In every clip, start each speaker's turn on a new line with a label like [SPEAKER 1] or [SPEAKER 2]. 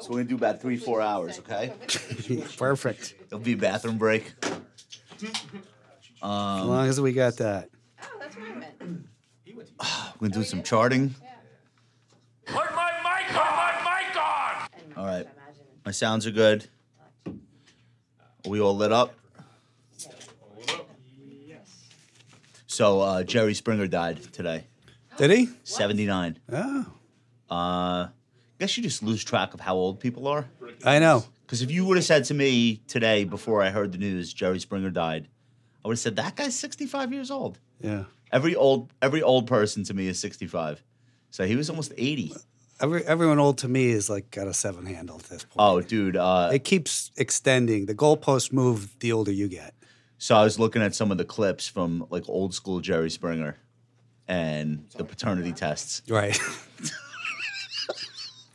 [SPEAKER 1] So we're gonna do about three, four hours, okay?
[SPEAKER 2] Oh,
[SPEAKER 3] Perfect.
[SPEAKER 1] There'll be a bathroom break.
[SPEAKER 3] As
[SPEAKER 1] Um,
[SPEAKER 3] long as we got that.
[SPEAKER 2] Oh, that's what I meant.
[SPEAKER 1] we're gonna do some charting.
[SPEAKER 4] Put my mic on! Put my mic on!
[SPEAKER 2] And
[SPEAKER 1] All right.
[SPEAKER 2] I imagine-
[SPEAKER 1] My sounds are good. Are we all lit up? So uh, Jerry Springer died today,
[SPEAKER 3] Did he?
[SPEAKER 1] seventy-nine.
[SPEAKER 3] Oh,
[SPEAKER 1] Uh, guess you just lose track of how old people are.
[SPEAKER 3] I know.
[SPEAKER 1] Because if you would have said to me today before I heard the news Jerry Springer died, I would have said that guy's 65 years old.
[SPEAKER 3] Yeah.
[SPEAKER 1] Every old every old person to me is 65. So he was almost 80.
[SPEAKER 3] Every, everyone old to me is like got a seven handle at this point.
[SPEAKER 1] Oh, dude. Uh,
[SPEAKER 3] It keeps extending. The goalposts move the older you get.
[SPEAKER 1] so I was looking at some of the clips from like old school Jerry Springer and the paternity tests.
[SPEAKER 3] Right.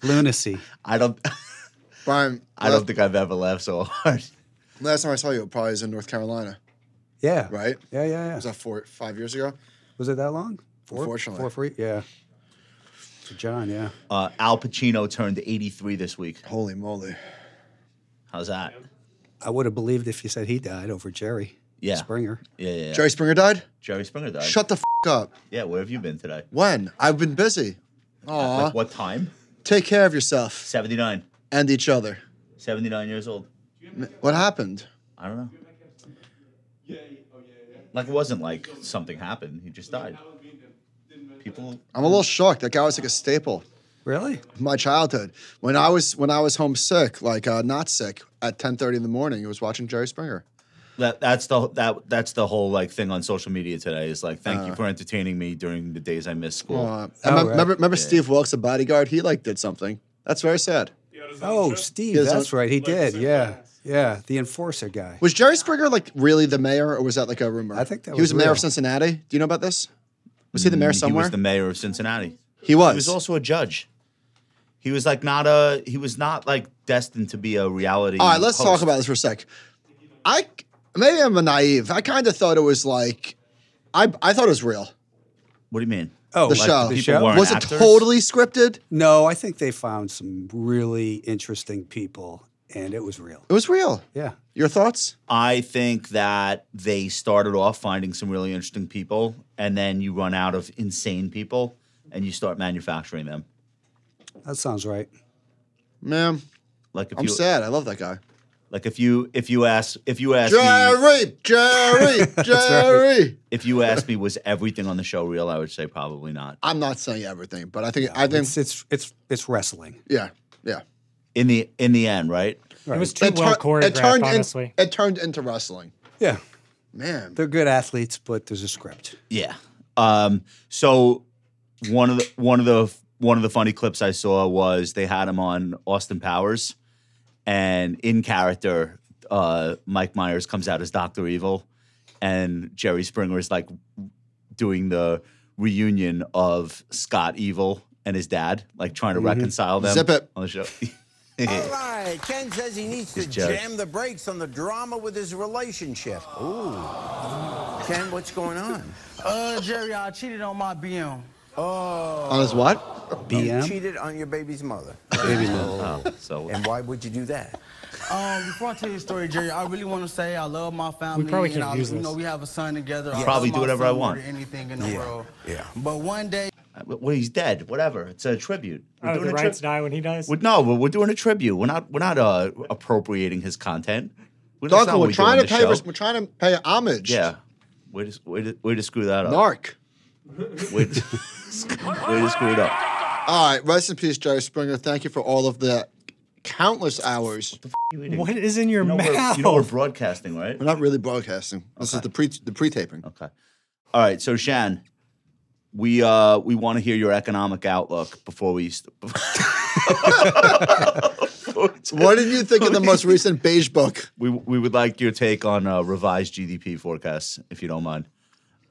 [SPEAKER 3] Lunacy.
[SPEAKER 1] I don't
[SPEAKER 5] Brian, uh,
[SPEAKER 1] I don't think I've ever laughed so hard.
[SPEAKER 5] last time I saw you, it probably was in North Carolina,
[SPEAKER 3] Yeah.
[SPEAKER 5] right?
[SPEAKER 3] Yeah, yeah,
[SPEAKER 5] Was
[SPEAKER 3] yeah.
[SPEAKER 5] that four, five years ago?
[SPEAKER 3] Was it that long? Four,
[SPEAKER 5] Unfortunately.
[SPEAKER 3] Four free? Yeah. For John, yeah.
[SPEAKER 1] Uh, Al Pacino turned 83 this week.
[SPEAKER 5] Holy moly!
[SPEAKER 1] How's that?
[SPEAKER 3] I would have believed if you said he died over Jerry
[SPEAKER 1] Yeah.
[SPEAKER 3] Springer.
[SPEAKER 1] Yeah, yeah, yeah.
[SPEAKER 5] Jerry Springer died.
[SPEAKER 1] Jerry Springer died.
[SPEAKER 5] Shut the f- up.
[SPEAKER 1] yeah, where have you been today?
[SPEAKER 5] When? I've been busy. Aw.
[SPEAKER 1] Like, what time?
[SPEAKER 5] Take care of yourself
[SPEAKER 1] 79.
[SPEAKER 5] and each other.
[SPEAKER 1] 79 years old.
[SPEAKER 5] M- What happened?
[SPEAKER 1] I don't know. Like it wasn't like something happened. He just died. People.
[SPEAKER 5] I'm a little shocked. That guy was like a staple.
[SPEAKER 3] Really?
[SPEAKER 5] of My childhood. When I was when I was homesick, like uh, not sick, at 10:30 in the morning, I was watching Jerry Springer.
[SPEAKER 1] That that's the that that's the whole like thing on social media today is like thank you for entertaining me during the days I missed school.
[SPEAKER 5] Uh,
[SPEAKER 3] Oh,
[SPEAKER 5] and mem-
[SPEAKER 3] right.
[SPEAKER 5] Remember, remember Steve Wilkes, the bodyguard? He like did something. That's very sad.
[SPEAKER 3] Oh, Steve.
[SPEAKER 5] He has
[SPEAKER 3] That's
[SPEAKER 5] a-
[SPEAKER 3] right. He did. Yeah. Yeah. The enforcer guy.
[SPEAKER 5] Was Jerry Springer like really the mayor, or was that like a rumor?
[SPEAKER 3] I think that
[SPEAKER 5] he was
[SPEAKER 3] was
[SPEAKER 5] the mayor of
[SPEAKER 3] real.
[SPEAKER 5] Cincinnati. Do you know about this? Was he the mayor
[SPEAKER 1] Mm, He
[SPEAKER 5] somewhere?
[SPEAKER 1] was the mayor of Cincinnati.
[SPEAKER 5] He was.
[SPEAKER 1] He was also a judge. He was like not a. He was not like destined to be a reality.
[SPEAKER 5] All right, let's talk
[SPEAKER 1] host.
[SPEAKER 5] about this for a sec. I maybe I'm naive. I kind of thought it was like, I I thought it was real.
[SPEAKER 1] What do you mean?
[SPEAKER 3] Oh,
[SPEAKER 5] The show.
[SPEAKER 1] the people
[SPEAKER 3] The show?
[SPEAKER 1] weren't
[SPEAKER 5] Was it
[SPEAKER 1] actors?
[SPEAKER 5] totally scripted?
[SPEAKER 3] No, I think they found some really interesting people and it was real.
[SPEAKER 5] It was real.
[SPEAKER 3] Yeah.
[SPEAKER 5] Your thoughts?
[SPEAKER 1] I think that they started off finding some really interesting people, and then you run out of insane people, and you start manufacturing them.
[SPEAKER 3] That sounds right.
[SPEAKER 5] Man,
[SPEAKER 1] Like if
[SPEAKER 5] I'm
[SPEAKER 1] you,
[SPEAKER 5] sad. I love that guy.
[SPEAKER 1] like if you, if you ask, if you ask me,
[SPEAKER 5] Jerry, Jerry, Jerry.
[SPEAKER 1] if you ask me, was everything on the show real? I would say probably not.
[SPEAKER 5] I'm not saying everything, but I think I think
[SPEAKER 3] it's it's it's, it's wrestling.
[SPEAKER 5] yeah, yeah.
[SPEAKER 1] In the in the end, right?
[SPEAKER 6] It was too well
[SPEAKER 5] tur-
[SPEAKER 6] choreographed,
[SPEAKER 5] turned in-
[SPEAKER 6] honestly.
[SPEAKER 5] it turned into wrestling.
[SPEAKER 3] Yeah.
[SPEAKER 5] Man,
[SPEAKER 3] They're good athletes, but there's a script.
[SPEAKER 1] Yeah. Um, so one of the one of the one of the funny clips I saw was they had him on Austin Powers, and in character, uh, Mike Myers comes out as Doctor Evil, and Jerry Springer is like doing the reunion of Scott Evil and his dad, like trying to reconcile them.
[SPEAKER 5] Mm-hmm. Zip it.
[SPEAKER 1] on the show.
[SPEAKER 7] All right, Ken says he needs to
[SPEAKER 1] It's Jerry.
[SPEAKER 7] jam the brakes on the drama with his relationship. Ooh. Ken, what's going on?
[SPEAKER 8] Uh, Jerry, I cheated on my BM.
[SPEAKER 5] on his what?
[SPEAKER 7] You
[SPEAKER 3] BM.
[SPEAKER 7] cheated on your baby's mother.
[SPEAKER 3] Baby mode.
[SPEAKER 1] so uh,
[SPEAKER 7] And why would you do that?
[SPEAKER 8] Um, before I tell you the story, Jerry, I really want to say I love my family.
[SPEAKER 6] We probably
[SPEAKER 8] and
[SPEAKER 6] can't
[SPEAKER 8] I,
[SPEAKER 6] use
[SPEAKER 8] You know,
[SPEAKER 6] this.
[SPEAKER 8] we have a son together. I
[SPEAKER 1] Probably do
[SPEAKER 8] love my
[SPEAKER 1] whatever
[SPEAKER 8] son
[SPEAKER 1] I
[SPEAKER 8] more
[SPEAKER 1] want.
[SPEAKER 8] than Anything in the world.
[SPEAKER 7] yeah.
[SPEAKER 8] But one day,
[SPEAKER 1] well, he's dead. Whatever. It's a tribute. We're
[SPEAKER 6] Oh,
[SPEAKER 1] doing
[SPEAKER 6] the
[SPEAKER 1] a tri-
[SPEAKER 6] rights die when he dies.
[SPEAKER 1] Well, no, but we're doing a tribute. We're not. We're not uh, appropriating his content. We- that's
[SPEAKER 5] Duncan,
[SPEAKER 1] not what
[SPEAKER 5] we're
[SPEAKER 1] we do
[SPEAKER 5] trying
[SPEAKER 1] on
[SPEAKER 5] to
[SPEAKER 1] the
[SPEAKER 5] pay.
[SPEAKER 1] show.
[SPEAKER 5] res- We're trying to pay homage.
[SPEAKER 1] Yeah, way to way to, way to screw that up.
[SPEAKER 5] Narc.
[SPEAKER 1] Way, to, way to screw it up.
[SPEAKER 5] All right, rest in peace, Jerry Springer. Thank you for all of the countless hours.
[SPEAKER 6] what is in your
[SPEAKER 1] You know, we're,
[SPEAKER 6] mouth?
[SPEAKER 1] you know we're broadcasting, right?
[SPEAKER 5] We're not really broadcasting. This is the pre the pre taping.
[SPEAKER 1] Okay. All right. So Shan, we uh we want to hear your economic outlook before we. St-
[SPEAKER 5] What did you think of the most recent beige book?
[SPEAKER 1] we we would like your take on uh, revised GDP forecasts, if you don't mind.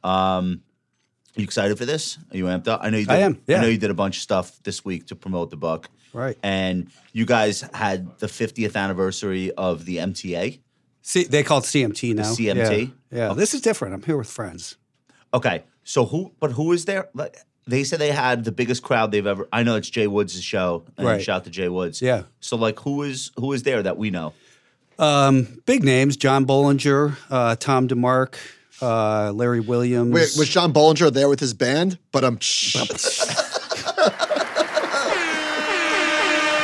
[SPEAKER 1] Um, you excited for this? Are you amped up? I know you. Did,
[SPEAKER 3] I am, yeah.
[SPEAKER 1] know you did a bunch of stuff this week to promote the book,
[SPEAKER 3] Right.
[SPEAKER 1] and you guys had the 50th anniversary of the MTA.
[SPEAKER 3] See, they call it CMT now.
[SPEAKER 1] CMT?
[SPEAKER 5] Oh.
[SPEAKER 3] Yeah. Yeah. This is different. I'm here with friends.
[SPEAKER 1] Okay, so who? But who is there? Like, they said they had the biggest crowd they've ever. I know it's Jay Woods' show. And
[SPEAKER 3] Right.
[SPEAKER 1] Shout to Jay Woods.
[SPEAKER 3] Yeah.
[SPEAKER 1] So like, who is who is there that we know?
[SPEAKER 3] Um, big names: John Bollinger, uh, Tom DeMark, uh, Larry Williams.
[SPEAKER 5] Wait, was John Bollinger there with his band? But um, I'm.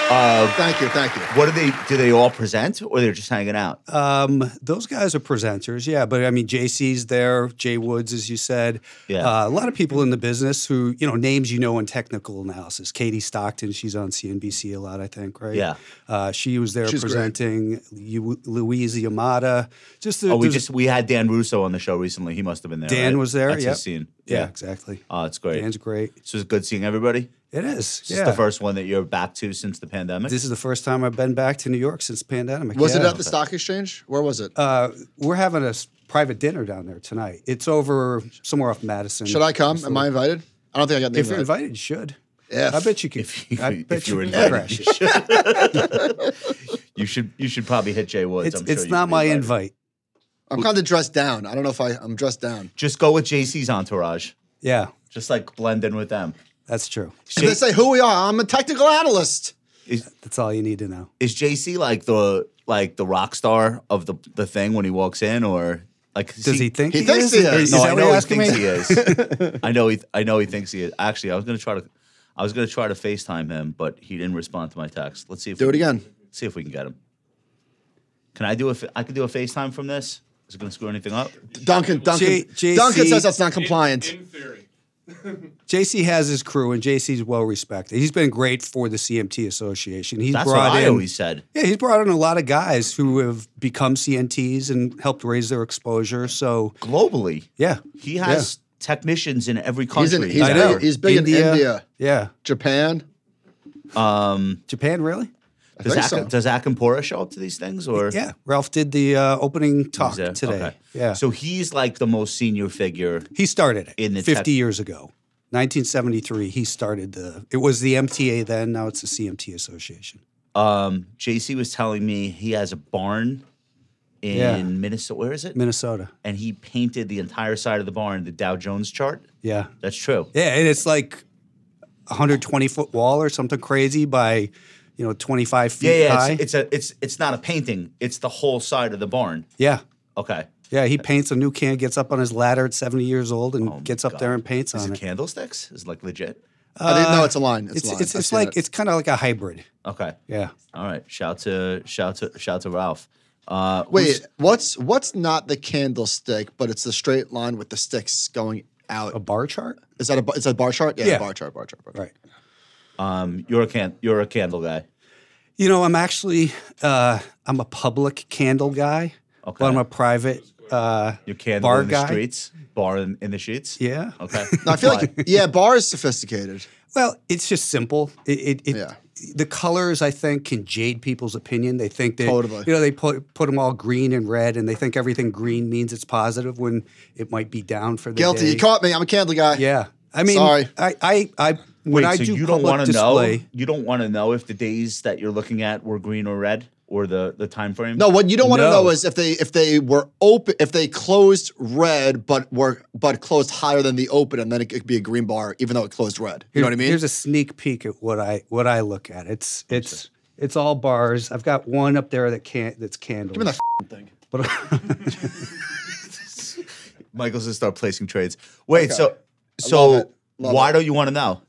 [SPEAKER 5] Uh, thank you, thank you.
[SPEAKER 1] What do they do? They all present, or they're just hanging out?
[SPEAKER 3] Um, those guys are presenters, yeah. But I mean, JC's there, Jay Woods, as you said.
[SPEAKER 1] Yeah.
[SPEAKER 3] Uh, a lot of people in the business who, you know, names you know in technical analysis. Katie Stockton, she's on CNBC a lot, I think, right?
[SPEAKER 1] Yeah.
[SPEAKER 3] Uh, she was there
[SPEAKER 5] She's great.
[SPEAKER 3] presenting. You, Louise Yamada. Just the,
[SPEAKER 1] oh, we
[SPEAKER 3] there's-
[SPEAKER 1] just we had Dan Russo on the show recently. He must have been there.
[SPEAKER 3] Dan
[SPEAKER 1] right?
[SPEAKER 3] was there,
[SPEAKER 1] That's
[SPEAKER 3] yep.
[SPEAKER 1] his scene.
[SPEAKER 3] yeah, exactly.
[SPEAKER 1] Oh, it's great.
[SPEAKER 3] Dan's great.
[SPEAKER 1] so it's good seeing everybody.
[SPEAKER 3] It is.
[SPEAKER 1] This
[SPEAKER 3] yeah.
[SPEAKER 1] is the first one that you're back to since the pandemic.
[SPEAKER 3] This is the first time I've been back to New York since the pandemic.
[SPEAKER 5] Was it
[SPEAKER 3] yeah.
[SPEAKER 5] at the stock exchange? Where was it?
[SPEAKER 3] Uh, we're having a s- private dinner down there tonight. It's over somewhere off Madison.
[SPEAKER 5] Should I come? Am I invited? I don't think I got the
[SPEAKER 3] If you're
[SPEAKER 5] invite.
[SPEAKER 3] invited, you should.
[SPEAKER 5] If-
[SPEAKER 3] I bet you could.
[SPEAKER 1] if you,
[SPEAKER 3] I bet
[SPEAKER 1] if you were
[SPEAKER 3] could
[SPEAKER 1] invited,
[SPEAKER 3] crash
[SPEAKER 1] you
[SPEAKER 3] it.
[SPEAKER 1] should. you should you should probably hit Jay Woods.
[SPEAKER 3] It's,
[SPEAKER 1] I'm sure
[SPEAKER 3] it's
[SPEAKER 1] you
[SPEAKER 3] not
[SPEAKER 1] could
[SPEAKER 3] my
[SPEAKER 1] invite him.
[SPEAKER 3] invite.
[SPEAKER 5] I'm kind of dressed down. I don't know if I, I'm dressed down.
[SPEAKER 1] Just go with JC's entourage.
[SPEAKER 3] Yeah,
[SPEAKER 1] Just like blend in with them.
[SPEAKER 3] that's true.
[SPEAKER 5] Should they say who we are? I'm a technical analyst.
[SPEAKER 3] That's all you need to know.
[SPEAKER 1] Is JC like the like the rock star of the the thing when he walks in, or like is
[SPEAKER 3] Does he think
[SPEAKER 5] he
[SPEAKER 3] is?
[SPEAKER 5] thinks he
[SPEAKER 3] Or Is
[SPEAKER 5] is.
[SPEAKER 1] No,
[SPEAKER 3] that
[SPEAKER 1] I
[SPEAKER 3] what you're
[SPEAKER 1] know he
[SPEAKER 3] asking
[SPEAKER 1] thinks
[SPEAKER 3] me?
[SPEAKER 1] he is. I know he. I know he thinks he is. Actually, I was gonna try to. I was gonna try to Facetime him, but he didn't respond to my text. Let's see if
[SPEAKER 5] Do
[SPEAKER 1] we-
[SPEAKER 5] it again.
[SPEAKER 1] See if we can get him. Can I do a? fa- I could do a Facetime from this. Is it gonna screw anything up?
[SPEAKER 5] Duncan, Duncan,
[SPEAKER 3] J- JC.
[SPEAKER 5] Duncan says that's not compliant.
[SPEAKER 2] In theory.
[SPEAKER 3] JC has his crew, and JC's well respected. He's been great for the CMT Association. He's
[SPEAKER 1] That's what
[SPEAKER 3] brought
[SPEAKER 1] I
[SPEAKER 3] in.
[SPEAKER 1] always said.
[SPEAKER 3] Yeah, he's brought in a lot of guys who have become CNTs and helped raise their exposure. So
[SPEAKER 1] Globally,
[SPEAKER 3] yeah,
[SPEAKER 1] he has technicians in every
[SPEAKER 5] He's, in,
[SPEAKER 1] country.
[SPEAKER 5] he's,
[SPEAKER 3] I know.
[SPEAKER 5] big, he's big in India,
[SPEAKER 3] Yeah,
[SPEAKER 5] Japan.
[SPEAKER 3] Japan really?
[SPEAKER 1] does,
[SPEAKER 5] think
[SPEAKER 1] Ak-
[SPEAKER 5] so.
[SPEAKER 1] does Akampora show up to these things? Or
[SPEAKER 3] Yeah, Ralph did the uh, opening talk
[SPEAKER 1] He's there?
[SPEAKER 3] today.
[SPEAKER 1] Okay.
[SPEAKER 3] Yeah,
[SPEAKER 1] So he's like the most senior figure.
[SPEAKER 3] He started it
[SPEAKER 1] In the
[SPEAKER 3] 50
[SPEAKER 1] tech-
[SPEAKER 3] years ago. 1973, he started the, it was the MTA then, now it's the CMT Association.
[SPEAKER 1] Um, JC was telling me he has a barn in
[SPEAKER 3] Yeah.
[SPEAKER 1] Minnesota. Where is it?
[SPEAKER 3] Minnesota.
[SPEAKER 1] and he painted the entire side of the barn, the Dow Jones chart.
[SPEAKER 3] Yeah.
[SPEAKER 1] That's true.
[SPEAKER 3] Yeah. And it's like 120 foot wall or something crazy by, you know, 25 feet
[SPEAKER 1] Yeah, yeah.
[SPEAKER 3] high.
[SPEAKER 1] It's, it's a it's it's not a painting. It's the whole side of the barn.
[SPEAKER 3] yeah.
[SPEAKER 1] Okay.
[SPEAKER 3] Yeah. He paints a new can, gets up on his ladder at 70 years old and gets
[SPEAKER 1] Oh
[SPEAKER 3] up
[SPEAKER 1] God.
[SPEAKER 3] there and paints
[SPEAKER 1] Is
[SPEAKER 3] on
[SPEAKER 1] it
[SPEAKER 3] it.
[SPEAKER 1] candlesticks? Is it like legit?
[SPEAKER 5] I think, no, it's a line. It's,
[SPEAKER 3] Uh, It's,
[SPEAKER 5] a line.
[SPEAKER 3] it's, it's,
[SPEAKER 5] I've seen
[SPEAKER 3] like,
[SPEAKER 5] it.
[SPEAKER 3] it's kind of like a hybrid.
[SPEAKER 1] Okay.
[SPEAKER 3] Yeah.
[SPEAKER 1] All right. Shout to shout to shout to Ralph. Uh, who's-
[SPEAKER 5] Wait, what's what's not the candlestick, but it's the straight line with the sticks going
[SPEAKER 3] A
[SPEAKER 5] out?
[SPEAKER 3] bar chart?
[SPEAKER 5] Is that a bar- it's a bar chart? Yeah,
[SPEAKER 3] Yeah.
[SPEAKER 5] bar chart, bar chart, bar chart.
[SPEAKER 3] Right.
[SPEAKER 1] um, you're a can you're a candle guy.
[SPEAKER 3] You know, I'm actually uh, I'm a public candle guy,
[SPEAKER 1] Okay.
[SPEAKER 3] but I'm a private. Uh,
[SPEAKER 1] You're candle
[SPEAKER 3] Bar
[SPEAKER 1] in the
[SPEAKER 3] guy?
[SPEAKER 1] streets, bar in, in the sheets.
[SPEAKER 3] yeah.
[SPEAKER 1] Okay.
[SPEAKER 5] No, I feel like yeah, bar is sophisticated.
[SPEAKER 3] Well, it's just simple. It, it, it
[SPEAKER 5] Yeah.
[SPEAKER 3] the colors I think can jade people's opinion. They think that
[SPEAKER 5] Totally.
[SPEAKER 3] you know they put put them all green and red, and they think everything green means it's positive when it might be down for the
[SPEAKER 5] Guilty.
[SPEAKER 3] Day.
[SPEAKER 5] You caught me. I'm a candle guy.
[SPEAKER 3] yeah. I mean,
[SPEAKER 5] Sorry.
[SPEAKER 3] I I, I
[SPEAKER 1] Wait,
[SPEAKER 3] when I
[SPEAKER 1] so
[SPEAKER 3] do
[SPEAKER 1] you don't
[SPEAKER 3] public
[SPEAKER 1] want to
[SPEAKER 3] display,
[SPEAKER 1] know you don't want to know if the days that you're looking at were green or red or the the time frame.
[SPEAKER 5] No, what you don't want to
[SPEAKER 3] No.
[SPEAKER 5] know is if they if they were open if they closed red but were but closed higher than the open and then it could be a green bar even though it closed red. You know what I mean?
[SPEAKER 3] Here's a sneak peek at what I what I look at. It's it's it's all bars. I've got one up there that can't that's candles. Give me the thing. But
[SPEAKER 1] Michael's gonna start placing trades. Wait, so
[SPEAKER 5] love
[SPEAKER 1] so
[SPEAKER 5] it. Love
[SPEAKER 1] why
[SPEAKER 5] it.
[SPEAKER 1] don't you want to know?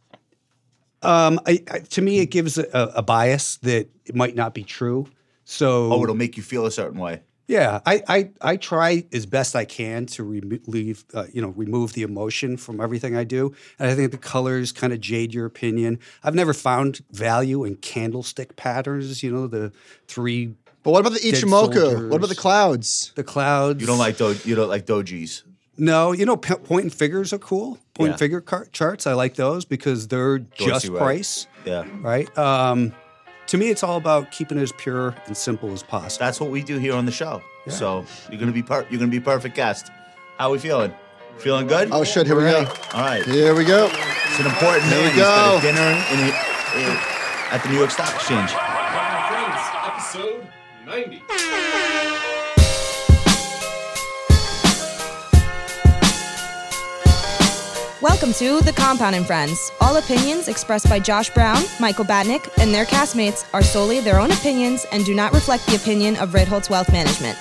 [SPEAKER 3] um, I, I, to me, it gives a, a bias that it might not be true. So
[SPEAKER 1] Oh, it'll make you feel a certain way.
[SPEAKER 3] yeah, I, I I try as best I can to remove uh, you know remove the emotion from everything I do, and I think the colors kind of jade your opinion. I've never found value in candlestick patterns. You know the three
[SPEAKER 5] but what about the
[SPEAKER 3] Dead
[SPEAKER 5] Ichimoku? What about
[SPEAKER 3] soldiers.
[SPEAKER 5] the clouds?
[SPEAKER 3] the clouds.
[SPEAKER 1] You don't like do- you don't like dojis.
[SPEAKER 3] No, you know, p- point and figures are cool. Point
[SPEAKER 1] Yeah.
[SPEAKER 3] and figure car- charts, I like those because they're just
[SPEAKER 1] right.
[SPEAKER 3] price,
[SPEAKER 1] Yeah,
[SPEAKER 3] right? Um, to me, it's all about keeping it as pure and simple as possible.
[SPEAKER 1] that's what we do here on the show. So you're gonna be per- you're gonna be perfect guest. How we feeling? Feeling good?
[SPEAKER 5] Oh shit, here we go.
[SPEAKER 1] All right,
[SPEAKER 5] Here we go.
[SPEAKER 1] it's an important
[SPEAKER 5] Here we
[SPEAKER 1] man. He's got a
[SPEAKER 5] go.
[SPEAKER 1] dinner in a, in- at the New York Stock Exchange.
[SPEAKER 2] Episode 90.
[SPEAKER 9] Welcome to The Compound and Friends. All opinions expressed by Josh Brown, Michael Batnick, and their castmates are solely their own opinions and do not reflect the opinion of Ritholtz Wealth Management.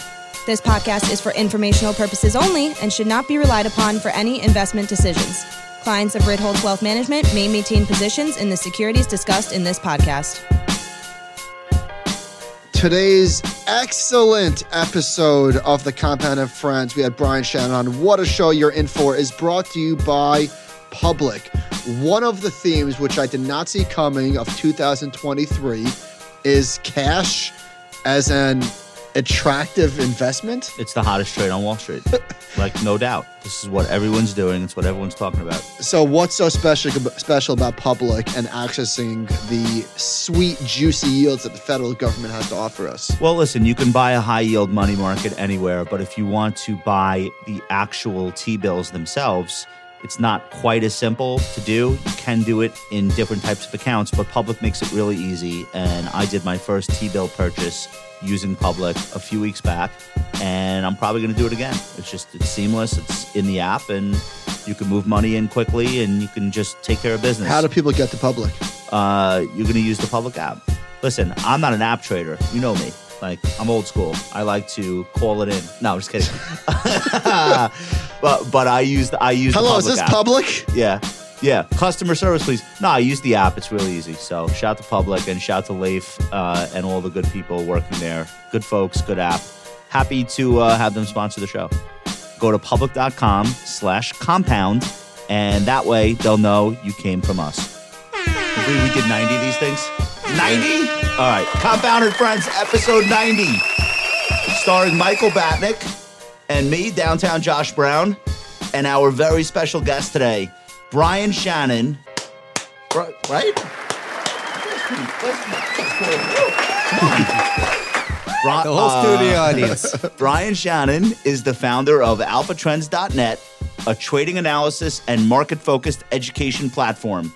[SPEAKER 9] This podcast is for informational purposes only and should not be relied upon for any investment decisions. Clients of Ritholtz Wealth Management may maintain positions in the securities discussed in this podcast.
[SPEAKER 5] Today's excellent episode of The Compound of Friends, we had Brian Shannon on. What a show you're in for is brought to you by Public. One of the themes which I did not see coming of 2023 is cash as an attractive investment.
[SPEAKER 1] It's the hottest trade on Wall Street. like, no doubt. This is what everyone's doing. It's what everyone's talking about.
[SPEAKER 5] So, what's so special special about public and accessing the sweet, juicy yields that the federal government has to offer us?
[SPEAKER 1] Well, listen, you can buy a high yield money market anywhere, but if you want to buy the actual T bills themselves, it's not quite as simple to do. You can do it in different types of accounts, but Public makes it really easy. And I did my first T bill purchase using Public a few weeks back, and I'm probably going to do it again. It's just it's seamless. It's in the app, and you can move money in quickly, and you can just take care of business
[SPEAKER 5] How do people get to public?
[SPEAKER 1] uh, you're going to use the public app. Listen, I'm not an app trader. You know me. Like, I'm old school. I like to call it in. No, I'm just kidding. but but I use the I use
[SPEAKER 5] Hello,
[SPEAKER 1] the public app.
[SPEAKER 5] is this public?
[SPEAKER 1] Yeah. Yeah. Customer service, please. No, I use the app. It's really easy. So shout to public and shout to Leif uh, and all the good people working there. Good folks, good app. Happy to uh, have them sponsor the show. Go to public.com slash compound, and that way they'll know you came from us. We, we did 90 of these things. 90? All right. Compound and Friends, episode 90. Starring Michael Batnick and me, downtown Josh Brown, and our very special guest today, Brian Shannon. Right? right? Bri-
[SPEAKER 3] The whole
[SPEAKER 1] uh,
[SPEAKER 3] studio audience.
[SPEAKER 1] Brian Shannon is the founder of AlphaTrends.net, a trading analysis and market focused education platform.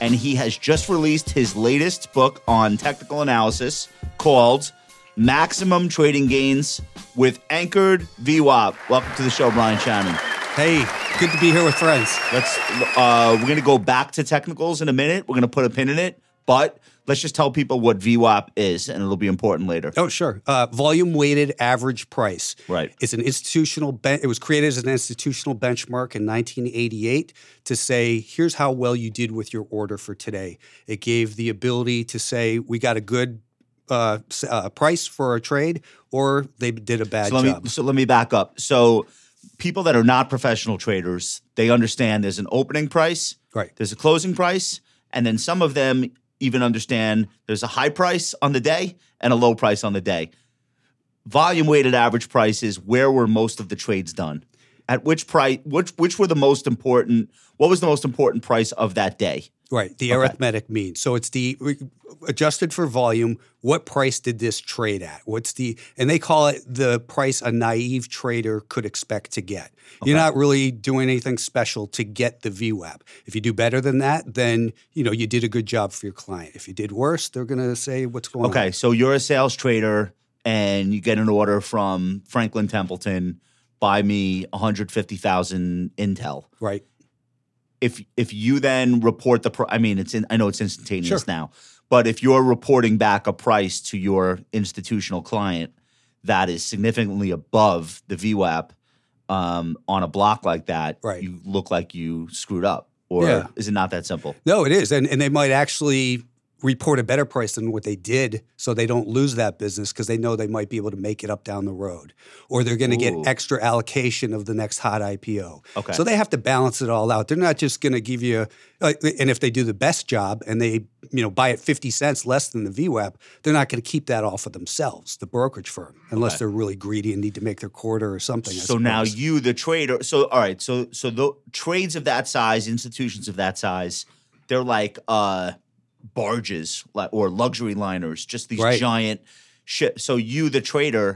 [SPEAKER 1] And he has just released his latest book on technical analysis called Maximum Trading Gains with Anchored VWAP. Welcome to the show, Brian Shannon.
[SPEAKER 3] Hey, good to be here with friends.
[SPEAKER 1] Let's uh, we're gonna go back to technicals in a minute. We're gonna put a pin in it, but let's just tell people what VWAP is, and it'll be important later.
[SPEAKER 3] Oh, sure. Uh, volume weighted average price.
[SPEAKER 1] Right.
[SPEAKER 3] It's an institutional, ben- it was created as an institutional benchmark in 1988 to say, here's how well you did with your order for today. It gave the ability to say, we got a good uh, s- uh, price for a trade or they did a bad
[SPEAKER 1] So let
[SPEAKER 3] job.
[SPEAKER 1] me so let me back up. So people that are not professional traders, they understand there's an opening price,
[SPEAKER 3] Right.
[SPEAKER 1] There's a closing price, and then some of them even understand there's a high price on the day and a low price on the day. Volume weighted average price is where were most of the trades done? At which price which which were the most important what was the most important price of that day?
[SPEAKER 3] Right, the arithmetic mean. So it's the re- adjusted for volume. What price did this trade at? What's the and they call it the price a naive trader could expect to get. You're not really doing anything special to get the VWAP. If you do better than that, then you know you did a good job for your client. If you did worse, they're going to say what's going on.
[SPEAKER 1] Okay, so you're a sales trader and you get an order from Franklin Templeton, buy me 150,000 Intel.
[SPEAKER 3] Right.
[SPEAKER 1] If if you then report the pr- I mean it's in I know it's instantaneous
[SPEAKER 3] Sure.
[SPEAKER 1] now, but if you're reporting back a price to your institutional client that is significantly above the VWAP um, on a block like that,
[SPEAKER 3] Right.
[SPEAKER 1] you look like you screwed up. Or
[SPEAKER 3] Yeah.
[SPEAKER 1] is it not that simple?
[SPEAKER 3] No, it is. And and they might actually report a better price than what they did so they don't lose that business because they know they might be able to make it up down the road or they're going to get
[SPEAKER 1] Ooh.
[SPEAKER 3] extra allocation of the next hot IPO.
[SPEAKER 1] Okay.
[SPEAKER 3] So they have to balance it all out. They're not just going to give you like, and if they do the best job and they, you know, buy at 50 cents less than the VWAP, they're not going to keep that all for themselves, the brokerage firm, unless they're really greedy and need to make their quarter or something. I
[SPEAKER 1] So now
[SPEAKER 3] suppose.
[SPEAKER 1] you, the trader. So all right. So so the trades of that size, institutions of that size, they're like uh barges like, or luxury liners, just these
[SPEAKER 3] Right.
[SPEAKER 1] giant ship. So you, the trader,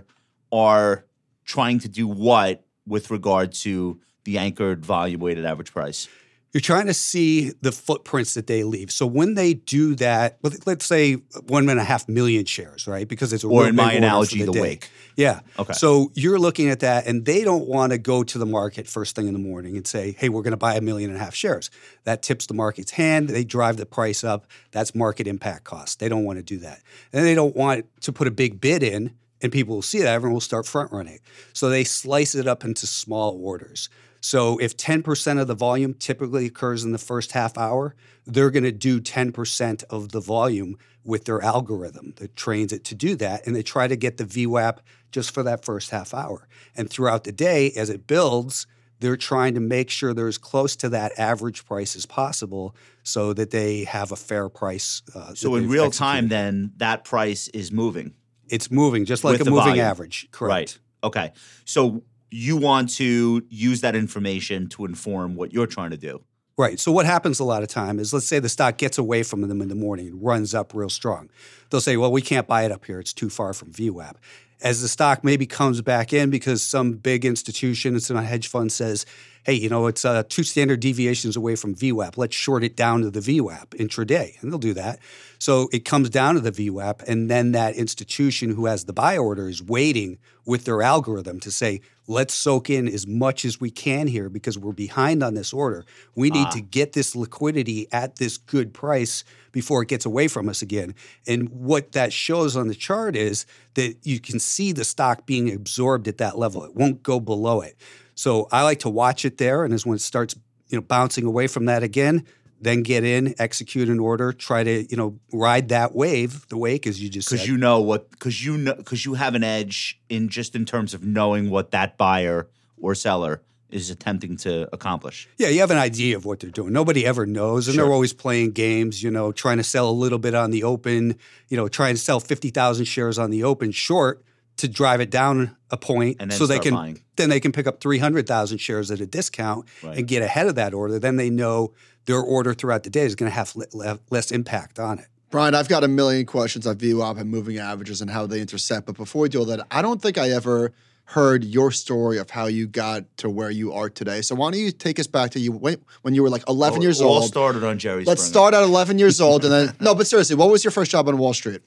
[SPEAKER 1] are trying to do what with regard to the anchored volume weighted average price?
[SPEAKER 3] You're trying to see the footprints that they leave. So when they do that, let- let's say one and a half million shares, right? Because it's a
[SPEAKER 1] Or
[SPEAKER 3] real
[SPEAKER 1] in my
[SPEAKER 3] big order for
[SPEAKER 1] analogy, the
[SPEAKER 3] day.
[SPEAKER 1] wake.
[SPEAKER 3] Yeah.
[SPEAKER 1] Okay.
[SPEAKER 3] So you're looking at that, and they don't want to go to the market first thing in the morning and say, "Hey, we're going to buy a million and a half shares." That tips the market's hand. They drive the price up. That's market impact cost. They don't want to do that, and they don't want to put a big bid in, and people will see that. Everyone will start front running. So they slice it up into small orders. So if 10% of the volume typically occurs in the first half hour, they're going to do 10% of the volume with their algorithm that trains it to do that. And they try to get the VWAP just for that first half hour. And throughout the day, as it builds, they're trying to make sure they're as close to that average price as possible so that they have a fair price. Uh, that
[SPEAKER 1] So in
[SPEAKER 3] they've
[SPEAKER 1] real
[SPEAKER 3] executed.
[SPEAKER 1] time, then that price is moving.
[SPEAKER 3] it's moving just like
[SPEAKER 1] with
[SPEAKER 3] a
[SPEAKER 1] the
[SPEAKER 3] moving
[SPEAKER 1] volume.
[SPEAKER 3] average. Correct.
[SPEAKER 1] Right. Okay. So you want to use that information to inform what you're trying to do.
[SPEAKER 3] Right. So what happens a lot of time is let's say the stock gets away from them in the morning and runs up real strong. They'll say, "Well, we can't buy it up here. It's too far from VWAP." As the stock maybe comes back in because some big institution, some hedge fund says, "Hey, you know, it's uh, two standard deviations away from VWAP. Let's short it down to the VWAP intraday." And they'll do that. So it comes down to the VWAP and then that institution who has the buy order is waiting with their algorithm to say, let's soak in as much as we can here because we're behind on this order. We
[SPEAKER 1] Ah.
[SPEAKER 3] need to get this liquidity at this good price before it gets away from us again. And what that shows on the chart is that you can see the stock being absorbed at that level. It won't go below it. So I like to watch it there. And as when it starts, you know, bouncing away from that again, then get in, execute an order, try to, you know, ride that wave, the wake, as you just said.
[SPEAKER 1] Because you know what, because you know, because you have an edge in just in terms of knowing what that buyer or seller is attempting to accomplish.
[SPEAKER 3] Yeah, you have an idea of what they're doing. Nobody ever knows, and they're always playing games. You know, trying to sell a little bit on the open. You know, trying to sell fifty thousand shares on the open short to drive it down a point,
[SPEAKER 1] And then
[SPEAKER 3] so they
[SPEAKER 1] start
[SPEAKER 3] can
[SPEAKER 1] buying.
[SPEAKER 3] then they can pick up three hundred thousand shares at a discount
[SPEAKER 1] Right.
[SPEAKER 3] and get ahead of that order. Then they know their order throughout the day is going to have le- le- less impact on it.
[SPEAKER 5] Brian, I've got a million questions on VWAP and moving averages and how they intersect. But before we do all that, I don't think I ever heard your story of how you got to where you are today. So why don't you take us back to you when, when you were like 11 years
[SPEAKER 1] all
[SPEAKER 5] old?
[SPEAKER 1] started on Jerry's.
[SPEAKER 5] Let's start at 11 years old and then no, but seriously, what was your first job on Wall Street?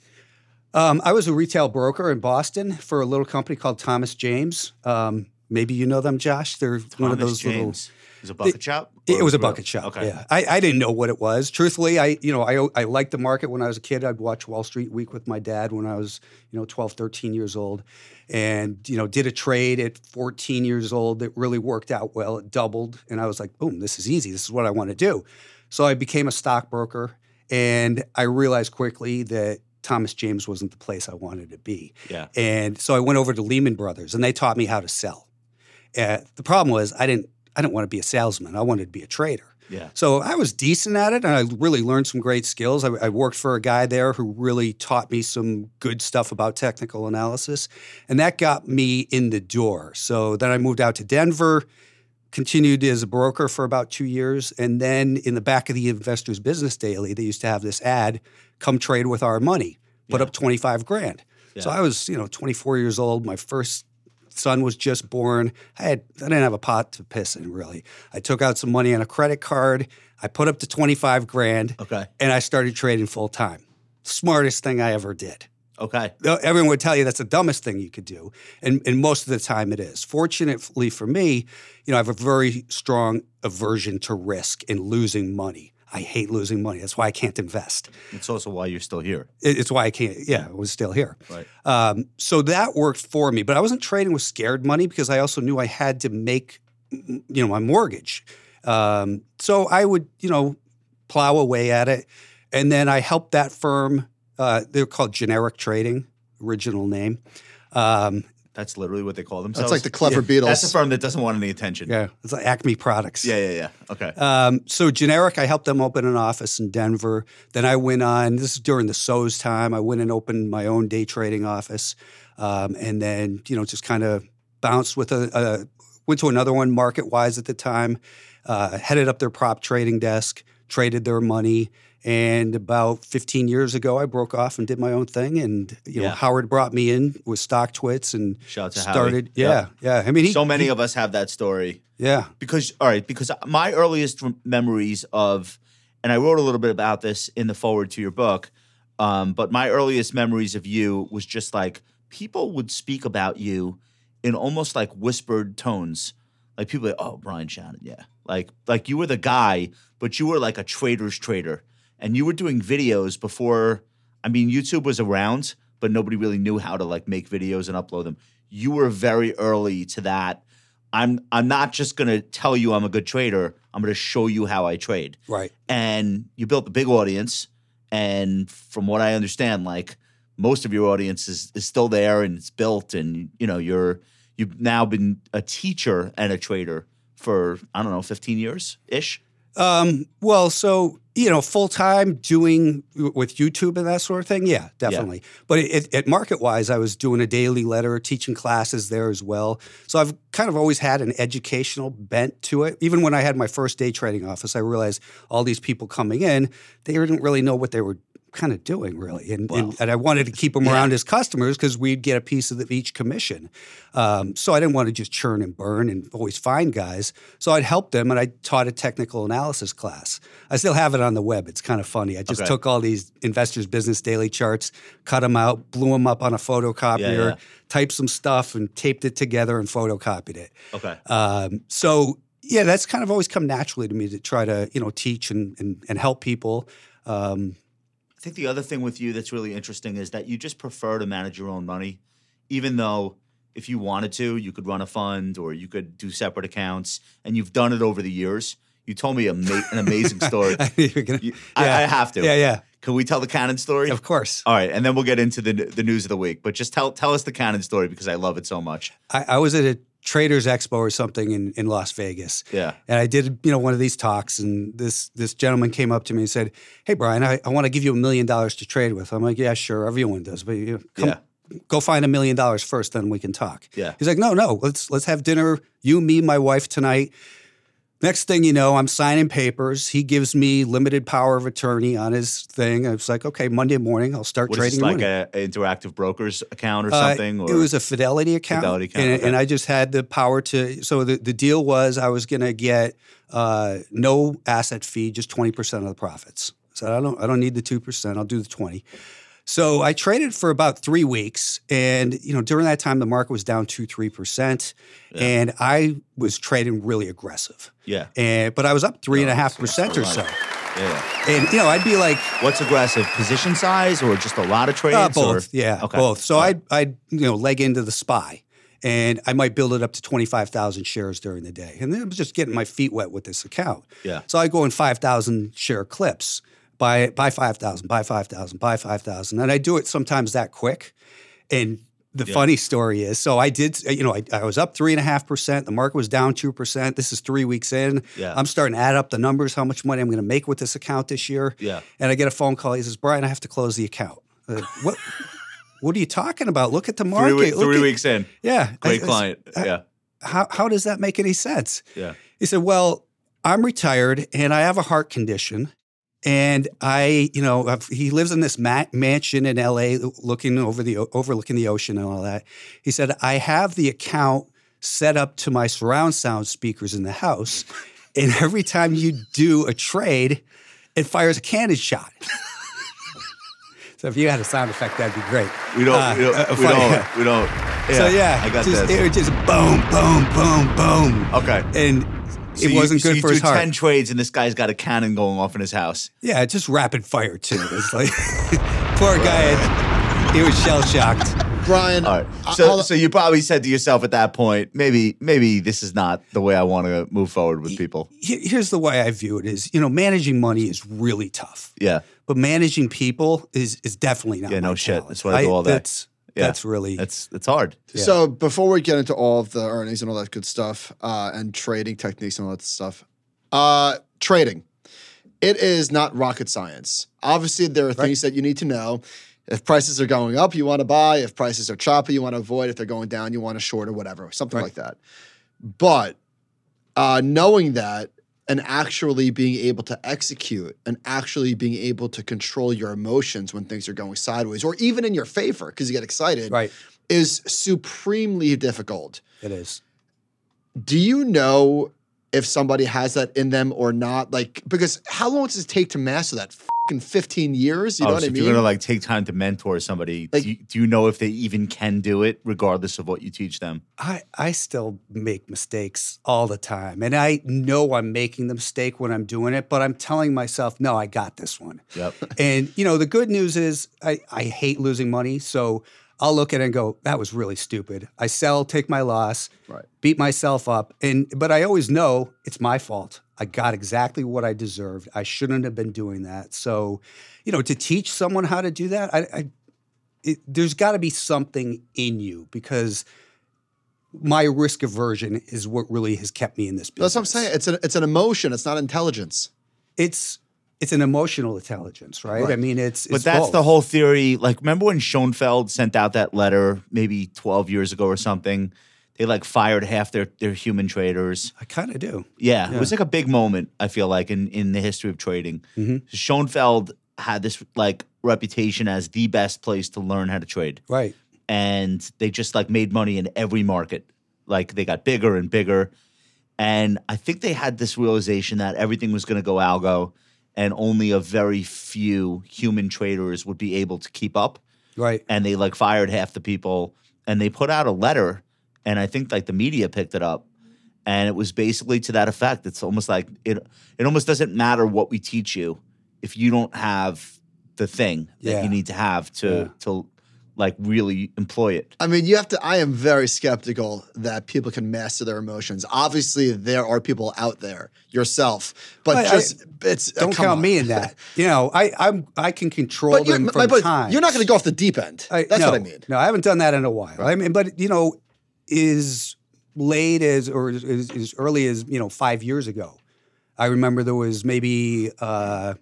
[SPEAKER 3] Um, I was a retail broker in Boston for a little company called Thomas James. Um, maybe you know them, Josh. They're one of those little.
[SPEAKER 1] James. Is it a bucket shop?
[SPEAKER 3] It,
[SPEAKER 1] Or
[SPEAKER 3] was a
[SPEAKER 1] grill?
[SPEAKER 3] bucket shop.
[SPEAKER 1] Okay.
[SPEAKER 3] Yeah, I, I didn't know what it was. Truthfully, I you know I I liked the market when I was a kid. I'd watch Wall Street Week with my dad when I was you know 12, 13 years old, and you know did a trade at 14 years old that really worked out well. It doubled, and I was like, boom, this is easy. This is what I want to do. So I became a stockbroker, and I realized quickly that Thomas James wasn't the place I wanted to be.
[SPEAKER 1] Yeah.
[SPEAKER 3] And so I went over to Lehman Brothers, and they taught me how to sell. Uh, the problem was I didn't I didn't want to be a salesman. I wanted to be a trader.
[SPEAKER 1] Yeah.
[SPEAKER 3] So I was decent at it, and I really learned some great skills. I, I worked for a guy there who really taught me some good stuff about technical analysis, and that got me in the door. So then I moved out to Denver, continued as a broker for about two years, and then in the back of the Investors Business Daily, they used to have this ad: "Come trade with our money, put up twenty five grand." So I was, you know, twenty four years old. My first son was just born. I had I didn't have a pot to piss in really. I took out some money on a credit card. I put up to 25 grand
[SPEAKER 1] Okay.
[SPEAKER 3] and I started trading full time. Smartest thing I ever did.
[SPEAKER 1] Okay.
[SPEAKER 3] Though Everyone would tell you that's the dumbest thing you could do. And, and most of the time it is. Fortunately for me, you know, I have a very strong aversion to risk and losing money. I hate losing money. That's why I can't invest.
[SPEAKER 1] It's also why you're still here.
[SPEAKER 3] It- It's why I can't, yeah, I was still here.
[SPEAKER 1] Right.
[SPEAKER 3] Um, so that worked for me, but I wasn't trading with scared money because I also knew I had to make, you know, my mortgage. Um, so I would, you know, plow away at it, and then I helped that firm. Uh, they're called Generic Trading, original name. Um,
[SPEAKER 1] That's literally what they call
[SPEAKER 5] That's
[SPEAKER 1] themselves.
[SPEAKER 5] like the clever Beatles.
[SPEAKER 1] That's a firm that doesn't want any attention.
[SPEAKER 3] yeah, it's like Acme Products.
[SPEAKER 1] Yeah. Yeah. Yeah. Okay.
[SPEAKER 3] Um, so generic, I helped them open an office in Denver. Then I went on. This is during the SOS time. I went and opened my own day trading office, um, and then you know just kind of bounced with a, a went to another one market wise at the time. Uh, headed up their prop trading desk. traded their money. And about 15 years ago, I broke off and did my own thing. And you know,
[SPEAKER 1] Yeah.
[SPEAKER 3] Howard brought me in with Stock Twits and
[SPEAKER 1] Shout out to Howie.
[SPEAKER 3] started. Yeah,
[SPEAKER 1] Yep.
[SPEAKER 3] yeah. I mean, he,
[SPEAKER 1] so many
[SPEAKER 3] he-
[SPEAKER 1] of us have that story.
[SPEAKER 3] yeah,
[SPEAKER 1] because all right because my earliest rem- memories of and i wrote a little bit about this in the forward to your book um, but my earliest memories of you was just like people would speak about you in almost like whispered tones like people like oh brian shannon yeah like like you were the guy but you were like a trader's trader and you were doing videos before i mean youtube was around but nobody really knew how to like make videos and upload them you were very early to that i'm i'm not just going to tell you i'm a good trader i'm going to show you how i trade
[SPEAKER 3] right.
[SPEAKER 1] and you built a big audience and from what i understand like most of your audience is, is still there and it's built and you know you're you've now been a teacher and a trader for i don't know 15 years ish
[SPEAKER 3] Um, well, so you know, full time doing with YouTube and that sort of thing. Yeah, definitely. But it, at Market Wise, I was doing a daily letter, teaching classes there as well. So I've kind of always had an educational bent to it. Even when I had my first day trading office, I realized all these people coming in, they didn't really know what they were kind of doing really and, and, and i wanted to keep them around as customers because we'd get a piece of the, each commission um, so i didn't want to just churn and burn and always find guys so i'd help them and i taught a technical analysis class i still have it on the web it's kind of funny i just
[SPEAKER 1] Okay.
[SPEAKER 3] took all these investors business daily charts cut them out blew them up on a photocopier
[SPEAKER 1] yeah.
[SPEAKER 3] typed some stuff and taped it together and photocopied it
[SPEAKER 1] okay
[SPEAKER 3] um, so yeah, that's kind of always come naturally to me to try to you know teach and and, and help people. Um,
[SPEAKER 1] I think the other thing with you that's really interesting is that you just prefer to manage your own money, even though if you wanted to, you could run a fund or you could do separate accounts, and you've done it over the years. You told me a ma- an amazing story.
[SPEAKER 3] you're gonna-
[SPEAKER 1] You- I, I have to.
[SPEAKER 3] Yeah, yeah,
[SPEAKER 1] Can we tell the Cannon story?
[SPEAKER 3] of course.
[SPEAKER 1] All right, and then we'll get into the the news of the week. But just tell tell us the Cannon story because I love it so much.
[SPEAKER 3] I, I was at a traders expo or something in, in Las Vegas.
[SPEAKER 1] Yeah.
[SPEAKER 3] And I did, you know, one of these talks, and this this gentleman came up to me and said, "Hey, Brian, I, I want to give you a million dollars to trade with." I'm like, "Yeah, sure, everyone does, but you know, come,
[SPEAKER 1] Yeah.
[SPEAKER 3] go find a million dollars first, then we can talk."
[SPEAKER 1] Yeah.
[SPEAKER 3] He's like, "No, no, let's let's have dinner. You, me, my wife tonight." Next thing you know, I'm signing papers. He gives me limited power of attorney on his thing. I was like, okay, Monday morning, I'll start
[SPEAKER 1] Was
[SPEAKER 3] trading.
[SPEAKER 1] this like
[SPEAKER 3] your money."
[SPEAKER 1] a, a interactive brokers account or
[SPEAKER 3] Uh,
[SPEAKER 1] something? Or
[SPEAKER 3] it was a Fidelity account,
[SPEAKER 1] Fidelity account,
[SPEAKER 3] and,
[SPEAKER 1] okay.
[SPEAKER 3] and I just had the power to. So the, the deal was I was going to get uh, no asset fee, just twenty percent of the profits. So I don't I don't need the two percent. I'll do the twenty. So I traded for about three weeks, and you know during that time the market was down two three percent, and I was trading really aggressive.
[SPEAKER 1] yeah,
[SPEAKER 3] And but I was up three and a half percent or so,
[SPEAKER 1] yeah.
[SPEAKER 3] and you know I'd be like
[SPEAKER 1] What's aggressive? Position size or just a lot of trades?
[SPEAKER 3] uh,
[SPEAKER 1] or-
[SPEAKER 3] both, yeah,
[SPEAKER 1] Okay.
[SPEAKER 3] both. So
[SPEAKER 1] All right.
[SPEAKER 3] I'd, I'd you know leg into the spy, and I might build it up to twenty five thousand shares during the day, and then I'm just getting my feet wet with this account.
[SPEAKER 1] Yeah.
[SPEAKER 3] So I go in five thousand share clips, buy buy five thousand, buy five thousand, buy five thousand, and I do it sometimes that quick, and. The funny story is, so I did, you know, I, I was up three and a half percent. The market was down two percent. This is three weeks in.
[SPEAKER 1] Yeah.
[SPEAKER 3] I'm starting to add up the numbers, how much money I'm going to make with this account this year.
[SPEAKER 1] Yeah.
[SPEAKER 3] And I get a phone call. He says, Brian, I have to close the account. Uh, what? What are you talking about? Look at the
[SPEAKER 1] three,
[SPEAKER 3] market.
[SPEAKER 1] wee-
[SPEAKER 3] Look
[SPEAKER 1] three
[SPEAKER 3] at-
[SPEAKER 1] weeks in.
[SPEAKER 3] Yeah. I- I
[SPEAKER 1] Great
[SPEAKER 3] said,
[SPEAKER 1] client. yeah.
[SPEAKER 3] How, how does that make any sense?
[SPEAKER 1] Yeah.
[SPEAKER 3] He said, Well, I'm retired and I have a heart condition. And I, you know, I've- he lives in this ma- mansion in LA looking over the o- overlooking the ocean and all that. He said, I have the account set up to my surround sound speakers in the house. And every time you do a trade, it fires a cannon shot. so if you had a sound effect, that'd be great.
[SPEAKER 1] We don't.
[SPEAKER 3] Uh,
[SPEAKER 1] we don't.
[SPEAKER 3] uh,
[SPEAKER 1] we
[SPEAKER 3] fire-
[SPEAKER 1] don't. We don't.
[SPEAKER 3] so yeah,
[SPEAKER 1] I got
[SPEAKER 3] just,
[SPEAKER 1] this.
[SPEAKER 3] It was just boom, boom, boom, boom.
[SPEAKER 1] Okay.
[SPEAKER 3] and
[SPEAKER 1] So
[SPEAKER 3] it
[SPEAKER 1] you-
[SPEAKER 3] wasn't
[SPEAKER 1] so
[SPEAKER 3] good
[SPEAKER 1] you
[SPEAKER 3] for
[SPEAKER 1] do
[SPEAKER 3] his heart.
[SPEAKER 1] Ten trades, and this guy's got a cannon going off in his house.
[SPEAKER 3] yeah, it's just rapid fire too. It's like poor guy, had, he was shell shocked.
[SPEAKER 5] Brian,
[SPEAKER 1] All right.
[SPEAKER 5] I-
[SPEAKER 1] So,
[SPEAKER 5] I'll-
[SPEAKER 1] so you probably said to yourself at that point, maybe, maybe this is not the way I want to move forward with people.
[SPEAKER 3] He- Here's the way I view it: is you know managing money is really tough,
[SPEAKER 1] Yeah.
[SPEAKER 3] but managing people is is definitely not.
[SPEAKER 1] Yeah, no
[SPEAKER 3] Oh my
[SPEAKER 1] shit.
[SPEAKER 3] talent.
[SPEAKER 1] That's what I do all day.
[SPEAKER 3] That's
[SPEAKER 1] Yeah.
[SPEAKER 3] that's really
[SPEAKER 1] That's that's hard.
[SPEAKER 5] So before we get into all of the earnings and all that good stuff, uh, and trading techniques and all that stuff, uh, trading, it is not rocket science. Obviously, there are things that you need to know. If prices are going up, you want to buy. If prices are choppy, you want to avoid. If they're going down, you want to short or whatever, something like that. But uh, knowing that and actually being able to execute and actually being able to control your emotions when things are going sideways or even in your favor because you get excited
[SPEAKER 3] Right.
[SPEAKER 5] is supremely difficult.
[SPEAKER 3] It is.
[SPEAKER 5] Do you know if somebody has that in them or not? Like, because how long does it take to master that? Fucking 15 years? You know
[SPEAKER 1] oh,
[SPEAKER 5] what
[SPEAKER 1] so
[SPEAKER 5] I
[SPEAKER 1] if
[SPEAKER 5] mean?
[SPEAKER 1] you're gonna like take time to mentor somebody,
[SPEAKER 5] Like-
[SPEAKER 1] do, you, do you know if they even can do it, regardless of what you teach them?
[SPEAKER 3] I, I still make mistakes all the time. And I know I'm making the mistake when I'm doing it, but I'm telling myself, no, I got this one.
[SPEAKER 1] Yep.
[SPEAKER 3] And you know, the good news is I, I hate losing money. So I'll look at it and go, that was really stupid. I sell, take my loss,
[SPEAKER 5] Right.
[SPEAKER 3] beat myself up. And but I always know it's my fault. I got exactly what I deserved. I shouldn't have been doing that. So, you know, to teach someone how to do that, I, I it, there's got to be something in you because my risk aversion is what really has kept me in this business.
[SPEAKER 5] That's what I'm saying. It's an it's an emotion. It's not intelligence.
[SPEAKER 3] It's it's an emotional intelligence, right? I mean, it's,
[SPEAKER 1] But
[SPEAKER 3] it's
[SPEAKER 1] that's
[SPEAKER 3] both.
[SPEAKER 1] the whole theory. Like, remember when Schoenfeld sent out that letter maybe 12 years ago or something? They like fired half their, their human traders.
[SPEAKER 3] I kind of do.
[SPEAKER 1] Yeah, it was like a big moment. I feel like in in the history of trading, Schoenfeld had this like reputation as the best place to learn how to trade,
[SPEAKER 3] Right.
[SPEAKER 1] and they just like made money in every market. Like they got bigger and bigger, and I think they had this realization that everything was going to go algo, and only a very few human traders would be able to keep up
[SPEAKER 3] Right.
[SPEAKER 1] and they like fired half the people and they put out a letter and i think like the media picked it up and it was basically to that effect it's almost like it it almost doesn't matter what we teach you if you don't have the thing that
[SPEAKER 3] Yeah.
[SPEAKER 1] you need to have to
[SPEAKER 3] Yeah.
[SPEAKER 1] to like really employ it
[SPEAKER 5] I mean, you have to. I am very skeptical that people can master their emotions. Obviously, there are people out there, yourself, but
[SPEAKER 3] But I-
[SPEAKER 5] just it's uh,
[SPEAKER 3] Don't
[SPEAKER 5] come
[SPEAKER 3] count
[SPEAKER 5] on.
[SPEAKER 3] me in that. You know, I I'm I can control
[SPEAKER 5] But you're,
[SPEAKER 3] them
[SPEAKER 5] my,
[SPEAKER 3] from
[SPEAKER 5] but
[SPEAKER 3] time.
[SPEAKER 5] you're not going to go off the deep end. That's
[SPEAKER 3] no,
[SPEAKER 5] what I mean.
[SPEAKER 3] No, I haven't done that in a while. I mean, but you know, is late as or as, as as early as you know five years ago. I remember there was maybe uh,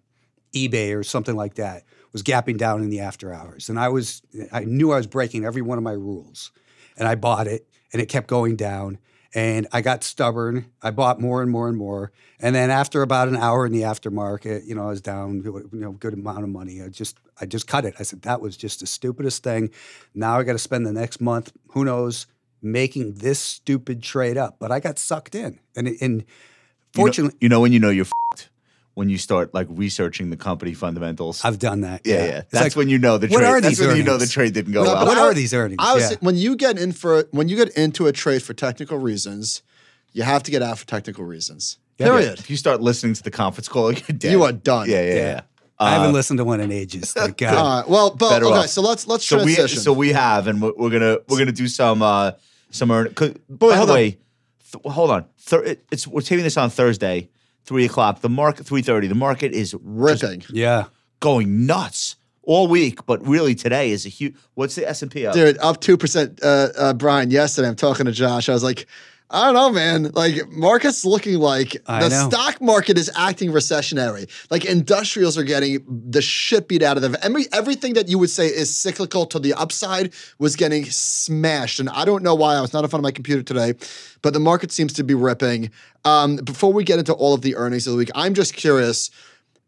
[SPEAKER 3] eBay or something like that was gapping down in the after hours, and I was I knew I was breaking every one of my rules, and I bought it, and it kept going down. And I got stubborn. I bought more and more and more. And then after about an hour in the aftermarket, you know, I was down, you know, good amount of money. I just, I just cut it. I said that was just the stupidest thing. Now I got to spend the next month, who knows, making this stupid trade up. But I got sucked in, and and
[SPEAKER 1] You know-
[SPEAKER 3] fortunately,
[SPEAKER 1] you know, when you know you're fed when you start like researching the company fundamentals
[SPEAKER 3] I've done that.
[SPEAKER 1] yeah, yeah.
[SPEAKER 3] It's
[SPEAKER 1] That's
[SPEAKER 3] like,
[SPEAKER 1] when you know the
[SPEAKER 3] what
[SPEAKER 1] trade.
[SPEAKER 3] are
[SPEAKER 1] That's
[SPEAKER 3] these
[SPEAKER 1] when you know the
[SPEAKER 3] earnings?
[SPEAKER 1] trade didn't go
[SPEAKER 5] No,
[SPEAKER 1] well.
[SPEAKER 5] but
[SPEAKER 3] what
[SPEAKER 5] I-
[SPEAKER 3] are these earnings?
[SPEAKER 5] I was
[SPEAKER 3] Yeah.
[SPEAKER 5] when you get in for when you get into a trade for technical reasons, you have to get out for technical reasons. Period.
[SPEAKER 1] If you start listening to the conference call, you're dead.
[SPEAKER 5] You are done.
[SPEAKER 1] Yeah, yeah, yeah.
[SPEAKER 3] Yeah. I haven't listened to one in ages. Thank God.
[SPEAKER 5] All right. Uh, Well, but
[SPEAKER 1] Better
[SPEAKER 5] okay.
[SPEAKER 1] off.
[SPEAKER 5] So let's let's
[SPEAKER 1] so we
[SPEAKER 5] transition.
[SPEAKER 1] so we have, and we're, we're gonna we're gonna do some uh some. Earn, could, by
[SPEAKER 5] hold
[SPEAKER 1] the
[SPEAKER 5] on.
[SPEAKER 1] way, th- hold on. Thir- it- it's we're taping this on Thursday, three o'clock. The market three thirty. The market is just
[SPEAKER 5] ripping,
[SPEAKER 3] Yeah.
[SPEAKER 1] going nuts all week, but really today is a huge. What's the S and P up?
[SPEAKER 5] dude, up two percent. Uh, uh, Brian, yesterday I'm talking to Josh. I was like, I don't know, man. Like markets looking like
[SPEAKER 3] I
[SPEAKER 5] the
[SPEAKER 3] know.
[SPEAKER 5] stock market is acting recessionary. Like industrials are getting the shit beat out of them. Every, everything that you would say is cyclical to the upside was getting smashed, and I don't know why. I was not in front of my computer today, but the market seems to be ripping. Um, before we get into all of the earnings of the week, I'm just curious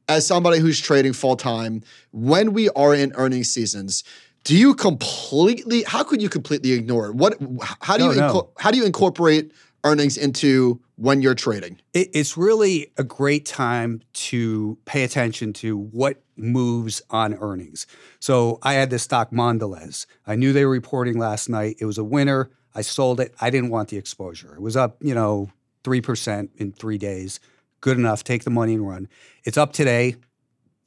[SPEAKER 5] as somebody who's trading full time, when we are in earnings seasons, do you completely? How could you completely ignore it? What? How do
[SPEAKER 3] No,
[SPEAKER 5] you
[SPEAKER 3] no.
[SPEAKER 5] inco- how do you incorporate earnings into when you're trading?
[SPEAKER 3] It, it's really a great time to pay attention to what moves on earnings. So I had this stock Mondelez. I knew they were reporting last night. It was a winner. I sold it. I didn't want the exposure. It was up, you know, 3% in three days. Good enough. Take the money and run. It's up today.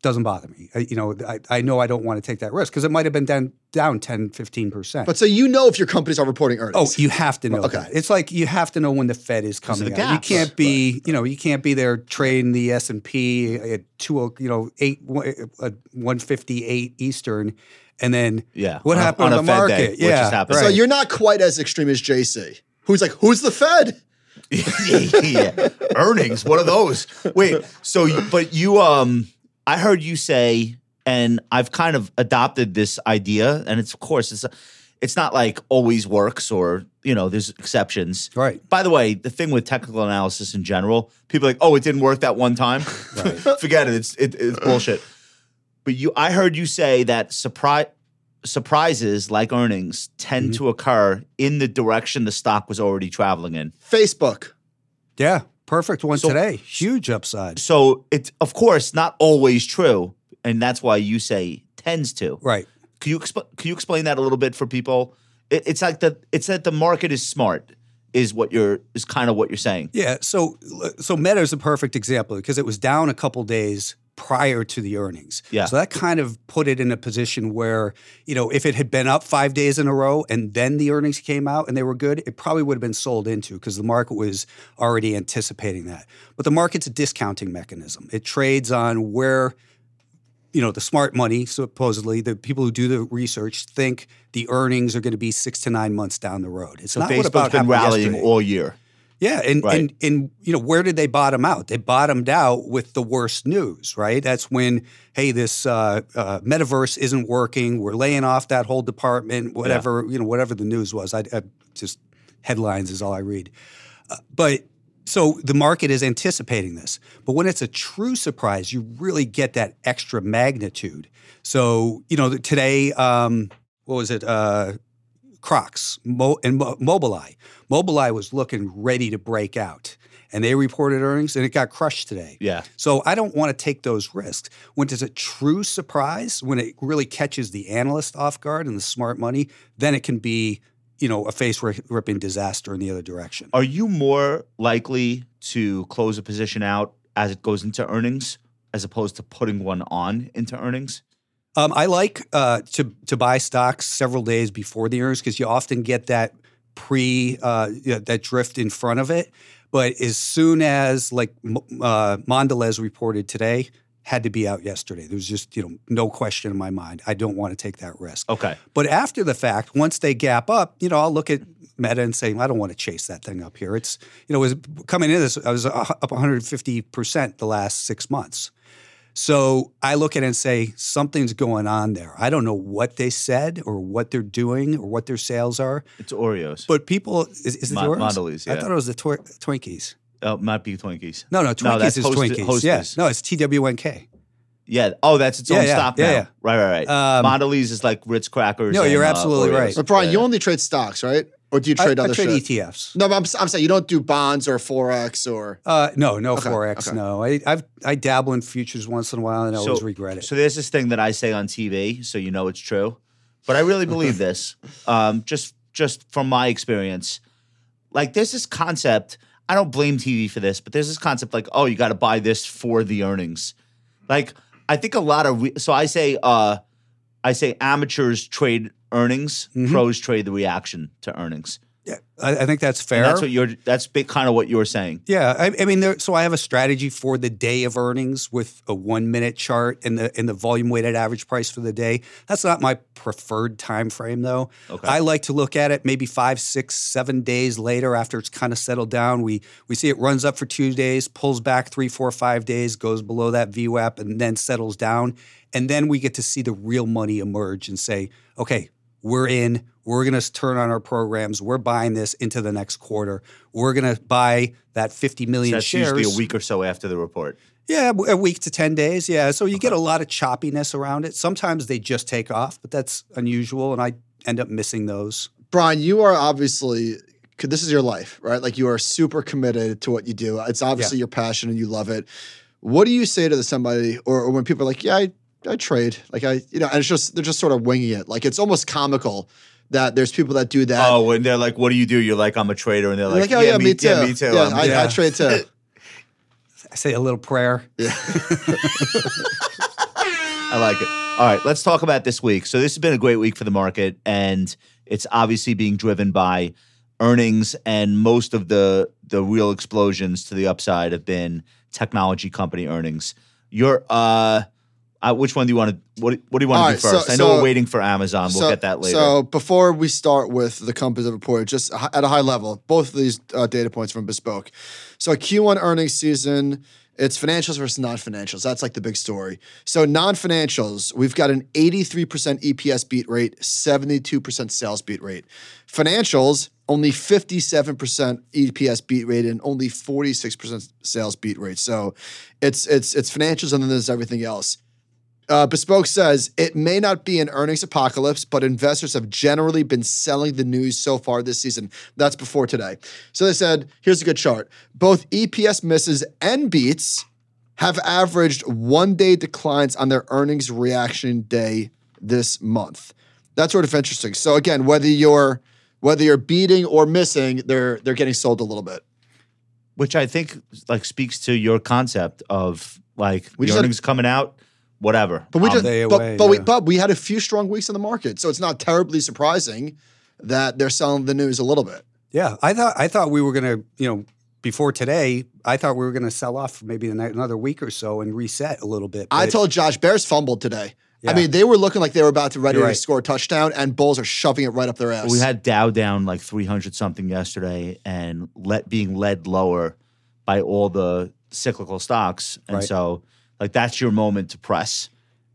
[SPEAKER 3] Doesn't bother me. I, you know, I, I know I don't want to take that risk because it might have been down, down 10, 15%.
[SPEAKER 5] But so you know if your companies are reporting earnings.
[SPEAKER 3] Oh, you have to know.
[SPEAKER 5] Okay.
[SPEAKER 3] That. It's like you have to know when the Fed is
[SPEAKER 1] Those are
[SPEAKER 3] coming
[SPEAKER 1] the
[SPEAKER 3] out. You
[SPEAKER 1] gaps.
[SPEAKER 3] can't be, you know, you can't be there trading the S and P at two, o- you know, eight one fifty eight Eastern, and then
[SPEAKER 1] Yeah,
[SPEAKER 3] what
[SPEAKER 1] on a-
[SPEAKER 3] happened
[SPEAKER 1] on
[SPEAKER 3] to
[SPEAKER 1] a
[SPEAKER 3] the
[SPEAKER 1] Fed
[SPEAKER 3] market?
[SPEAKER 1] day, what
[SPEAKER 3] yeah,
[SPEAKER 1] just happened.
[SPEAKER 5] so
[SPEAKER 3] right.
[SPEAKER 5] you're not quite as extreme as JC, who's like, who's the Fed?
[SPEAKER 1] yeah. Earnings. What are those? Wait. So, you- but you, um, I heard you say, and I've kind of adopted this idea, and it's of course it's it's not like always works or you know there's exceptions.
[SPEAKER 3] Right.
[SPEAKER 1] By the way, the thing with technical analysis in general, people are like, oh, it didn't work that one time. Forget it. It's it, it's bullshit. But you, I heard you say that surprise surprises like earnings tend
[SPEAKER 3] Mm-hmm.
[SPEAKER 1] to occur in the direction the stock was already traveling in.
[SPEAKER 5] Facebook.
[SPEAKER 3] Yeah, perfect one
[SPEAKER 1] So-
[SPEAKER 3] today. Huge upside.
[SPEAKER 1] So it's of course not always true, and that's why you say tends to.
[SPEAKER 3] Right.
[SPEAKER 1] Can you explain? Can you explain that a little bit for people? It, it's like the it's that the market is smart is what you're is kind of what you're saying.
[SPEAKER 3] Yeah. So so Meta is a perfect example because it was down a couple days prior to the earnings.
[SPEAKER 1] Yeah.
[SPEAKER 3] So that kind of put it in a position where, you know, if it had been up five days in a row and then the earnings came out and they were good, it probably would have been sold into because the market was already anticipating that. But the market's a discounting mechanism. It trades on where you know the smart money supposedly the people who do the research think the earnings are going to be six to nine months down the road it's
[SPEAKER 1] So
[SPEAKER 3] not
[SPEAKER 1] Facebook's
[SPEAKER 3] what about
[SPEAKER 1] been
[SPEAKER 3] happened
[SPEAKER 1] rallying
[SPEAKER 3] yesterday.
[SPEAKER 1] all year.
[SPEAKER 3] Yeah, and,
[SPEAKER 1] Right.
[SPEAKER 3] and and you know where did they bottom out? They bottomed out with the worst news, right? That's when hey, this uh, uh, metaverse isn't working. We're laying off that whole department. Whatever you know, whatever the news was, I, I just headlines is all I read. Uh, but so the market is anticipating this. But when it's a true surprise, you really get that extra magnitude. So you know today, um, what was it? Uh, Crocs Mo- and Mo- Mobileye. Mobileye was looking ready to break out, and they reported earnings, and it got crushed today.
[SPEAKER 1] Yeah.
[SPEAKER 3] So I don't want to take those risks. When it's a true surprise, when it really catches the analyst off guard and the smart money, then it can be, you know, a face ri- ripping disaster in the other direction.
[SPEAKER 1] Are you more likely to close a position out as it goes into earnings as opposed to putting one on into earnings?
[SPEAKER 3] Um, I like uh, to to buy stocks several days before the earnings because you often get that pre uh, you know, that drift in front of it. But as soon as like M- uh, Mondelez reported today, had to be out yesterday. There was just you know no question in my mind. I don't want to take that risk.
[SPEAKER 1] Okay.
[SPEAKER 3] But after the fact, once they gap up, you know, I'll look at Meta and say, I don't want to chase that thing up here. It's, you know, it was coming in this, I was uh, up 150% the last six months. So I look at it and say, something's going on there. I don't know what they said or what they're doing or what their sales are,
[SPEAKER 1] It's Oreos.
[SPEAKER 3] but people, is, is it
[SPEAKER 1] Mo-
[SPEAKER 3] yours?
[SPEAKER 1] Mondelez,
[SPEAKER 3] I
[SPEAKER 1] yeah.
[SPEAKER 3] thought it was the Twir- Twinkies.
[SPEAKER 1] Oh, it might be Twinkies.
[SPEAKER 3] No, no, Twinkies
[SPEAKER 1] that's
[SPEAKER 3] is
[SPEAKER 1] Hosti-
[SPEAKER 3] Twinkies.
[SPEAKER 1] Hostess.
[SPEAKER 3] Yeah, no, it's TWNK.
[SPEAKER 1] Yeah. Oh, that's its
[SPEAKER 3] Yeah,
[SPEAKER 1] own
[SPEAKER 3] yeah,
[SPEAKER 1] stock
[SPEAKER 3] yeah,
[SPEAKER 1] now.
[SPEAKER 3] yeah.
[SPEAKER 1] Right, right, right.
[SPEAKER 3] Um,
[SPEAKER 1] Mondelez is like Ritz crackers.
[SPEAKER 3] No,
[SPEAKER 1] and,
[SPEAKER 3] you're
[SPEAKER 1] uh,
[SPEAKER 3] absolutely
[SPEAKER 1] Oreos.
[SPEAKER 3] right.
[SPEAKER 5] But Brian,
[SPEAKER 1] Yeah.
[SPEAKER 5] you only trade stocks, right? Or do you
[SPEAKER 3] I-
[SPEAKER 5] trade
[SPEAKER 3] I,
[SPEAKER 5] other
[SPEAKER 3] trade E
[SPEAKER 5] shit?
[SPEAKER 3] ETFs.
[SPEAKER 5] No, but I'm, s- I'm saying you don't do bonds or forex or
[SPEAKER 3] Uh, no, no
[SPEAKER 5] Okay,
[SPEAKER 3] forex.
[SPEAKER 5] okay.
[SPEAKER 3] No, I I've, I dabble in futures once in a while, and I always regret it.
[SPEAKER 1] So there's this thing that I say on TV, so you know it's true. But I really believe this, um, just just from my experience. Like there's this concept. I don't blame TV for this, but there's this concept like, oh, you got to buy this for the earnings. Like I think a lot of re- so I say uh, I say amateurs trade earnings,
[SPEAKER 3] Mm-hmm.
[SPEAKER 1] pros trade the reaction to earnings.
[SPEAKER 3] yeah, I, I think that's fair.
[SPEAKER 1] And that's what you're. That's kind of what you're saying.
[SPEAKER 3] yeah, I, I mean, there, so I have a strategy for the day of earnings with a one-minute chart and the and the volume-weighted average price for the day. That's not my preferred time frame, though.
[SPEAKER 1] Okay.
[SPEAKER 3] I like to look at it maybe five, six, seven days later after it's kind of settled down. We we see it runs up for two days, pulls back three, four, five days, goes below that VWAP, and then settles down. And then we get to see the real money emerge and say, okay, we're in. We're going to turn on our programs. We're buying this into the next quarter. We're going to buy that 50 million
[SPEAKER 1] That's
[SPEAKER 3] shares.
[SPEAKER 1] usually a week or so after the report.
[SPEAKER 3] Yeah, w- a week to 10 days. Yeah. So you get a lot of choppiness around it. Sometimes they just take off, but that's unusual. And I end up missing those.
[SPEAKER 5] Brian, you are obviously 'cause this is your life, right? Like you are super committed to what you do. It's obviously your passion and you love it. What do you say to the somebody or, or when people are like, "Yeah, I, I trade." Like I, you know, and it's just they're just sort of winging it. Like it's almost comical that there's people that do that.
[SPEAKER 1] oh, and they're like, "What do you do?" You're like, "I'm a trader," and they're
[SPEAKER 5] They're
[SPEAKER 1] like,
[SPEAKER 5] like, "Oh yeah, me too.
[SPEAKER 1] Yeah, me too.
[SPEAKER 5] Yeah,
[SPEAKER 1] I'm-
[SPEAKER 5] I, I
[SPEAKER 3] yeah."
[SPEAKER 5] trade too."
[SPEAKER 3] I say a little prayer.
[SPEAKER 1] I like it. All right, let's talk about this week. So this has been a great week for the market, and it's obviously being driven by earnings, and most of the the real explosions to the upside have been technology company earnings. Your uh, uh which one do you want to what What do you want
[SPEAKER 5] All
[SPEAKER 1] to do
[SPEAKER 5] right, so-
[SPEAKER 1] first? I know
[SPEAKER 5] so-
[SPEAKER 1] we're waiting for Amazon. We'll get that later.
[SPEAKER 5] So before we start with the companies that reported, just hi- at a high level, both of these uh, data points from Bespoke. So Q1 earnings season It's financials versus non financials. That's like the big story. So, non financials, we've got an 83% EPS beat rate, 72% sales beat rate. Financials, only 57% EPS beat rate and only 46% sales beat rate. So, it's it's it's financials and then there's everything else. Uh, Bespoke says it may not be an earnings apocalypse, but investors have generally been selling the news so far this season. That's before today. So they said, here's a good chart. Both EPS misses and beats have averaged one day declines on their earnings reaction day this month. That's sort of interesting. So again, whether you're whether you're beating or missing, they're they're getting sold a little bit.
[SPEAKER 1] which I think like speaks to your concept of like
[SPEAKER 5] We
[SPEAKER 1] the
[SPEAKER 5] just had-
[SPEAKER 1] earnings coming out, whatever.
[SPEAKER 5] But we
[SPEAKER 1] I'm
[SPEAKER 5] just,
[SPEAKER 3] day
[SPEAKER 5] but,
[SPEAKER 3] away,
[SPEAKER 5] but we,
[SPEAKER 3] yeah.
[SPEAKER 5] but we had a few strong weeks in the market, so it's not terribly surprising that they're selling the news a little bit.
[SPEAKER 3] Yeah, I thought I thought we were gonna, you know, before today, I thought we were gonna sell off for maybe an- another week or so and reset a little bit.
[SPEAKER 5] I
[SPEAKER 3] but-
[SPEAKER 5] told Josh Bears fumbled today. I
[SPEAKER 3] Yeah.
[SPEAKER 5] mean, they were looking like they were about to ready
[SPEAKER 3] You're
[SPEAKER 5] to
[SPEAKER 3] right.
[SPEAKER 5] score a touchdown, and Bulls are shoving it right up their ass.
[SPEAKER 1] We had Dow down like 300 something yesterday and let being led lower by all the cyclical stocks. And
[SPEAKER 3] Right.
[SPEAKER 1] so like that's your moment to press.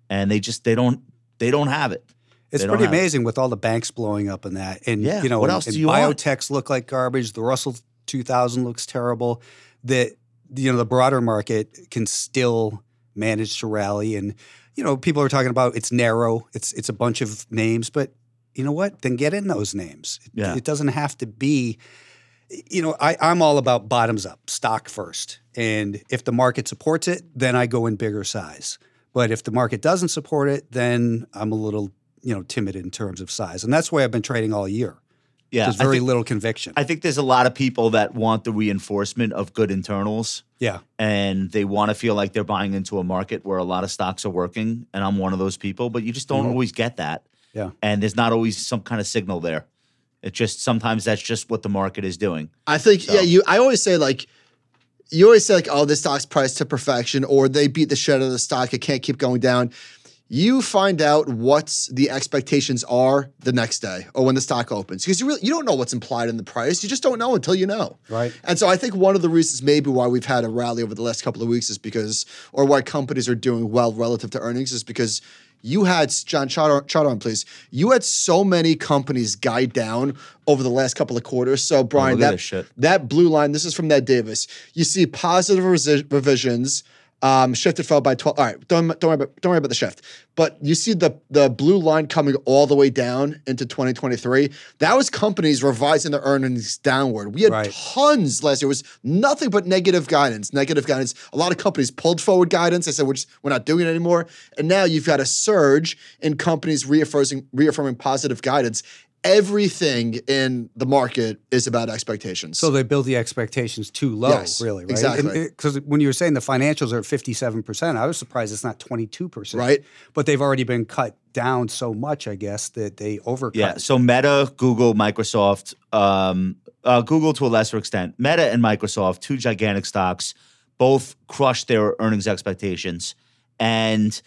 [SPEAKER 1] And they just they don't they don't have it.
[SPEAKER 3] It's
[SPEAKER 1] They don't
[SPEAKER 3] pretty
[SPEAKER 1] have it.
[SPEAKER 3] amazing with all the banks blowing up and that. And
[SPEAKER 1] Yeah,
[SPEAKER 3] you know,
[SPEAKER 1] what
[SPEAKER 3] and-
[SPEAKER 1] else
[SPEAKER 3] and
[SPEAKER 1] do you want?
[SPEAKER 3] biotechs look like garbage. The Russell 2000 looks terrible. That you know, the broader market can still manage to rally and you know, people are talking about it's narrow. It's it's a bunch of names, but you know what? Then get in those names. It,
[SPEAKER 1] Yeah.
[SPEAKER 3] it doesn't have to be you know, I, I'm all about bottoms up, stock first. And if the market supports it, then I go in bigger size. But if the market doesn't support it, then I'm a little, you know, timid in terms of size. And that's why I've been trading all year.
[SPEAKER 1] Yeah.
[SPEAKER 3] There's
[SPEAKER 1] I
[SPEAKER 3] very
[SPEAKER 1] think,
[SPEAKER 3] little conviction.
[SPEAKER 1] I think there's a lot of people that want the reinforcement of good internals
[SPEAKER 3] yeah.
[SPEAKER 1] and they want to feel like they're buying into a market where a lot of stocks are working and I'm one of those people but you just don't always get that
[SPEAKER 3] Mm-hmm. Yeah.
[SPEAKER 1] and there's not always some kind of signal there it just sometimes that's just what the market is doing
[SPEAKER 5] I think, yeah, you. I always say like, you always say like, oh, this stock's priced to perfection, or they beat the shit out of the stock. It can't keep going down. You find out what the expectations are the next day or when the stock opens because you really you don't know what's implied in the price. You just don't know until you know.
[SPEAKER 3] Right.
[SPEAKER 5] And so I think one of the reasons maybe why we've had a rally over the last couple of weeks is because, or why companies are doing well relative to earnings is because you had, John, chart on, chart on please. You had so many companies guide down over the last couple of quarters. So, Brian,
[SPEAKER 1] at
[SPEAKER 5] that,
[SPEAKER 1] this shit.
[SPEAKER 5] that blue line, this is from Ned Davis. You see positive resi- revisions. Um, shifted fell by 12. All right, don't, don't, worry about, don't worry about the shift. But you see the, the blue line coming all the way down into 2023. That was companies revising their earnings downward. We had
[SPEAKER 3] Right.
[SPEAKER 5] tons last year. It was nothing but negative guidance, negative guidance. A lot of companies pulled forward guidance. They said, we're, just, we're not doing it anymore. And now you've got a surge in companies reaffirming, reaffirming positive guidance. Everything in the market is about expectations.
[SPEAKER 3] So they build the expectations too low,
[SPEAKER 5] Yes,
[SPEAKER 3] really, right?
[SPEAKER 5] exactly.
[SPEAKER 3] Because when you were saying the financials are at 57%, I was surprised it's not 22%.
[SPEAKER 5] Right.
[SPEAKER 3] But they've already been cut down so much, I guess, that they overcut.
[SPEAKER 1] yeah so meta google microsoft um, uh, google to a lesser extent meta and microsoft two gigantic stocks both crushed their earnings expectations and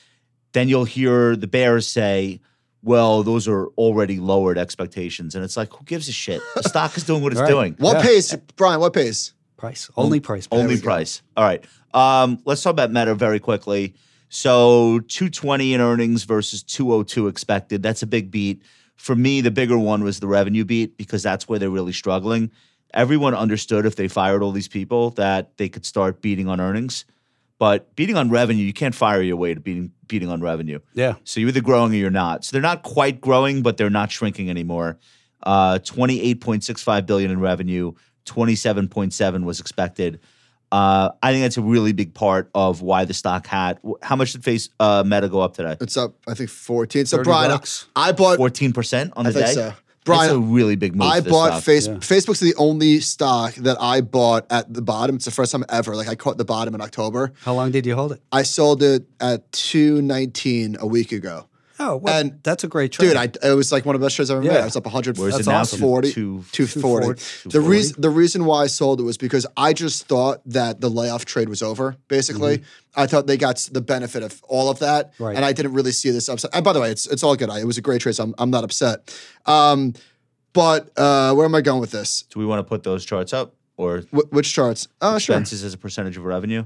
[SPEAKER 1] then you'll hear the bears say well those are already lowered expectations and it's like who gives a shit the stock is doing what it's
[SPEAKER 3] Right.
[SPEAKER 1] doing
[SPEAKER 5] what
[SPEAKER 3] Yeah.
[SPEAKER 5] pace, Brian? What pace?
[SPEAKER 3] Price. Only price.
[SPEAKER 1] Only price. All right. Um, let's talk about Meta very quickly. So 220 in earnings versus 202 expected. That's a big beat. For me, the bigger one was the revenue beat because that's where they're really struggling. Everyone understood if they fired all these people that they could start beating on earnings. But beating on revenue, you can't fire your way to beating beating on revenue.
[SPEAKER 3] Yeah.
[SPEAKER 1] So you're either growing or you're not. So they're not quite growing, but they're not shrinking anymore. Uh, 28.65 billion in revenue, 27.7 was expected. Uh, I think that's a really big part of why the stock had. wh- How much did face uh, Meta go up today?
[SPEAKER 5] It's up, I think, 14. So,
[SPEAKER 3] 30
[SPEAKER 5] Brian,
[SPEAKER 3] bucks.
[SPEAKER 5] I bought
[SPEAKER 1] 14% on the
[SPEAKER 5] I think
[SPEAKER 1] day.
[SPEAKER 5] so.
[SPEAKER 1] That's
[SPEAKER 5] Brian,
[SPEAKER 1] a really big move.
[SPEAKER 5] I
[SPEAKER 1] for this stock.
[SPEAKER 5] bought Facebook. Facebook's the only stock that I bought at the bottom. It's the first time ever. Like I caught the bottom in October.
[SPEAKER 3] How long did you hold it?
[SPEAKER 5] I sold it at two nineteen a week ago.
[SPEAKER 3] Oh, well,
[SPEAKER 5] And-
[SPEAKER 3] that's a great trade.
[SPEAKER 5] Dude, I, it was like one of the best trades I've ever made.
[SPEAKER 3] Yeah.
[SPEAKER 5] I was up 100,
[SPEAKER 1] Where's it
[SPEAKER 5] that's
[SPEAKER 1] now?
[SPEAKER 5] awesome. 40,
[SPEAKER 1] Two-
[SPEAKER 5] 240.
[SPEAKER 1] 240?
[SPEAKER 5] The reason the reason why I sold it was because I just thought that the layoff trade was over. Basically,
[SPEAKER 1] Mm-hmm.
[SPEAKER 5] I thought they got s- the benefit of all of that,
[SPEAKER 3] Right.
[SPEAKER 5] and I didn't really see this upset. And by the way, it's it's all good. I, it was a great trade, so I'm, I'm not upset. Um, but uh, where am I going with this?
[SPEAKER 1] Do we want to put those charts up or
[SPEAKER 5] Wh- which charts? Oh, sure.
[SPEAKER 1] expenses as a percentage of revenue?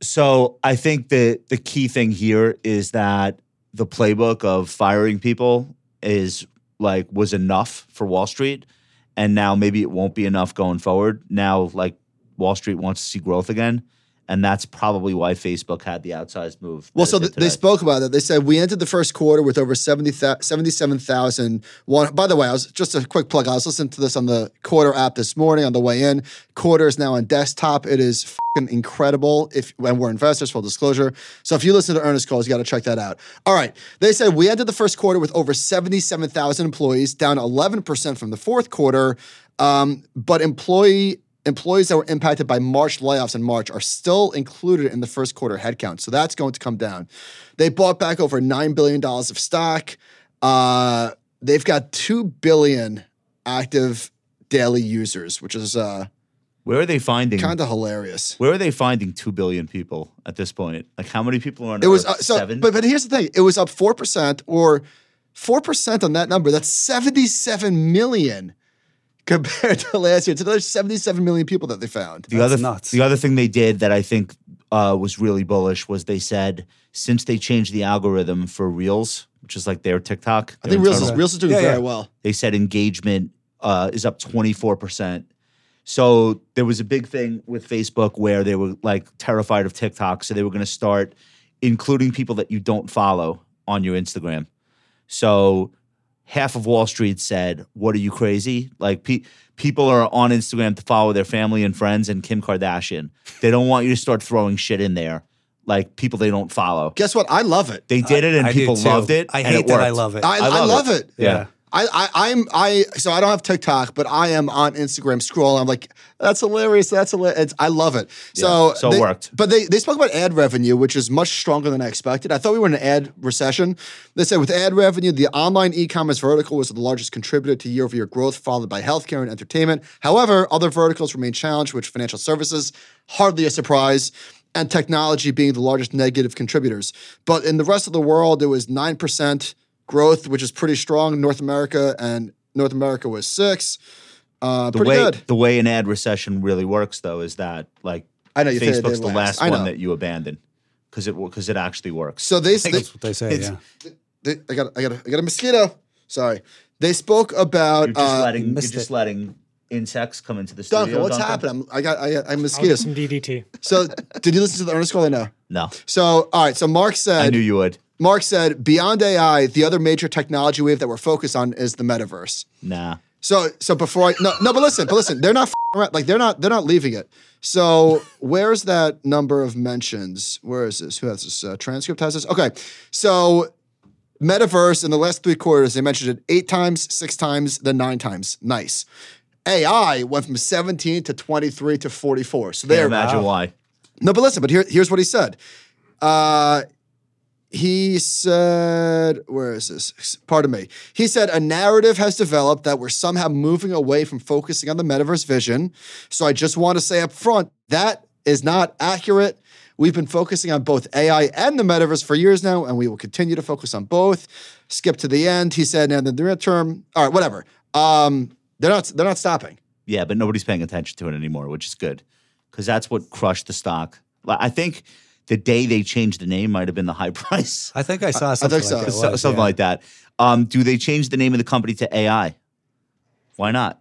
[SPEAKER 1] So I think that the key thing here is that the playbook of firing people is like was enough for Wall Street, and now maybe it won't be enough going forward. Now, like Wall Street wants to see growth again, and that's probably why Facebook had the outsized move.
[SPEAKER 5] Well,
[SPEAKER 1] that
[SPEAKER 5] so
[SPEAKER 1] it did
[SPEAKER 5] th- they
[SPEAKER 1] today.
[SPEAKER 5] spoke about that. They said we ended the first quarter with over 70, 77,000. One, by the way, I was just a quick plug. I was listening to this on the Quarter app this morning on the way in. Quarter is now on desktop. It is fing incredible. If and we're investors, full disclosure. So if you listen to earnest calls, you got to check that out. All right, they said we ended the first quarter with over seventy-seven thousand employees, down eleven percent from the fourth quarter. Um, but employee employees that were impacted by March layoffs in March are still included in the first quarter headcount. So that's going to come down. They bought back over $9 billion of stock. Uh, they've got 2 billion active daily users, which is uh,
[SPEAKER 1] Where are they finding?
[SPEAKER 5] kind of hilarious.
[SPEAKER 1] Where are they finding two billion people at this point? Like, how many people are on
[SPEAKER 5] It was uh,
[SPEAKER 1] Earth?
[SPEAKER 5] so,
[SPEAKER 1] seven.
[SPEAKER 5] but but here's the thing: it was up four percent, or four percent on that number. That's seventy-seven million compared to last year. It's another seventy-seven million people that they found.
[SPEAKER 1] The
[SPEAKER 3] That's
[SPEAKER 1] other
[SPEAKER 3] nuts.
[SPEAKER 1] the other thing they did that I think uh, was really bullish was they said since they changed the algorithm for Reels, which is like their TikTok,
[SPEAKER 5] I
[SPEAKER 1] their
[SPEAKER 5] think Reels is,
[SPEAKER 1] internal-
[SPEAKER 5] Reels is doing
[SPEAKER 3] Yeah,
[SPEAKER 5] very
[SPEAKER 3] yeah.
[SPEAKER 5] well.
[SPEAKER 1] they said engagement uh, is up twenty four percent. So there was a big thing with Facebook where they were like terrified of TikTok, so they were going to start including people that you don't follow on your Instagram. So half of Wall Street said, "What are you crazy?" Like pe- people are on Instagram to follow their family and friends and Kim Kardashian. They don't want you to start throwing shit in there, like people they don't follow.
[SPEAKER 5] Guess what? I love it.
[SPEAKER 1] They did it, and
[SPEAKER 3] I do
[SPEAKER 1] people
[SPEAKER 3] too.
[SPEAKER 1] loved it.
[SPEAKER 3] I
[SPEAKER 1] and
[SPEAKER 3] hate
[SPEAKER 1] it
[SPEAKER 3] that I
[SPEAKER 1] worked.
[SPEAKER 3] love it.
[SPEAKER 5] I, I, love, it.
[SPEAKER 1] Yeah.
[SPEAKER 5] I, I I'm I so I don't have TikTok, but I am on Instagram scrolling. I'm like, that's hilarious. That's hilarious. I love it. So
[SPEAKER 1] Yeah, so it
[SPEAKER 5] they-
[SPEAKER 1] worked.
[SPEAKER 5] But they they spoke about ad revenue, which is much stronger than I expected. I thought we were in an ad recession. They said with ad revenue, the online e-commerce vertical was the largest contributor to year-over-year growth, followed by healthcare and entertainment. However, other verticals remain challenged, which financial services hardly a surprise. And technology being the largest negative contributors. But in the rest of the world, it was 9% growth, which is pretty strong. North America and North America was six. Uh,
[SPEAKER 1] The
[SPEAKER 5] pretty
[SPEAKER 1] way
[SPEAKER 5] good.
[SPEAKER 1] the way an ad recession really works, though, is that like
[SPEAKER 5] I know you figured
[SPEAKER 1] Facebook's
[SPEAKER 5] they'd
[SPEAKER 1] the
[SPEAKER 5] last.
[SPEAKER 1] last
[SPEAKER 5] I know.
[SPEAKER 1] one that you abandon because it because it actually works.
[SPEAKER 5] So they, they,
[SPEAKER 3] That's what they say. Yeah.
[SPEAKER 5] they I got a- I got a, I got a mosquito. Sorry. They spoke about
[SPEAKER 1] you're just
[SPEAKER 5] uh,
[SPEAKER 1] letting you're
[SPEAKER 3] missed
[SPEAKER 1] just
[SPEAKER 3] it.
[SPEAKER 1] letting insects come into the studio.
[SPEAKER 5] Duncan. What's
[SPEAKER 1] Duncan?
[SPEAKER 5] happened? I'm, I got I, got- I'm
[SPEAKER 6] I'll get
[SPEAKER 5] mosquitoes.
[SPEAKER 6] some DDT.
[SPEAKER 5] So did you listen to the earnest call? I know.
[SPEAKER 1] No,
[SPEAKER 5] So all right. So Mark
[SPEAKER 1] I
[SPEAKER 5] said
[SPEAKER 1] knew you would.
[SPEAKER 5] Mark said beyond AI, the other major technology wave that we're focused on is the metaverse.
[SPEAKER 1] Nah,
[SPEAKER 5] So so before I no no but listen but listen they're not f***ing around like they're not they're not leaving it. So where's that number of mentions? Where is this? Who has this? Uh, transcript has this. Okay, so metaverse in the last three quarters they mentioned it eight times, six times, then nine times. Nice. AI went from 17 to 23 to 44.
[SPEAKER 1] can't
[SPEAKER 5] So they're
[SPEAKER 1] imagine why.
[SPEAKER 5] no, but listen, but here, here's what he said. Uh, he said, where is this? Pardon me. He said, a narrative has developed that we're somehow moving away from focusing on the metaverse vision. So I just want to say up front that is not accurate. We've been focusing on both AI and the metaverse for years now, and we will continue to focus on both. Skip to the end. He said, and in the near term, all right, whatever. Um, they're not they're not stopping.
[SPEAKER 1] Yeah, but nobody's paying attention to it anymore, which is good because that's what crushed the stock. Like, I think the day they changed the name might have been the high price,
[SPEAKER 3] I think I saw something
[SPEAKER 5] so.
[SPEAKER 3] like that.
[SPEAKER 1] So-
[SPEAKER 3] was,
[SPEAKER 1] something
[SPEAKER 3] yeah.
[SPEAKER 1] like that. Um, do they change the name of the company to AI? Why not?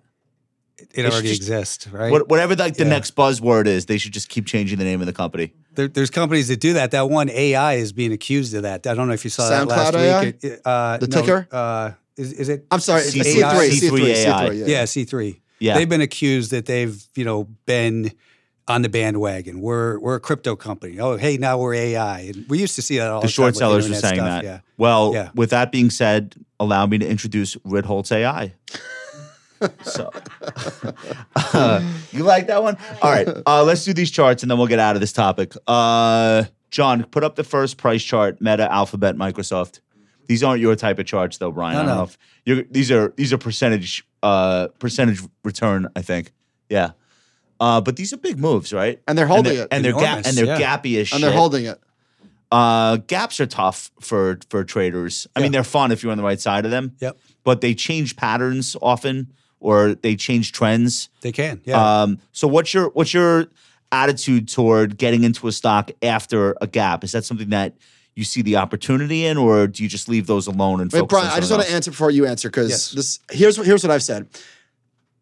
[SPEAKER 3] it
[SPEAKER 1] should
[SPEAKER 3] already
[SPEAKER 1] just-
[SPEAKER 3] exists, right?
[SPEAKER 1] What, whatever like the
[SPEAKER 3] Yeah.
[SPEAKER 1] next buzzword is, they should just keep changing the name of the company.
[SPEAKER 3] There, there's companies that do that. That one AI is being accused of that. I don't know if you saw that last
[SPEAKER 5] SoundCloud AI?
[SPEAKER 3] week. It- uh,
[SPEAKER 5] The
[SPEAKER 3] no,
[SPEAKER 5] ticker?
[SPEAKER 3] uh, is, is it?
[SPEAKER 5] I'm sorry, it's
[SPEAKER 1] C-
[SPEAKER 5] C3,
[SPEAKER 3] AI.
[SPEAKER 5] C3, C3,
[SPEAKER 1] C3
[SPEAKER 5] yeah.
[SPEAKER 3] yeah, C three.
[SPEAKER 1] Yeah.
[SPEAKER 3] they've been accused that they've you know been on the bandwagon. We're we're a crypto company. Oh, hey, now we're AI. And we used to see that all the,
[SPEAKER 1] the
[SPEAKER 3] time
[SPEAKER 1] short
[SPEAKER 3] with
[SPEAKER 1] sellers were
[SPEAKER 3] internet
[SPEAKER 1] saying
[SPEAKER 3] stuff,
[SPEAKER 1] that.
[SPEAKER 3] Yeah.
[SPEAKER 1] Well,
[SPEAKER 3] Yeah.
[SPEAKER 1] with that being said, allow me to introduce Ritholtz AI. so, you like that one? All right, uh, let's do these charts and then we'll get out of this topic. Uh, John, put up the first price chart: Meta, Alphabet, Microsoft. These aren't your type of charts, though, Brian. I
[SPEAKER 3] No,
[SPEAKER 1] don't know
[SPEAKER 3] no.
[SPEAKER 1] if you're, these are these are percentage uh, percentage return. I think, yeah. Uh, but these are big moves, right?
[SPEAKER 5] And they're holding it.
[SPEAKER 1] and they're, gap,
[SPEAKER 3] Enormous,
[SPEAKER 1] and they're
[SPEAKER 3] yeah.
[SPEAKER 1] gappy as shit
[SPEAKER 5] And they're holding it.
[SPEAKER 1] uh, gaps are tough for for traders. I mean,
[SPEAKER 3] Yeah.
[SPEAKER 1] they're fun if you're on the right side of them.
[SPEAKER 3] Yep.
[SPEAKER 1] But they change patterns often, or they change trends. Uh,
[SPEAKER 3] They can. Yeah.
[SPEAKER 1] Um, so what's your what's your attitude toward getting into a stock after a gap? Is that something that you see the opportunity in, or do you just leave those alone and
[SPEAKER 5] Wait,
[SPEAKER 1] focus
[SPEAKER 5] Brian,
[SPEAKER 1] on
[SPEAKER 5] I just
[SPEAKER 1] something
[SPEAKER 5] want to
[SPEAKER 1] else?
[SPEAKER 5] answer before you answer because
[SPEAKER 3] Yes.
[SPEAKER 5] this here's what here's what I've said.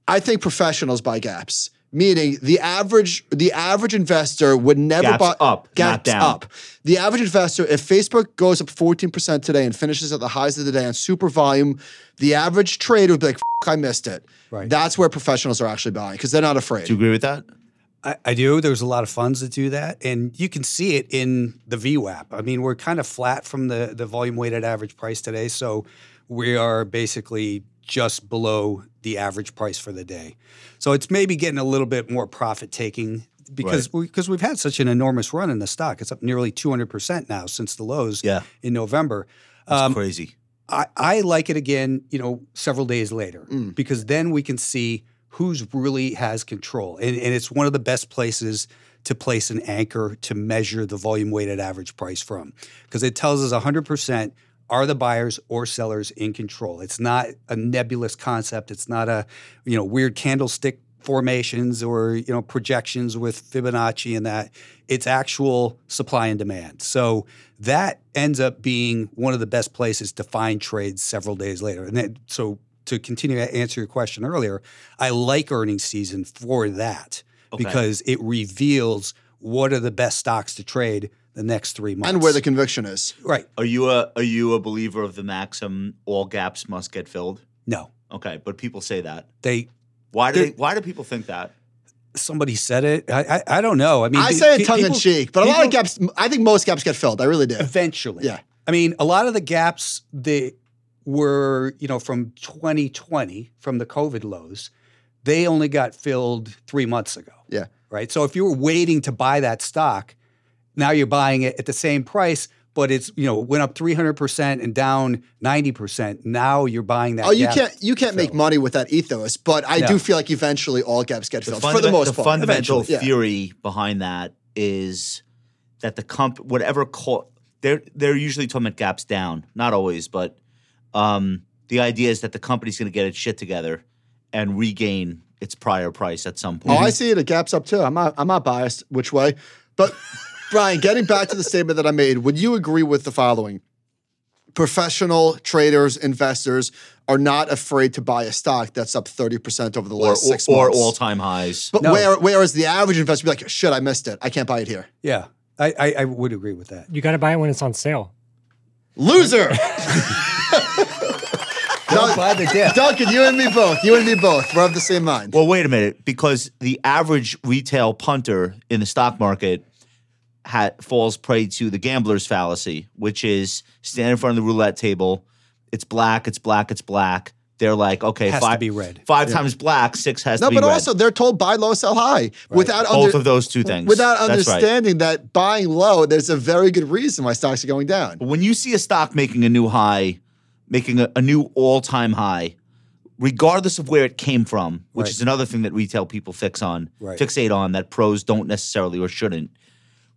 [SPEAKER 5] I think professionals buy gaps, meaning the average the average investor would never
[SPEAKER 1] Gaps
[SPEAKER 5] buy
[SPEAKER 1] up, not
[SPEAKER 5] gaps
[SPEAKER 1] down.
[SPEAKER 5] up. The average investor, if Facebook goes up fourteen percent today and finishes at the highs of the day on super volume, the average trader would be like, F- "I missed it."
[SPEAKER 3] Right.
[SPEAKER 5] That's where professionals are actually buying because they're not afraid.
[SPEAKER 1] Do you agree with that?
[SPEAKER 3] I, I do. There's a lot of funds that do that, and you can see it in the VWAP. I mean, we're kind of flat from the the volume weighted average price today, so we are basically just below the average price for the day. So it's maybe getting a little bit more profit taking because we, because we've had such an enormous run in the stock. It's up nearly 200% now since the lows
[SPEAKER 1] Yeah.
[SPEAKER 3] in November.
[SPEAKER 1] That's
[SPEAKER 3] Um,
[SPEAKER 1] crazy.
[SPEAKER 3] I, I like it again, you know, several days later because then we can see who's really has control. And, and it's one of the best places to place an anchor to measure the volume weighted average price from because it tells us 100% are the buyers or sellers in control. It's not a nebulous concept. It's not a, you know, weird candlestick formations or, you know, projections with Fibonacci and that. It's actual supply and demand. So that ends up being one of the best places to find trades several days later. And then, so to continue to answer your question earlier, I like earnings season for that
[SPEAKER 1] Okay.
[SPEAKER 3] because it reveals what are the best stocks to trade the next three months.
[SPEAKER 5] and where the conviction is.
[SPEAKER 3] right?
[SPEAKER 1] Are you a are you a believer of the maxim all gaps must get filled?
[SPEAKER 3] No,
[SPEAKER 1] Okay, but people say that.
[SPEAKER 3] they
[SPEAKER 1] Why do
[SPEAKER 3] There-
[SPEAKER 1] they, why do people think that?
[SPEAKER 3] somebody said it. I I, I don't know. I mean,
[SPEAKER 5] I
[SPEAKER 3] pe-
[SPEAKER 5] say
[SPEAKER 3] pe-
[SPEAKER 5] it tongue in
[SPEAKER 3] people-
[SPEAKER 5] cheek, but a lot of
[SPEAKER 3] people-
[SPEAKER 5] gaps. I think most gaps get filled. I really do.
[SPEAKER 3] eventually.
[SPEAKER 5] Yeah.
[SPEAKER 3] I mean, a lot of the gaps that were, you know, from 2020, from the COVID lows, they only got filled three months ago.
[SPEAKER 5] Yeah.
[SPEAKER 3] Right. So if you were waiting to buy that stock, now you're buying it at the same price, but it's, you know, went up 300% and down 90%. Now you're buying that.
[SPEAKER 5] Oh, you
[SPEAKER 3] gap.
[SPEAKER 5] can't you can't make
[SPEAKER 3] filled.
[SPEAKER 5] money with that ethos, but I do
[SPEAKER 3] No.
[SPEAKER 5] feel like eventually all gaps get filled for the
[SPEAKER 1] fundament-
[SPEAKER 5] most part.
[SPEAKER 1] fundamental
[SPEAKER 5] Eventually, yeah.
[SPEAKER 1] theory behind that is that the comp, whatever call, they're they're usually talking about gaps down, not always, but um, the idea is that the company's going to get its shit together and regain its prior price at some
[SPEAKER 5] Oh,
[SPEAKER 1] point.
[SPEAKER 5] I see it. It gaps up too. I'm not I'm not biased which way, but Brian, getting back to the statement that I made, would you agree with the following? Professional traders, investors are not afraid to buy a stock that's up thirty percent over the
[SPEAKER 1] or,
[SPEAKER 5] last six
[SPEAKER 1] or,
[SPEAKER 5] months.
[SPEAKER 1] all time highs.
[SPEAKER 5] but
[SPEAKER 3] No.
[SPEAKER 5] where, whereas the average investor would be like, shit, I missed it. I can't buy it here.
[SPEAKER 3] Yeah. I, I, I would agree with that.
[SPEAKER 6] You got to buy it when it's on sale.
[SPEAKER 5] Loser.
[SPEAKER 3] Don't buy the dip.
[SPEAKER 5] Duncan, you and me both. You and me both. We're of the same mind.
[SPEAKER 1] Well, wait a minute, because the average retail punter in the stock market ha- falls prey to the gambler's fallacy, which is stand in front of the roulette table. It's black. It's black. It's black. They're like, okay,
[SPEAKER 3] Has to
[SPEAKER 1] five
[SPEAKER 3] be red.
[SPEAKER 1] Five times black, six has
[SPEAKER 5] No,
[SPEAKER 1] to be
[SPEAKER 5] but
[SPEAKER 1] red.
[SPEAKER 5] also they're told buy low, sell high. Without
[SPEAKER 1] both
[SPEAKER 5] under-
[SPEAKER 1] of those two things.
[SPEAKER 5] Without
[SPEAKER 1] That's right.
[SPEAKER 5] understanding that buying low, there's a very good reason why stocks are going down.
[SPEAKER 1] But when you see a stock making a new high, making a, a new all time high, regardless of where it came from, which
[SPEAKER 3] Right.
[SPEAKER 1] is another thing that retail people fix on,
[SPEAKER 3] Right.
[SPEAKER 1] fixate on that pros don't necessarily or shouldn't.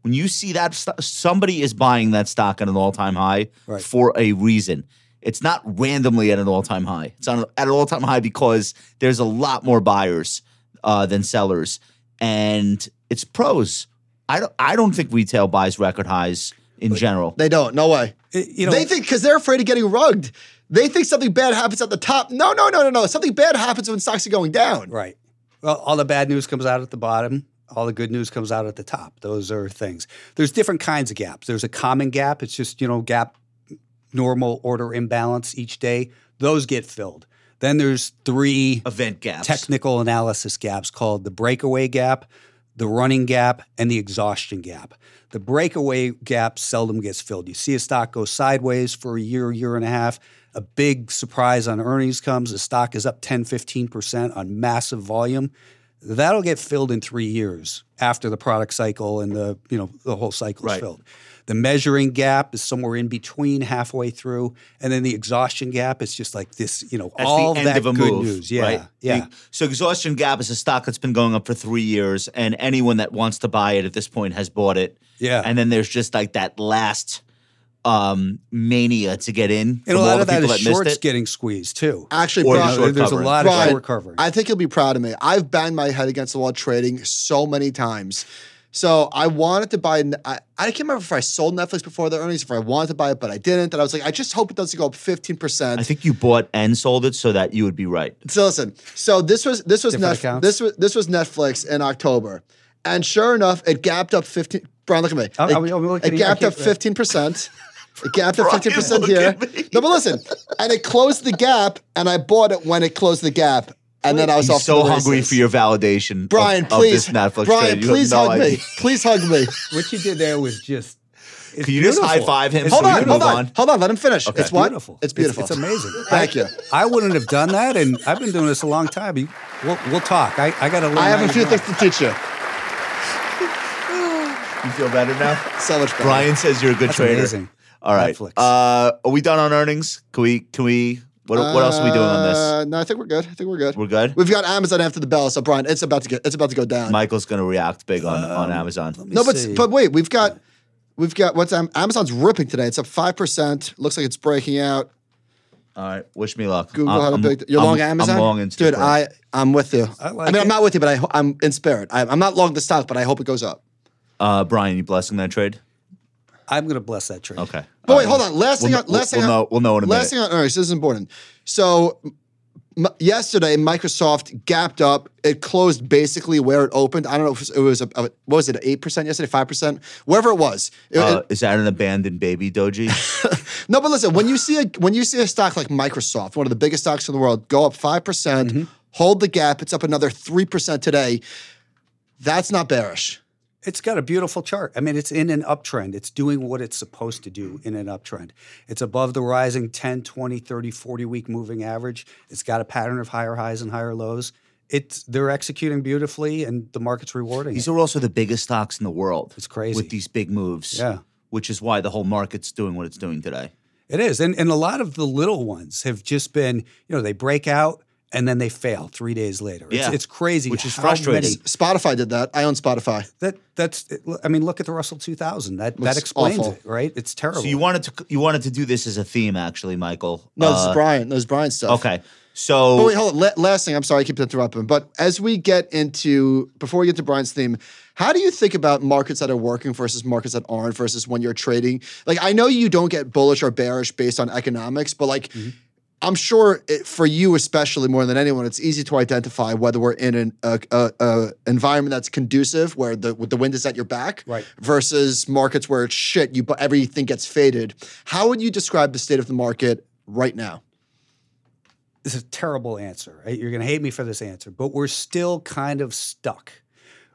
[SPEAKER 1] When you see that sto- somebody is buying that stock at an all time high
[SPEAKER 3] Right.
[SPEAKER 1] for a reason. It's not randomly at an all time high. It's on at an all time high because there's a lot more buyers uh, than sellers, and it's pros. I don't. I don't think retail buys record highs in general.
[SPEAKER 5] They don't. No way.
[SPEAKER 3] It- you know,
[SPEAKER 5] they think because they're afraid of getting rugged. They think something bad happens at the top. No, no, no, no, no. Something bad happens when stocks are going down.
[SPEAKER 3] Right. Well, all the bad news comes out at the bottom. All the good news comes out at the top. Those are things. There's different kinds of gaps. There's a common gap. It's just, you know, gap, normal order imbalance each day. Those get filled. Then there's three
[SPEAKER 1] Event gaps.
[SPEAKER 3] technical analysis gaps called the breakaway gap, the running gap, and the exhaustion gap. The breakaway gap seldom gets filled. You see a stock go sideways for a year, year and a half. A big surprise on earnings comes. The stock is up 10, 15% on massive volume. That'll get filled in three years after the product cycle and the, you know, the whole cycle is
[SPEAKER 1] Right.
[SPEAKER 3] filled. The measuring gap is somewhere in between, halfway through, and then the exhaustion gap is just like this, you know,
[SPEAKER 1] That's
[SPEAKER 3] all
[SPEAKER 1] the end
[SPEAKER 3] that
[SPEAKER 1] of a
[SPEAKER 3] good
[SPEAKER 1] move,
[SPEAKER 3] news. Yeah,
[SPEAKER 1] right?
[SPEAKER 3] yeah.
[SPEAKER 1] The- so exhaustion gap is a stock that's been going up for three years, and anyone that wants to buy it at this point has bought it.
[SPEAKER 3] Yeah.
[SPEAKER 1] And then there's just like that last um, mania to get in.
[SPEAKER 3] And
[SPEAKER 1] from
[SPEAKER 3] a
[SPEAKER 1] all
[SPEAKER 3] lot
[SPEAKER 1] the
[SPEAKER 3] of that
[SPEAKER 1] people
[SPEAKER 3] is
[SPEAKER 1] that missed
[SPEAKER 3] shorts
[SPEAKER 1] it.
[SPEAKER 3] getting squeezed too.
[SPEAKER 5] Actually,
[SPEAKER 1] Or
[SPEAKER 5] Bri-
[SPEAKER 1] the short
[SPEAKER 3] There's a
[SPEAKER 1] covering.
[SPEAKER 3] lot of
[SPEAKER 5] Brian,
[SPEAKER 3] short covering.
[SPEAKER 5] I think you'll be proud of me. I've banged my head against the wall trading so many times. So I wanted to buy. I, I can't remember if I sold Netflix before the earnings, if I wanted to buy it, but I didn't. And I was like, I just hope it doesn't go up fifteen
[SPEAKER 1] I
[SPEAKER 5] percent.
[SPEAKER 1] think you bought and sold it so that you would be right.
[SPEAKER 5] So listen. So this was this was
[SPEAKER 3] Different
[SPEAKER 5] Netflix.
[SPEAKER 3] accounts?
[SPEAKER 5] This was this was Netflix in October, and sure enough, it gapped up fifteen. Brian, look at me.
[SPEAKER 3] I'm-
[SPEAKER 5] it,
[SPEAKER 3] I'm- I'm looking at
[SPEAKER 5] it
[SPEAKER 3] you.
[SPEAKER 5] gapped
[SPEAKER 3] I
[SPEAKER 5] up
[SPEAKER 3] can't-
[SPEAKER 5] fifteen percent. It gapped up
[SPEAKER 1] Brian,
[SPEAKER 5] fifteen percent
[SPEAKER 1] look
[SPEAKER 5] here.
[SPEAKER 1] at me.
[SPEAKER 5] No, but listen, and it closed the gap, and I bought it when it closed the gap, and then I was
[SPEAKER 1] I'm
[SPEAKER 5] off to
[SPEAKER 1] so
[SPEAKER 5] the
[SPEAKER 1] hungry
[SPEAKER 5] races.
[SPEAKER 1] for your validation, of-
[SPEAKER 5] Brian,
[SPEAKER 1] of,
[SPEAKER 5] please.
[SPEAKER 1] this Netflix
[SPEAKER 5] Brian,
[SPEAKER 1] trade. You have
[SPEAKER 5] please
[SPEAKER 1] no
[SPEAKER 5] hug
[SPEAKER 1] idea.
[SPEAKER 5] me. Please hug me.
[SPEAKER 3] what you did there was just. it's
[SPEAKER 1] Can you just
[SPEAKER 3] beautiful.
[SPEAKER 1] high-five him
[SPEAKER 3] It's
[SPEAKER 1] so
[SPEAKER 5] Hold
[SPEAKER 1] we
[SPEAKER 5] on,
[SPEAKER 1] can
[SPEAKER 5] hold
[SPEAKER 1] move
[SPEAKER 5] on,
[SPEAKER 1] on?
[SPEAKER 5] hold on. Let him finish. It's what?
[SPEAKER 3] beautiful.
[SPEAKER 5] It's beautiful.
[SPEAKER 3] It's, amazing.
[SPEAKER 5] Thank
[SPEAKER 3] I-
[SPEAKER 5] you.
[SPEAKER 3] I wouldn't have done that, and I've been doing this a long time. You- We'll, we'll talk. I, I got to learn.
[SPEAKER 5] I have
[SPEAKER 3] how
[SPEAKER 5] a
[SPEAKER 3] to
[SPEAKER 5] few
[SPEAKER 3] do
[SPEAKER 5] things
[SPEAKER 3] it.
[SPEAKER 5] to teach you.
[SPEAKER 1] You feel better now?
[SPEAKER 5] So much better.
[SPEAKER 1] Brian says you're a good
[SPEAKER 3] That's
[SPEAKER 1] trader.
[SPEAKER 3] amazing.
[SPEAKER 1] All right.
[SPEAKER 3] Netflix.
[SPEAKER 1] Uh, are we done on earnings? Can we? Can we? What, what else are we doing on this?
[SPEAKER 5] Uh, no, I think we're good. I think we're good.
[SPEAKER 1] We're good.
[SPEAKER 5] We've got Amazon after the bell, so Brian, it's about to get it's about to go down.
[SPEAKER 1] Michael's going to react big on, on
[SPEAKER 5] Um,
[SPEAKER 1] Amazon.
[SPEAKER 3] Let me
[SPEAKER 5] no, but
[SPEAKER 3] see.
[SPEAKER 5] but wait, we've got we've got what's Am- Amazon's ripping today. It's up five percent. Looks like it's breaking out.
[SPEAKER 1] All right. Wish me luck.
[SPEAKER 5] Google
[SPEAKER 1] I'm-
[SPEAKER 5] had a
[SPEAKER 1] I'm-
[SPEAKER 5] big. You're
[SPEAKER 1] I'm-
[SPEAKER 5] long Amazon,
[SPEAKER 1] I'm long into
[SPEAKER 5] dude.
[SPEAKER 1] the break.
[SPEAKER 5] I I'm with you.
[SPEAKER 3] I
[SPEAKER 5] I,
[SPEAKER 3] like
[SPEAKER 5] mean,
[SPEAKER 3] it.
[SPEAKER 5] I'm not with you, but I ho- I'm in spirit. I, I'm not long the stock, but I hope it goes up.
[SPEAKER 1] uh, Brian, you blessing that trade?
[SPEAKER 3] I'm going to bless that trade.
[SPEAKER 1] Okay.
[SPEAKER 5] But wait,
[SPEAKER 1] Um,
[SPEAKER 5] hold on. Last
[SPEAKER 1] we'll
[SPEAKER 5] thing,
[SPEAKER 1] kn-
[SPEAKER 5] on, last
[SPEAKER 1] we'll
[SPEAKER 5] thing, on-
[SPEAKER 1] know- we'll know in a
[SPEAKER 5] last
[SPEAKER 1] minute.
[SPEAKER 5] thing on earnings. This is important. So, m- yesterday, Microsoft gapped up. It closed basically where it opened. I don't know if it was, a, a- what was it, eight percent yesterday, five percent, wherever it was. It-
[SPEAKER 1] Uh,
[SPEAKER 5] it-
[SPEAKER 1] is that an abandoned baby doji?
[SPEAKER 5] no, but listen, when you see a when you see a stock like Microsoft, one of the biggest stocks in the world, go up five percent,
[SPEAKER 1] Mm-hmm.
[SPEAKER 5] hold the gap. It's up another three percent today. That's not bearish.
[SPEAKER 3] It's got a beautiful chart. I mean, it's in an uptrend. It's doing what it's supposed to do in an uptrend. It's above the rising 10, 20, 30, 40 week moving average. It's got a pattern of higher highs and higher lows. It's they're executing beautifully and the market's rewarding
[SPEAKER 1] these
[SPEAKER 3] it.
[SPEAKER 1] are also the biggest stocks in the world.
[SPEAKER 3] It's crazy.
[SPEAKER 1] with these big moves.
[SPEAKER 3] Yeah.
[SPEAKER 1] Which is why the whole market's doing what it's doing today.
[SPEAKER 3] It is. And and a lot of the little ones have just been, you know, they break out and then they fail 3 days later. It's,
[SPEAKER 1] Yeah.
[SPEAKER 3] it's crazy
[SPEAKER 1] Which is
[SPEAKER 3] how many-
[SPEAKER 1] frustrating.
[SPEAKER 5] Spotify did that. I own Spotify.
[SPEAKER 3] that that's I mean, look at the Russell 2000. That that
[SPEAKER 5] Looks
[SPEAKER 3] explains
[SPEAKER 5] awful.
[SPEAKER 3] it, right? It's terrible.
[SPEAKER 1] So you wanted to you wanted to do this as a theme, actually, Michael.
[SPEAKER 5] No, this
[SPEAKER 1] Uh,
[SPEAKER 5] is Brian. No, this is Brian stuff.
[SPEAKER 1] Okay. So
[SPEAKER 5] But Oh, wait, hold on. La- last thing, I'm sorry, I keep interrupting. But as we get into, before we get to Brian's theme, how do you think about markets that are working versus markets that aren't versus when you're trading? Like, I know you don't get bullish or bearish based on economics, but like,
[SPEAKER 3] Mm-hmm.
[SPEAKER 5] I'm sure it, for you, especially more than anyone, it's easy to identify whether we're in an a, a, a environment that's conducive, where the the wind is at your back,
[SPEAKER 3] Right.
[SPEAKER 5] versus markets where it's shit. You bu- everything gets faded. How would you describe the state of the market right now?
[SPEAKER 3] this is a terrible answer. Right? You're going to hate me for this answer, but we're still kind of stuck.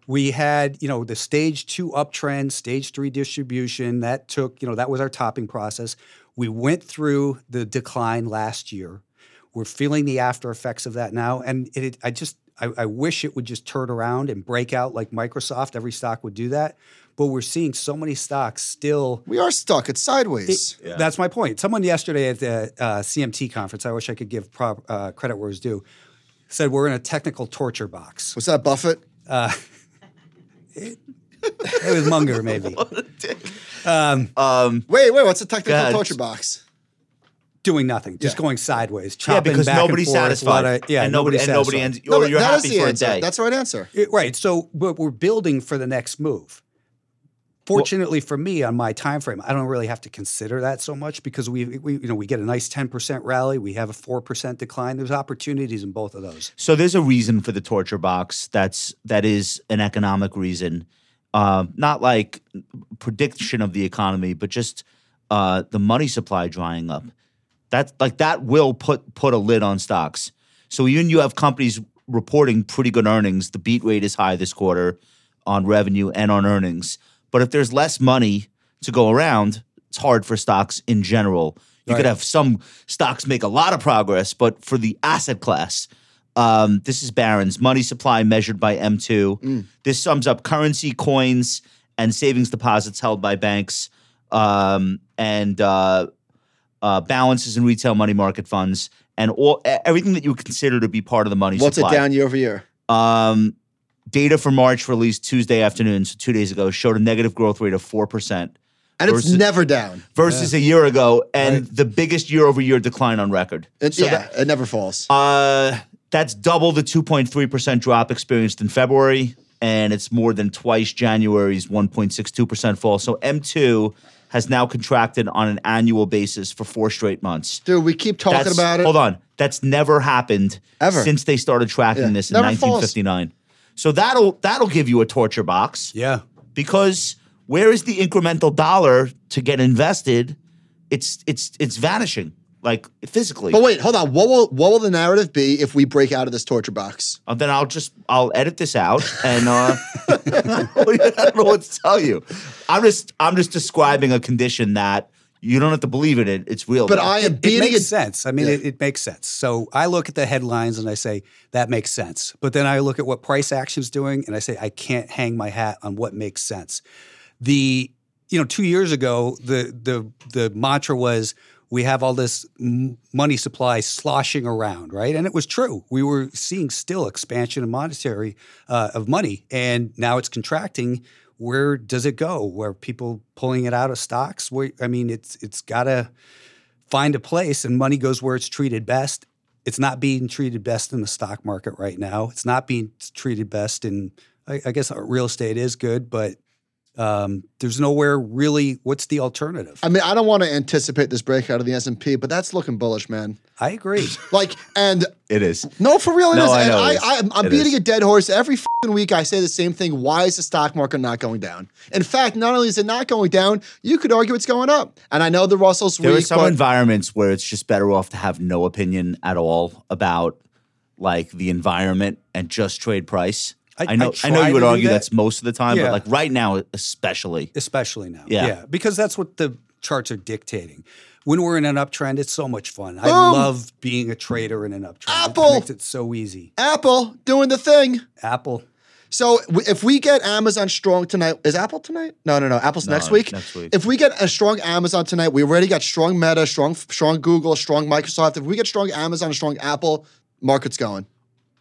[SPEAKER 3] We had, you know, the stage two uptrend, stage three distribution. That took, you know, that was our topping process. We went through the decline last year. We're feeling the after effects of that now. And it, it I just, I, I wish it would just turn around and break out like Microsoft. Every stock would do that. But we're seeing so many stocks still
[SPEAKER 5] We are stuck. It's sideways.
[SPEAKER 3] it- That's my point. Someone yesterday at the uh, CMT conference, I wish I could give prop, uh, credit where it's due, said we're in a technical torture box.
[SPEAKER 5] Was that Buffett?
[SPEAKER 3] It was Munger, maybe.
[SPEAKER 1] um,
[SPEAKER 5] Wait, wait, what's a technical
[SPEAKER 1] God.
[SPEAKER 5] torture box?
[SPEAKER 3] Doing nothing, just
[SPEAKER 5] Yeah.
[SPEAKER 3] going sideways,
[SPEAKER 1] yeah,
[SPEAKER 3] chopping
[SPEAKER 1] because
[SPEAKER 3] back
[SPEAKER 1] nobody's
[SPEAKER 3] and forth,
[SPEAKER 1] satisfied.
[SPEAKER 3] a lot of- yeah,
[SPEAKER 1] and nobody, and nobody
[SPEAKER 3] satisfied.
[SPEAKER 1] ends.
[SPEAKER 5] No,
[SPEAKER 1] Or
[SPEAKER 5] but
[SPEAKER 1] you're
[SPEAKER 5] that is
[SPEAKER 1] happy
[SPEAKER 5] the
[SPEAKER 1] for
[SPEAKER 5] answer.
[SPEAKER 1] a day.
[SPEAKER 5] That's the right answer.
[SPEAKER 3] It- right. So, but we're building for the next move. Fortunately for me, on my time frame, I don't really have to consider that so much because we, we you know, we get a nice ten percent rally, we have a four percent decline. There's opportunities in both of those.
[SPEAKER 1] So there's a reason for the torture box. That's that is an economic reason, um, not like prediction of the economy, but just uh, the money supply drying up. That like that will put put a lid on stocks. So even you have companies reporting pretty good earnings. The beat rate is high this quarter on revenue and on earnings. But if there's less money to go around, it's hard for stocks in general. You could have some stocks make a lot of progress, but for the asset class, um, this is Barron's money supply measured by M2. This sums up currency, coins, and savings deposits held by banks, um, and uh, uh, balances in retail money market funds, and all e- everything that you would consider to be part of the money
[SPEAKER 5] What's
[SPEAKER 1] supply.
[SPEAKER 5] it down year over year?
[SPEAKER 1] Um, data for March released Tuesday afternoon, so two days ago, showed a negative growth rate of 4%,
[SPEAKER 5] And it's
[SPEAKER 1] Versus-
[SPEAKER 5] never down.
[SPEAKER 1] versus a year ago, and the biggest year over year decline on record.
[SPEAKER 5] It,
[SPEAKER 1] so
[SPEAKER 5] yeah,
[SPEAKER 1] that,
[SPEAKER 5] it never falls.
[SPEAKER 1] uh, that's double the 2.3% drop experienced in February, and it's more than twice January's 1.62% fall. So M2 has now contracted on an annual basis for four straight months.
[SPEAKER 5] Dude, we keep talking
[SPEAKER 1] That's-
[SPEAKER 5] about it.
[SPEAKER 1] Hold on. That's never happened
[SPEAKER 5] Ever.
[SPEAKER 1] since they started tracking
[SPEAKER 5] Yeah.
[SPEAKER 1] this in
[SPEAKER 5] Never falls.
[SPEAKER 1] 1959. So that'll that'll give you a torture box
[SPEAKER 3] Yeah.
[SPEAKER 1] because where is the incremental dollar to get invested? It's it's it's vanishing like physically.
[SPEAKER 5] But wait, hold on. What will what will the narrative be if we break out of this torture box?
[SPEAKER 1] Uh, then I'll just I'll edit this out and uh, I don't know what to tell you. I'm just I'm just describing a condition that you don't have to believe in it. It's real.
[SPEAKER 5] But
[SPEAKER 1] though.
[SPEAKER 5] I am
[SPEAKER 3] It
[SPEAKER 5] beating
[SPEAKER 3] makes
[SPEAKER 5] it.
[SPEAKER 3] sense. I mean, it, it makes sense. So I look at the headlines and I say, that makes sense. But then I look at what price action's doing and I say, I can't hang my hat on what makes sense. The, you know, two years ago, the the the mantra was we have all this m- money supply sloshing around, right? And it was true. We were seeing still expansion of monetary uh, of money, and now it's contracting. Where does it go? Where people pulling it out of stocks? Where I mean, it's it's gotta find a place and money goes where it's treated best. It's not being treated best in the stock market right now. It's not being treated best in, I, I guess, uh, real estate is good, but um, there's nowhere really. What's the alternative?
[SPEAKER 5] I mean, I don't want to anticipate this breakout of the S and P, but that's looking bullish, man.
[SPEAKER 3] I agree.
[SPEAKER 5] Like, and
[SPEAKER 1] it is.
[SPEAKER 5] no, for real, it is.
[SPEAKER 1] No, I
[SPEAKER 5] And
[SPEAKER 1] know it
[SPEAKER 5] I,
[SPEAKER 1] is.
[SPEAKER 5] I, I'm, I'm
[SPEAKER 1] It
[SPEAKER 5] beating
[SPEAKER 1] is.
[SPEAKER 5] a dead horse every fing week. I say the same thing. Why is the stock market not going down? In fact, not only is it not going down, you could argue it's going up. And I know the Russell's
[SPEAKER 1] There are
[SPEAKER 5] weak,
[SPEAKER 1] some
[SPEAKER 5] but
[SPEAKER 1] environments where it's just better off to have no opinion at all about like the environment and just trade price.
[SPEAKER 3] I-
[SPEAKER 1] I, know. I,
[SPEAKER 3] I
[SPEAKER 1] know
[SPEAKER 3] try
[SPEAKER 1] you would
[SPEAKER 3] to do
[SPEAKER 1] argue
[SPEAKER 3] that.
[SPEAKER 1] that's most of the time,
[SPEAKER 3] Yeah.
[SPEAKER 1] but like right now, especially.
[SPEAKER 3] especially now.
[SPEAKER 1] Yeah.
[SPEAKER 3] because that's what the charts are dictating. When we're in an uptrend, it's so much fun. I
[SPEAKER 5] Boom.
[SPEAKER 3] love being a trader in an uptrend. It
[SPEAKER 5] Apple.
[SPEAKER 3] makes it so easy.
[SPEAKER 5] Apple doing the thing.
[SPEAKER 3] Apple.
[SPEAKER 5] So w- if we get Amazon strong tonight, is Apple tonight? No, no, no. Apple's next week.
[SPEAKER 1] next week.
[SPEAKER 5] If we get a strong Amazon tonight, we already got strong Meta, strong strong Google, strong Microsoft. If we get strong Amazon, strong Apple, market's going.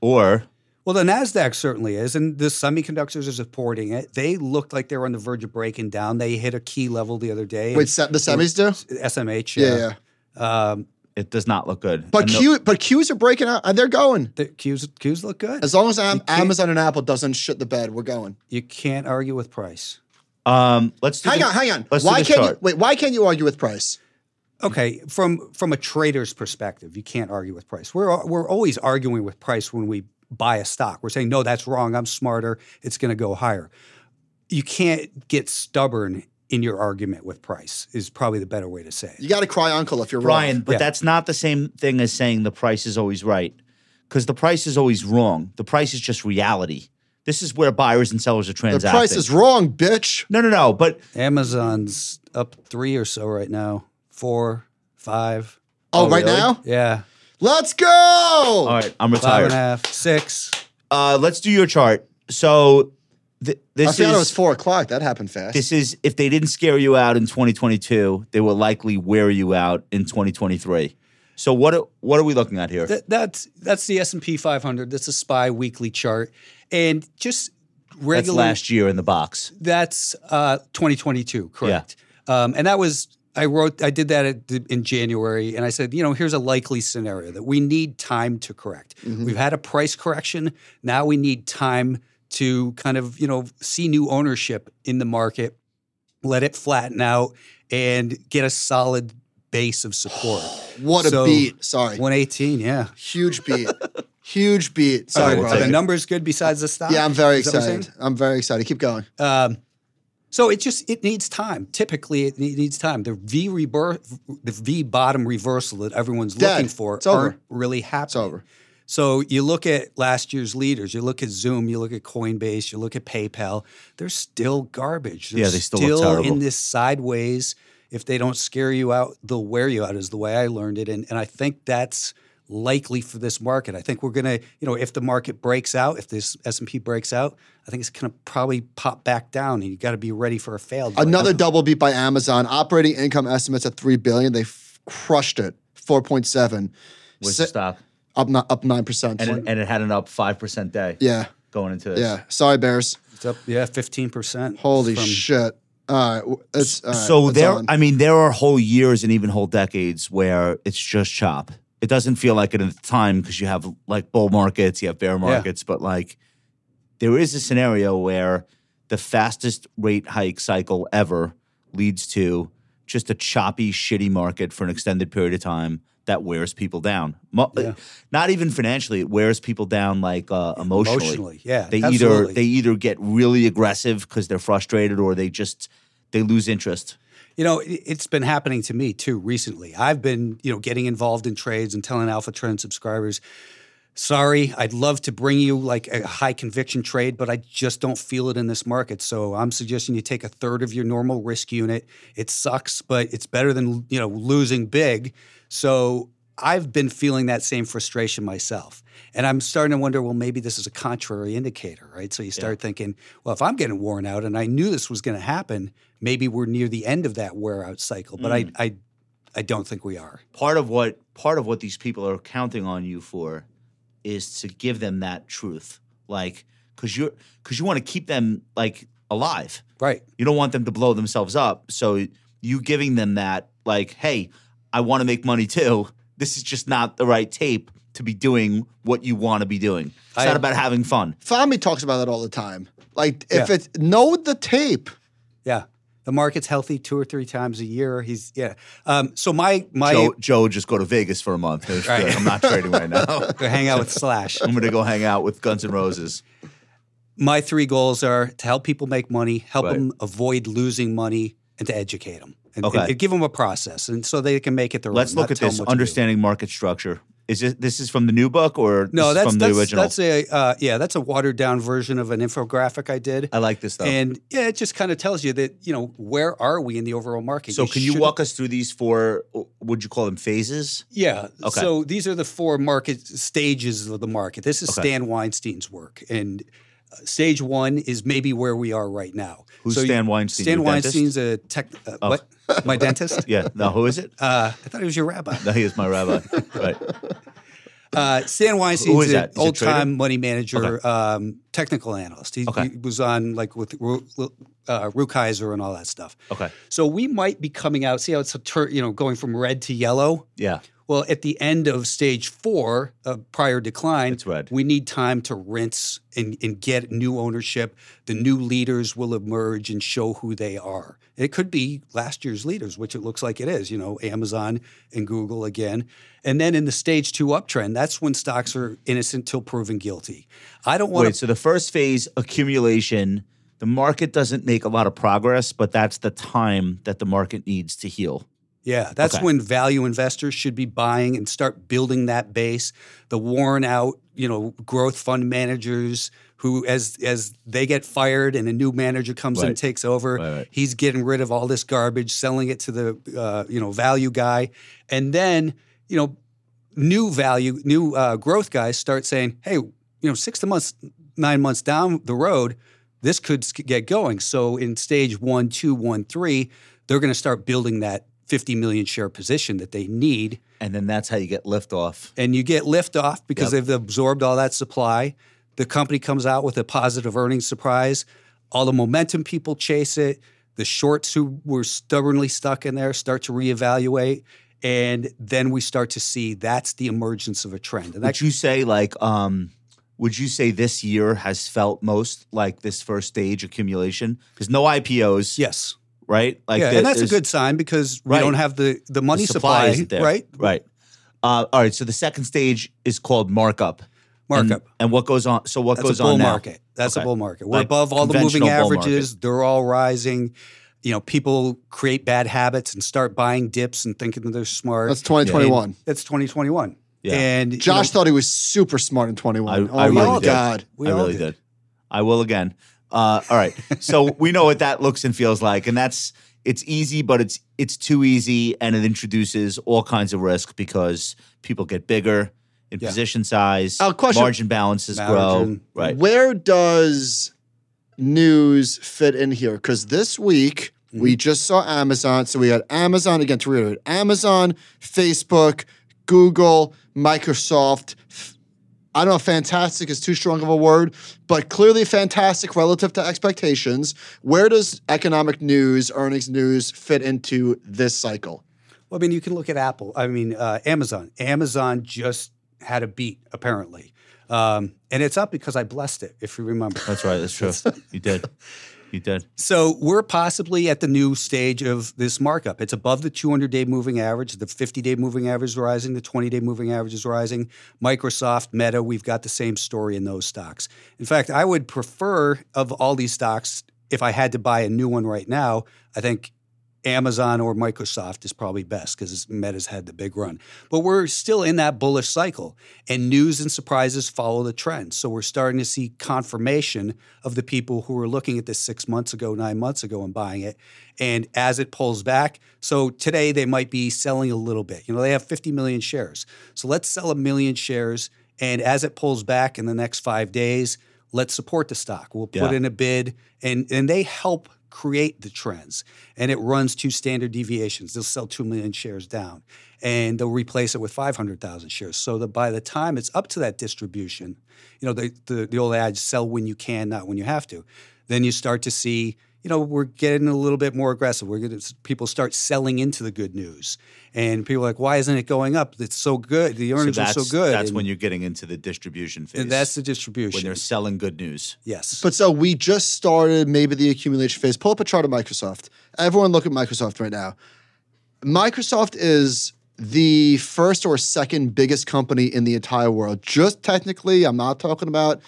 [SPEAKER 1] Or
[SPEAKER 3] Well, the Nasdaq certainly is, and the semiconductors are supporting it. They looked like they were on the verge of breaking down. They hit a key level the other day.
[SPEAKER 5] Wait, se- the semis do?
[SPEAKER 3] SMH.
[SPEAKER 5] Yeah, yeah.
[SPEAKER 3] Um,
[SPEAKER 1] it does not look good.
[SPEAKER 5] But
[SPEAKER 1] And the-
[SPEAKER 5] Q, but Qs are breaking out. and They're going.
[SPEAKER 3] the Qs, Qs look good.
[SPEAKER 5] As long as Am-
[SPEAKER 3] You can't-
[SPEAKER 5] Amazon and Apple doesn't shit the bed, we're going.
[SPEAKER 3] you can't argue with price.
[SPEAKER 1] um, let's do
[SPEAKER 5] Hang
[SPEAKER 1] the-
[SPEAKER 5] on, hang on.
[SPEAKER 1] Let's do
[SPEAKER 5] Why
[SPEAKER 1] the
[SPEAKER 5] can't you
[SPEAKER 1] chart.
[SPEAKER 5] wait? Why can't you argue with price?
[SPEAKER 3] Okay, from from a trader's perspective, you can't argue with price. We're al- we're always arguing with price when we buy a stock. We're saying no, that's wrong. I'm smarter. It's going to go higher. You can't get stubborn in your argument with price. Is probably the better way to say it.
[SPEAKER 5] You got to cry uncle if you're
[SPEAKER 1] Brian,
[SPEAKER 5] wrong.
[SPEAKER 1] but
[SPEAKER 3] Yeah.
[SPEAKER 1] that's not the same thing as saying the price is always right because the price is always wrong. The price is just reality. This is where buyers and sellers are
[SPEAKER 5] The
[SPEAKER 1] transacting.
[SPEAKER 5] price is wrong, bitch.
[SPEAKER 1] no, no, no. But
[SPEAKER 3] Amazon's up three or so right now. Four, five.
[SPEAKER 5] Oh, right
[SPEAKER 1] really?
[SPEAKER 5] now,
[SPEAKER 3] Yeah.
[SPEAKER 5] let's go.
[SPEAKER 1] all right, I'm
[SPEAKER 3] Five and a
[SPEAKER 1] retired.
[SPEAKER 3] half, six.
[SPEAKER 1] Uh, let's do your chart. So th-
[SPEAKER 5] I
[SPEAKER 1] this
[SPEAKER 5] forgot
[SPEAKER 1] is
[SPEAKER 5] it was four o'clock. That happened fast.
[SPEAKER 1] this is if they didn't scare you out in 2022, they will likely wear you out in 2023. So what are, what are we looking at here?
[SPEAKER 3] That, that's that's the S and P 500. That's a spy weekly chart, and just
[SPEAKER 1] That's
[SPEAKER 3] regular.
[SPEAKER 1] last year in the box.
[SPEAKER 3] that's uh, 2022, correct? Um, and that was I wrote I did that at the, in January, and I said, you know, here's a likely scenario that we need time to correct.
[SPEAKER 5] Mm-hmm.
[SPEAKER 3] We've had a price correction, now we need time to kind of you know see new ownership in the market, let it flatten out, and get a solid base of support.
[SPEAKER 5] What a
[SPEAKER 3] So-
[SPEAKER 5] beat. Sorry.
[SPEAKER 3] 118, yeah.
[SPEAKER 5] Huge beat. Huge beat. Sorry,
[SPEAKER 1] we'll
[SPEAKER 5] bro.
[SPEAKER 1] take
[SPEAKER 3] the
[SPEAKER 1] it.
[SPEAKER 3] numbers good besides the stock.
[SPEAKER 5] Yeah, I'm very
[SPEAKER 3] Is that what you're saying?
[SPEAKER 5] excited. I'm very excited. Keep going.
[SPEAKER 1] Uh,
[SPEAKER 3] Um, so it just it needs time. Typically, it ne- needs time. The V rebirth, the V bottom reversal that everyone's
[SPEAKER 5] Dead.
[SPEAKER 3] looking for
[SPEAKER 5] It's over.
[SPEAKER 3] aren't really happening.
[SPEAKER 5] It's over.
[SPEAKER 3] So you look at last year's leaders. You look at Zoom. You look at Coinbase. You look at PayPal. They're still garbage. They're
[SPEAKER 1] Yeah, they still look terrible.
[SPEAKER 3] in this sideways. If they don't scare you out, they'll wear you out. Is the way I learned it, and and I think that's likely for this market. I think we're gonna, you know, if the market breaks out, if this S and P breaks out, I think it's gonna probably pop back down, and you got to be ready for a failed.
[SPEAKER 5] Another double beat by Amazon. Operating income estimates at three billion. They f- crushed it. Four point seven.
[SPEAKER 1] Where's
[SPEAKER 5] Si-
[SPEAKER 1] the stock?
[SPEAKER 5] Up ni- up nine percent.
[SPEAKER 1] And it, and it had an up five percent day
[SPEAKER 5] Yeah.
[SPEAKER 1] going into this.
[SPEAKER 5] Yeah. Sorry, Bears.
[SPEAKER 3] It's up, yeah, fifteen percent.
[SPEAKER 5] Holy shit. Uh, w- it's, all right,
[SPEAKER 1] so
[SPEAKER 5] it's
[SPEAKER 1] there,
[SPEAKER 5] on.
[SPEAKER 1] I mean, there are whole years and even whole decades where it's just chop. It doesn't feel like it at the time because you have like bull markets, you have bear markets, but like there is a scenario where the fastest rate hike cycle ever leads to just a choppy, shitty market for an extended period of time that wears people down. Mo- uh,
[SPEAKER 3] Yeah.
[SPEAKER 1] Not even financially, it wears people down like uh, emotionally.
[SPEAKER 3] Emotionally, yeah,
[SPEAKER 1] They either
[SPEAKER 3] absolutely.
[SPEAKER 1] they either get really aggressive because they're frustrated or they just they lose interest.
[SPEAKER 3] You know, it- it's been happening to me too recently. I've been, you know, getting involved in trades and telling Alpha Trend subscribers, sorry, I'd love to bring you like a high conviction trade, but I just don't feel it in this market. So I'm suggesting you take a third of your normal risk unit. It sucks, but it's better than, you know, losing big. So I've been feeling that same frustration myself. And I'm starting to wonder, well, maybe this is a contrary indicator, right? So you start thinking, well, if I'm getting worn out and I knew this was going to happen, maybe we're near the end of that wear out cycle. But I, I, I don't think we are.
[SPEAKER 1] part of what part of what these people are counting on you for is to give them that truth like because you're because you want to keep them like alive
[SPEAKER 3] Right.
[SPEAKER 1] you don't want them to blow themselves up so you giving them that like hey i want to make money too this is just not the right tape to be doing what you want to be doing it's
[SPEAKER 3] I-
[SPEAKER 1] not about having fun
[SPEAKER 5] Fami talks about that all the time. Like if
[SPEAKER 3] Yeah.
[SPEAKER 5] it's know the tape.
[SPEAKER 3] Yeah. The market's healthy two or three times a year. He's yeah. Um, so my my
[SPEAKER 1] joe, joe just go to vegas for a month He's
[SPEAKER 3] Right.
[SPEAKER 1] like, i'm not trading right now
[SPEAKER 3] go hang out with Slash.
[SPEAKER 1] i'm gonna go hang out with guns N' roses
[SPEAKER 3] My three goals are to help people make money, help
[SPEAKER 1] Right.
[SPEAKER 3] them avoid losing money, and to educate them. And,
[SPEAKER 1] Okay.
[SPEAKER 3] and- and give them a process, and so they can make it their
[SPEAKER 1] Let's
[SPEAKER 3] own.
[SPEAKER 1] look
[SPEAKER 3] not
[SPEAKER 1] at
[SPEAKER 3] tell 'em
[SPEAKER 1] this
[SPEAKER 3] what to do.
[SPEAKER 1] understanding market structure. Is this this is from the new book or
[SPEAKER 3] No,
[SPEAKER 1] this
[SPEAKER 3] that's
[SPEAKER 1] is from
[SPEAKER 3] that's,
[SPEAKER 1] the original?
[SPEAKER 3] that's a uh, yeah, that's a watered down version of an infographic I did,
[SPEAKER 1] I like this though.
[SPEAKER 3] and yeah, it just kind of tells you that you know where are we in the overall market.
[SPEAKER 1] so can you
[SPEAKER 3] shouldn't-
[SPEAKER 1] walk us through these four? Would you call them phases?
[SPEAKER 3] Yeah.
[SPEAKER 1] Okay.
[SPEAKER 3] So these are the four market stages of the market. This is
[SPEAKER 1] Okay.
[SPEAKER 3] Stan Weinstein's work, and uh, stage one is maybe where we are right now.
[SPEAKER 1] Who's
[SPEAKER 3] you-
[SPEAKER 1] Stan Weinstein,
[SPEAKER 3] Stan
[SPEAKER 1] your dentist? Oh.
[SPEAKER 3] Weinstein's a tech. Uh, What? My dentist?
[SPEAKER 1] Yeah. No. Who is it?
[SPEAKER 3] Uh, I thought he was your rabbi.
[SPEAKER 1] no, he is my rabbi. Right.
[SPEAKER 3] Uh, Stan
[SPEAKER 1] Who is
[SPEAKER 3] Weinstein's
[SPEAKER 1] that?
[SPEAKER 3] an
[SPEAKER 1] Is he a
[SPEAKER 3] old
[SPEAKER 1] trader?
[SPEAKER 3] time money manager,
[SPEAKER 1] Okay.
[SPEAKER 3] um, technical analyst. He,
[SPEAKER 1] Okay.
[SPEAKER 3] he was on like with Ru- uh, Rukeyser and all that stuff.
[SPEAKER 1] Okay.
[SPEAKER 3] So we might be coming out. See how it's a tur- you know going from red to yellow.
[SPEAKER 1] Yeah.
[SPEAKER 3] Well, at the end of stage four, uh, prior decline,
[SPEAKER 1] It's red.
[SPEAKER 3] we need time to rinse and, and get new ownership. The new leaders will emerge and show who they are. It could be last year's leaders, which it looks like it is, you know, Amazon and Google again. And then in the stage two uptrend, that's when stocks are innocent till proven guilty. I don't want
[SPEAKER 1] Wait.
[SPEAKER 3] to.
[SPEAKER 1] So the first phase, accumulation. The market doesn't make a lot of progress, but that's the time that the market needs to heal.
[SPEAKER 3] Yeah, that's
[SPEAKER 1] Okay.
[SPEAKER 3] when value investors should be buying and start building that base. The worn out, you know, growth fund managers who as as they get fired and a new manager comes in
[SPEAKER 1] Right.
[SPEAKER 3] and takes over,
[SPEAKER 1] Right, right.
[SPEAKER 3] he's getting rid of all this garbage, selling it to the uh, you know, value guy. And then, you know, new value, new uh, growth guys start saying, "Hey, you know, six to months, nine months down the road, this could sk- get going." So in stage one, two, one, three, they're going to start building that 50 million share position that they need,
[SPEAKER 1] And then that's how you get liftoff.
[SPEAKER 3] and you get liftoff because they've absorbed all that supply. The company comes out with a positive earnings surprise. All the momentum people chase it. The shorts who were stubbornly stuck in there start to reevaluate. And then we start to see that's the emergence of a trend. And that
[SPEAKER 1] Would you say like um would you say this year has felt most like this first stage accumulation? Because no IPOs,
[SPEAKER 3] Yes.
[SPEAKER 1] right? Like
[SPEAKER 3] yeah,
[SPEAKER 1] there-
[SPEAKER 3] and that's a
[SPEAKER 1] there's-
[SPEAKER 3] good sign because
[SPEAKER 1] Right.
[SPEAKER 3] we don't have the, the
[SPEAKER 1] the
[SPEAKER 3] money supply,
[SPEAKER 1] isn't there.
[SPEAKER 3] right?
[SPEAKER 1] Right. Uh, all right. So the second stage is called markup. And-
[SPEAKER 3] Markup.
[SPEAKER 1] And, what goes on? So what
[SPEAKER 3] That's
[SPEAKER 1] goes
[SPEAKER 3] a bull
[SPEAKER 1] on now?
[SPEAKER 3] market. That's
[SPEAKER 1] Okay.
[SPEAKER 3] a bull market. We're
[SPEAKER 1] Like
[SPEAKER 3] above all the moving
[SPEAKER 1] conventional bull market.
[SPEAKER 3] averages. They're all rising. You know, people create bad habits and start buying dips and thinking that they're smart.
[SPEAKER 5] That's 2021.
[SPEAKER 3] That's 2021.
[SPEAKER 1] Yeah.
[SPEAKER 3] And you
[SPEAKER 5] Josh
[SPEAKER 3] know,
[SPEAKER 5] thought he was super smart in 21.
[SPEAKER 1] I,
[SPEAKER 5] oh
[SPEAKER 1] I
[SPEAKER 5] my
[SPEAKER 1] really did.
[SPEAKER 5] god.
[SPEAKER 3] We
[SPEAKER 1] I
[SPEAKER 3] all
[SPEAKER 1] really
[SPEAKER 3] did.
[SPEAKER 1] did. I will again. Uh, all right. So we know what that looks and feels like, and that's it's easy, but it's it's too easy, and it introduces all kinds of risk because people get bigger in
[SPEAKER 3] Yeah. Uh,
[SPEAKER 1] position size,
[SPEAKER 5] Al, question-
[SPEAKER 1] margin balances
[SPEAKER 3] Margin.
[SPEAKER 1] grow, right?
[SPEAKER 5] Where does news fit in here? Because this week we just saw Amazon. So we had Amazon again to reiterate: Amazon, Facebook, Google, Microsoft, f- I don't know if fantastic is too strong of a word, but clearly fantastic relative to expectations. Where does economic news, earnings news fit into this cycle?
[SPEAKER 3] Well, I mean, you can look at Apple. I mean, uh, Amazon. Amazon just had a beat apparently, um, and it's up because I blessed it. If you remember.
[SPEAKER 1] That's right. That's true. you did. You did.
[SPEAKER 3] So we're possibly at the new stage of this markup. It's above the 200 day moving average. The 50 day moving average is rising. The 20 day moving average is rising. Microsoft, Meta, we've got the same story in those stocks. In fact, I would prefer of all these stocks, if I had to buy a new one right now, I think Amazon or Microsoft is probably best because Meta's had the big run. But we're still in that bullish cycle, and news and surprises follow the trend. So we're starting to see confirmation of the people who were looking at this six months ago, nine months ago, and buying it. And as it pulls back, so today they might be selling a little bit. You know, they have 50 million shares. So let's sell a million shares. And as it pulls back in the next five days, let's support the stock. We'll put
[SPEAKER 1] Yeah.
[SPEAKER 3] in a bid, and and they help create the trends. And it runs two standard deviations. They'll sell two million shares down, and they'll replace it with five hundred thousand shares. So that by the time it's up to that distribution, you know the, the the old adage: sell when you can, not when you have to. Then you start to see. You know, we're getting a little bit more aggressive. We're going to people start selling into the good news, and people are like, "Why isn't it going up? It's so good. The earnings are
[SPEAKER 1] that's,
[SPEAKER 3] so good."
[SPEAKER 1] That's
[SPEAKER 3] And-
[SPEAKER 1] when you're getting into the distribution phase.
[SPEAKER 3] and that's the
[SPEAKER 1] when
[SPEAKER 3] distribution.
[SPEAKER 1] they're selling good news.
[SPEAKER 3] yes,
[SPEAKER 5] But so we just started maybe the accumulation phase. Pull up a chart of Microsoft. Everyone look at Microsoft right now. Microsoft is the first or second biggest company in the entire world. Just technically, I'm not talking about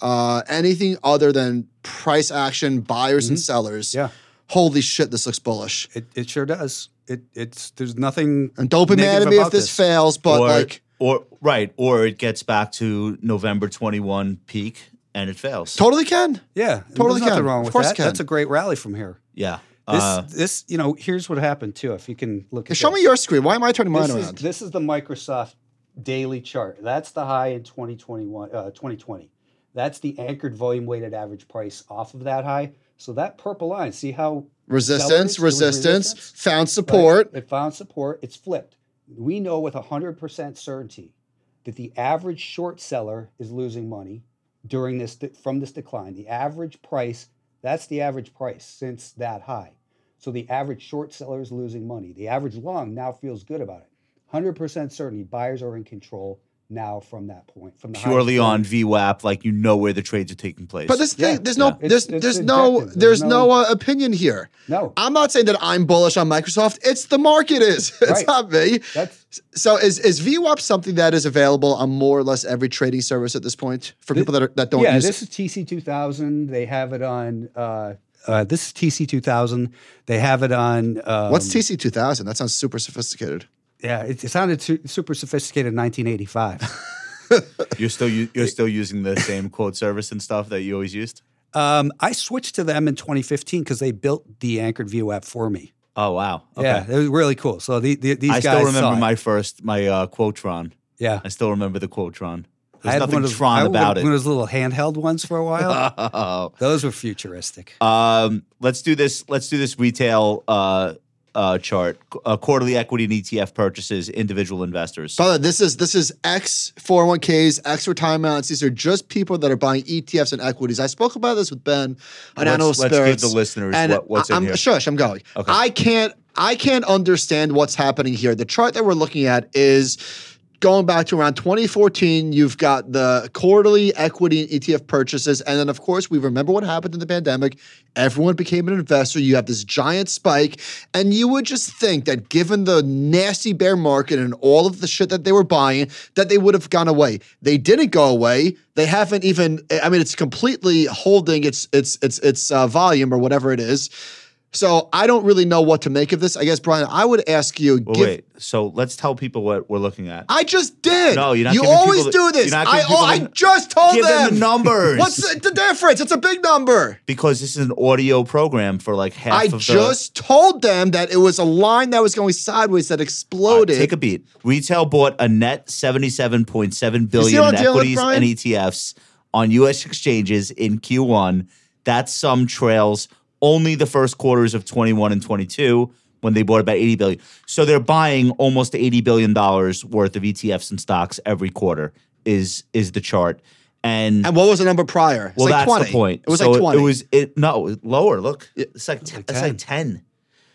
[SPEAKER 5] uh, anything other than price action, buyers and sellers.
[SPEAKER 3] Mm-hmm. Yeah.
[SPEAKER 5] Holy shit, this looks bullish.
[SPEAKER 3] It, it sure does. It it's there's nothing.
[SPEAKER 5] And don't be mad
[SPEAKER 3] negative
[SPEAKER 5] at me if
[SPEAKER 3] about
[SPEAKER 5] this, fails, but
[SPEAKER 1] or,
[SPEAKER 5] like
[SPEAKER 1] or right, or it gets back to November 21 peak and it fails.
[SPEAKER 5] totally can.
[SPEAKER 3] yeah, and
[SPEAKER 5] Totally
[SPEAKER 3] there's nothing
[SPEAKER 5] can.
[SPEAKER 3] wrong
[SPEAKER 5] Of
[SPEAKER 3] with
[SPEAKER 5] course
[SPEAKER 3] that.
[SPEAKER 5] it can.
[SPEAKER 3] That's a great rally from here.
[SPEAKER 1] yeah.
[SPEAKER 3] This
[SPEAKER 1] Uh,
[SPEAKER 3] this you know here's what happened too. If you can look at
[SPEAKER 5] Show
[SPEAKER 3] this.
[SPEAKER 5] me your screen. Why am I turning mine
[SPEAKER 3] this is,
[SPEAKER 5] around?
[SPEAKER 3] This is the Microsoft daily chart. That's the high in 2021, uh, 2020. That's the anchored volume weighted average price off of that high. So that purple line, see how sellers
[SPEAKER 5] Resistance,
[SPEAKER 3] doing
[SPEAKER 5] resistance, found
[SPEAKER 3] right?
[SPEAKER 5] support.
[SPEAKER 3] It found support. It's flipped. We know with 100% certainty that the average short seller is losing money during this de- from this decline. The average price, that's the average price since that high. So the average short seller is losing money. The average long now feels good about it. 100% certainty buyers are in control now from that point. From the highest
[SPEAKER 1] purely
[SPEAKER 3] point.
[SPEAKER 1] on VWAP, like you know where the trades are taking place.
[SPEAKER 5] But this
[SPEAKER 3] Yeah,
[SPEAKER 5] thing, there's no,
[SPEAKER 1] yeah.
[SPEAKER 5] there's,
[SPEAKER 3] It's- it's
[SPEAKER 5] there's no,
[SPEAKER 3] objective.
[SPEAKER 5] there's,
[SPEAKER 3] There's
[SPEAKER 5] no,
[SPEAKER 3] no-
[SPEAKER 5] uh, opinion here.
[SPEAKER 3] No.
[SPEAKER 5] I'm not saying that I'm bullish on Microsoft. It's the market is. It's
[SPEAKER 3] Right.
[SPEAKER 5] not me.
[SPEAKER 3] That's
[SPEAKER 5] So is is VWAP something that is available on more or less every trading service at this point for people that are, that don't
[SPEAKER 3] yeah,
[SPEAKER 5] use
[SPEAKER 3] this is TC two thousand. They have it on. Uh, uh, this is TC two thousand. They have it on. Um,
[SPEAKER 5] What's TC two thousand? That sounds super sophisticated.
[SPEAKER 3] Yeah, it, it sounded su- super sophisticated in nineteen eighty five.
[SPEAKER 1] you're still u- you're still using the same quote service and stuff that you always used.
[SPEAKER 3] um, I switched to them in twenty fifteen because they built the anchored view app for me.
[SPEAKER 1] Oh wow. Okay.
[SPEAKER 3] Yeah, it was really cool. So the, the, these
[SPEAKER 1] I
[SPEAKER 3] guys
[SPEAKER 1] still remember
[SPEAKER 3] saw it.
[SPEAKER 1] my first my uh, Quotron.
[SPEAKER 3] yeah.
[SPEAKER 1] I still remember the Quotron.
[SPEAKER 3] I
[SPEAKER 1] There's
[SPEAKER 3] had
[SPEAKER 1] nothing
[SPEAKER 3] one of, I
[SPEAKER 1] Tron
[SPEAKER 3] had
[SPEAKER 1] about
[SPEAKER 3] One of
[SPEAKER 1] it.
[SPEAKER 3] those little handheld ones for a while. those were futuristic.
[SPEAKER 1] Um, let's do this. Let's do this retail uh, uh, chart. Qu- Uh, quarterly equity and ETF purchases, individual investors.
[SPEAKER 5] By the way, this is this is X 401ks, X retirements. These are just people that are buying ETFs and equities. I spoke about this with Ben on
[SPEAKER 1] Let's-
[SPEAKER 5] Animal
[SPEAKER 1] let's give
[SPEAKER 5] Spirits.
[SPEAKER 1] the listeners
[SPEAKER 5] and
[SPEAKER 1] what- what's in
[SPEAKER 5] I- I'm,
[SPEAKER 1] here.
[SPEAKER 5] Shush, I'm going.
[SPEAKER 1] Okay.
[SPEAKER 5] I can't I can't understand what's happening here. The chart that we're looking at is going back to around 2014. You've got the quarterly equity and ETF purchases, and then of course we remember what happened in the pandemic. Everyone became an investor. You have this giant spike, and you would just think that given the nasty bear market and all of the shit that they were buying, that they would have gone away. They didn't go away. They haven't even. I mean, it's completely holding its its its its uh, volume or whatever it is. So I don't really know what to make of this. I guess Brian, I would ask you.
[SPEAKER 1] Well,
[SPEAKER 5] give,
[SPEAKER 1] Oh, wait. So let's tell people what we're looking at.
[SPEAKER 5] I just did.
[SPEAKER 1] No, you're not
[SPEAKER 5] You
[SPEAKER 1] giving
[SPEAKER 5] always
[SPEAKER 1] people the-
[SPEAKER 5] do
[SPEAKER 1] you're
[SPEAKER 5] this.
[SPEAKER 1] not
[SPEAKER 5] I,
[SPEAKER 1] giving people
[SPEAKER 5] oh, I
[SPEAKER 1] the-
[SPEAKER 5] just told
[SPEAKER 1] Give them
[SPEAKER 5] them.
[SPEAKER 1] the numbers.
[SPEAKER 5] What's the, the difference? It's a big number.
[SPEAKER 1] because this is an audio program for like half
[SPEAKER 5] I
[SPEAKER 1] of the.
[SPEAKER 5] just told them that it was a line that was going sideways
[SPEAKER 1] All
[SPEAKER 5] that
[SPEAKER 1] right,
[SPEAKER 5] exploded.
[SPEAKER 1] take a beat. Retail bought a net seventy-seven point seven billion
[SPEAKER 5] what
[SPEAKER 1] in
[SPEAKER 5] I'm dealing with,
[SPEAKER 1] equities
[SPEAKER 5] Brian?
[SPEAKER 1] and ETFs on U.S. exchanges in Q1. That sum trails only the first quarters of twenty-one and twenty-two when they bought about eighty E billion. So they're buying almost eighty billion dollars worth of ETFs and stocks every quarter is is the chart, and
[SPEAKER 5] And what was the number prior? It's
[SPEAKER 1] well,
[SPEAKER 5] like
[SPEAKER 1] that's
[SPEAKER 5] 20.
[SPEAKER 1] the point.
[SPEAKER 5] It was
[SPEAKER 1] So
[SPEAKER 5] like 20.
[SPEAKER 1] It was it no lower. Look, it's like it's like, 10.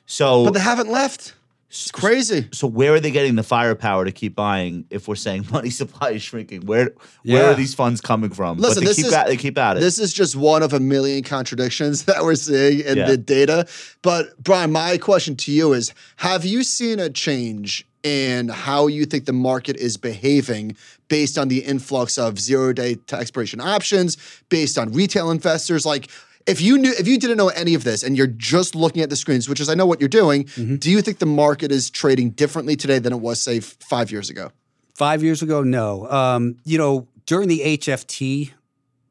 [SPEAKER 1] So
[SPEAKER 5] but they haven't left. It's crazy.
[SPEAKER 1] so where are they getting the firepower to keep buying if we're saying money supply is shrinking? Where
[SPEAKER 3] Yeah.
[SPEAKER 1] where are these funds coming from?
[SPEAKER 5] Listen,
[SPEAKER 1] but they
[SPEAKER 5] this
[SPEAKER 1] keep
[SPEAKER 5] is-
[SPEAKER 1] at they keep at it.
[SPEAKER 5] This is just one of a million contradictions that we're seeing in
[SPEAKER 1] Yeah.
[SPEAKER 5] the data. But Brian, my question to you is have you seen a change in how you think the market is behaving based on the influx of zero day to expiration options, based on retail investors? Like if you knew if you didn't know any of this and you're just looking at the screens, which is I know what you're doing,
[SPEAKER 1] Mm-hmm.
[SPEAKER 5] do you think the market is trading differently today than it was, say, f- five years ago?
[SPEAKER 3] Five years ago, no. Um, you know, during the HFT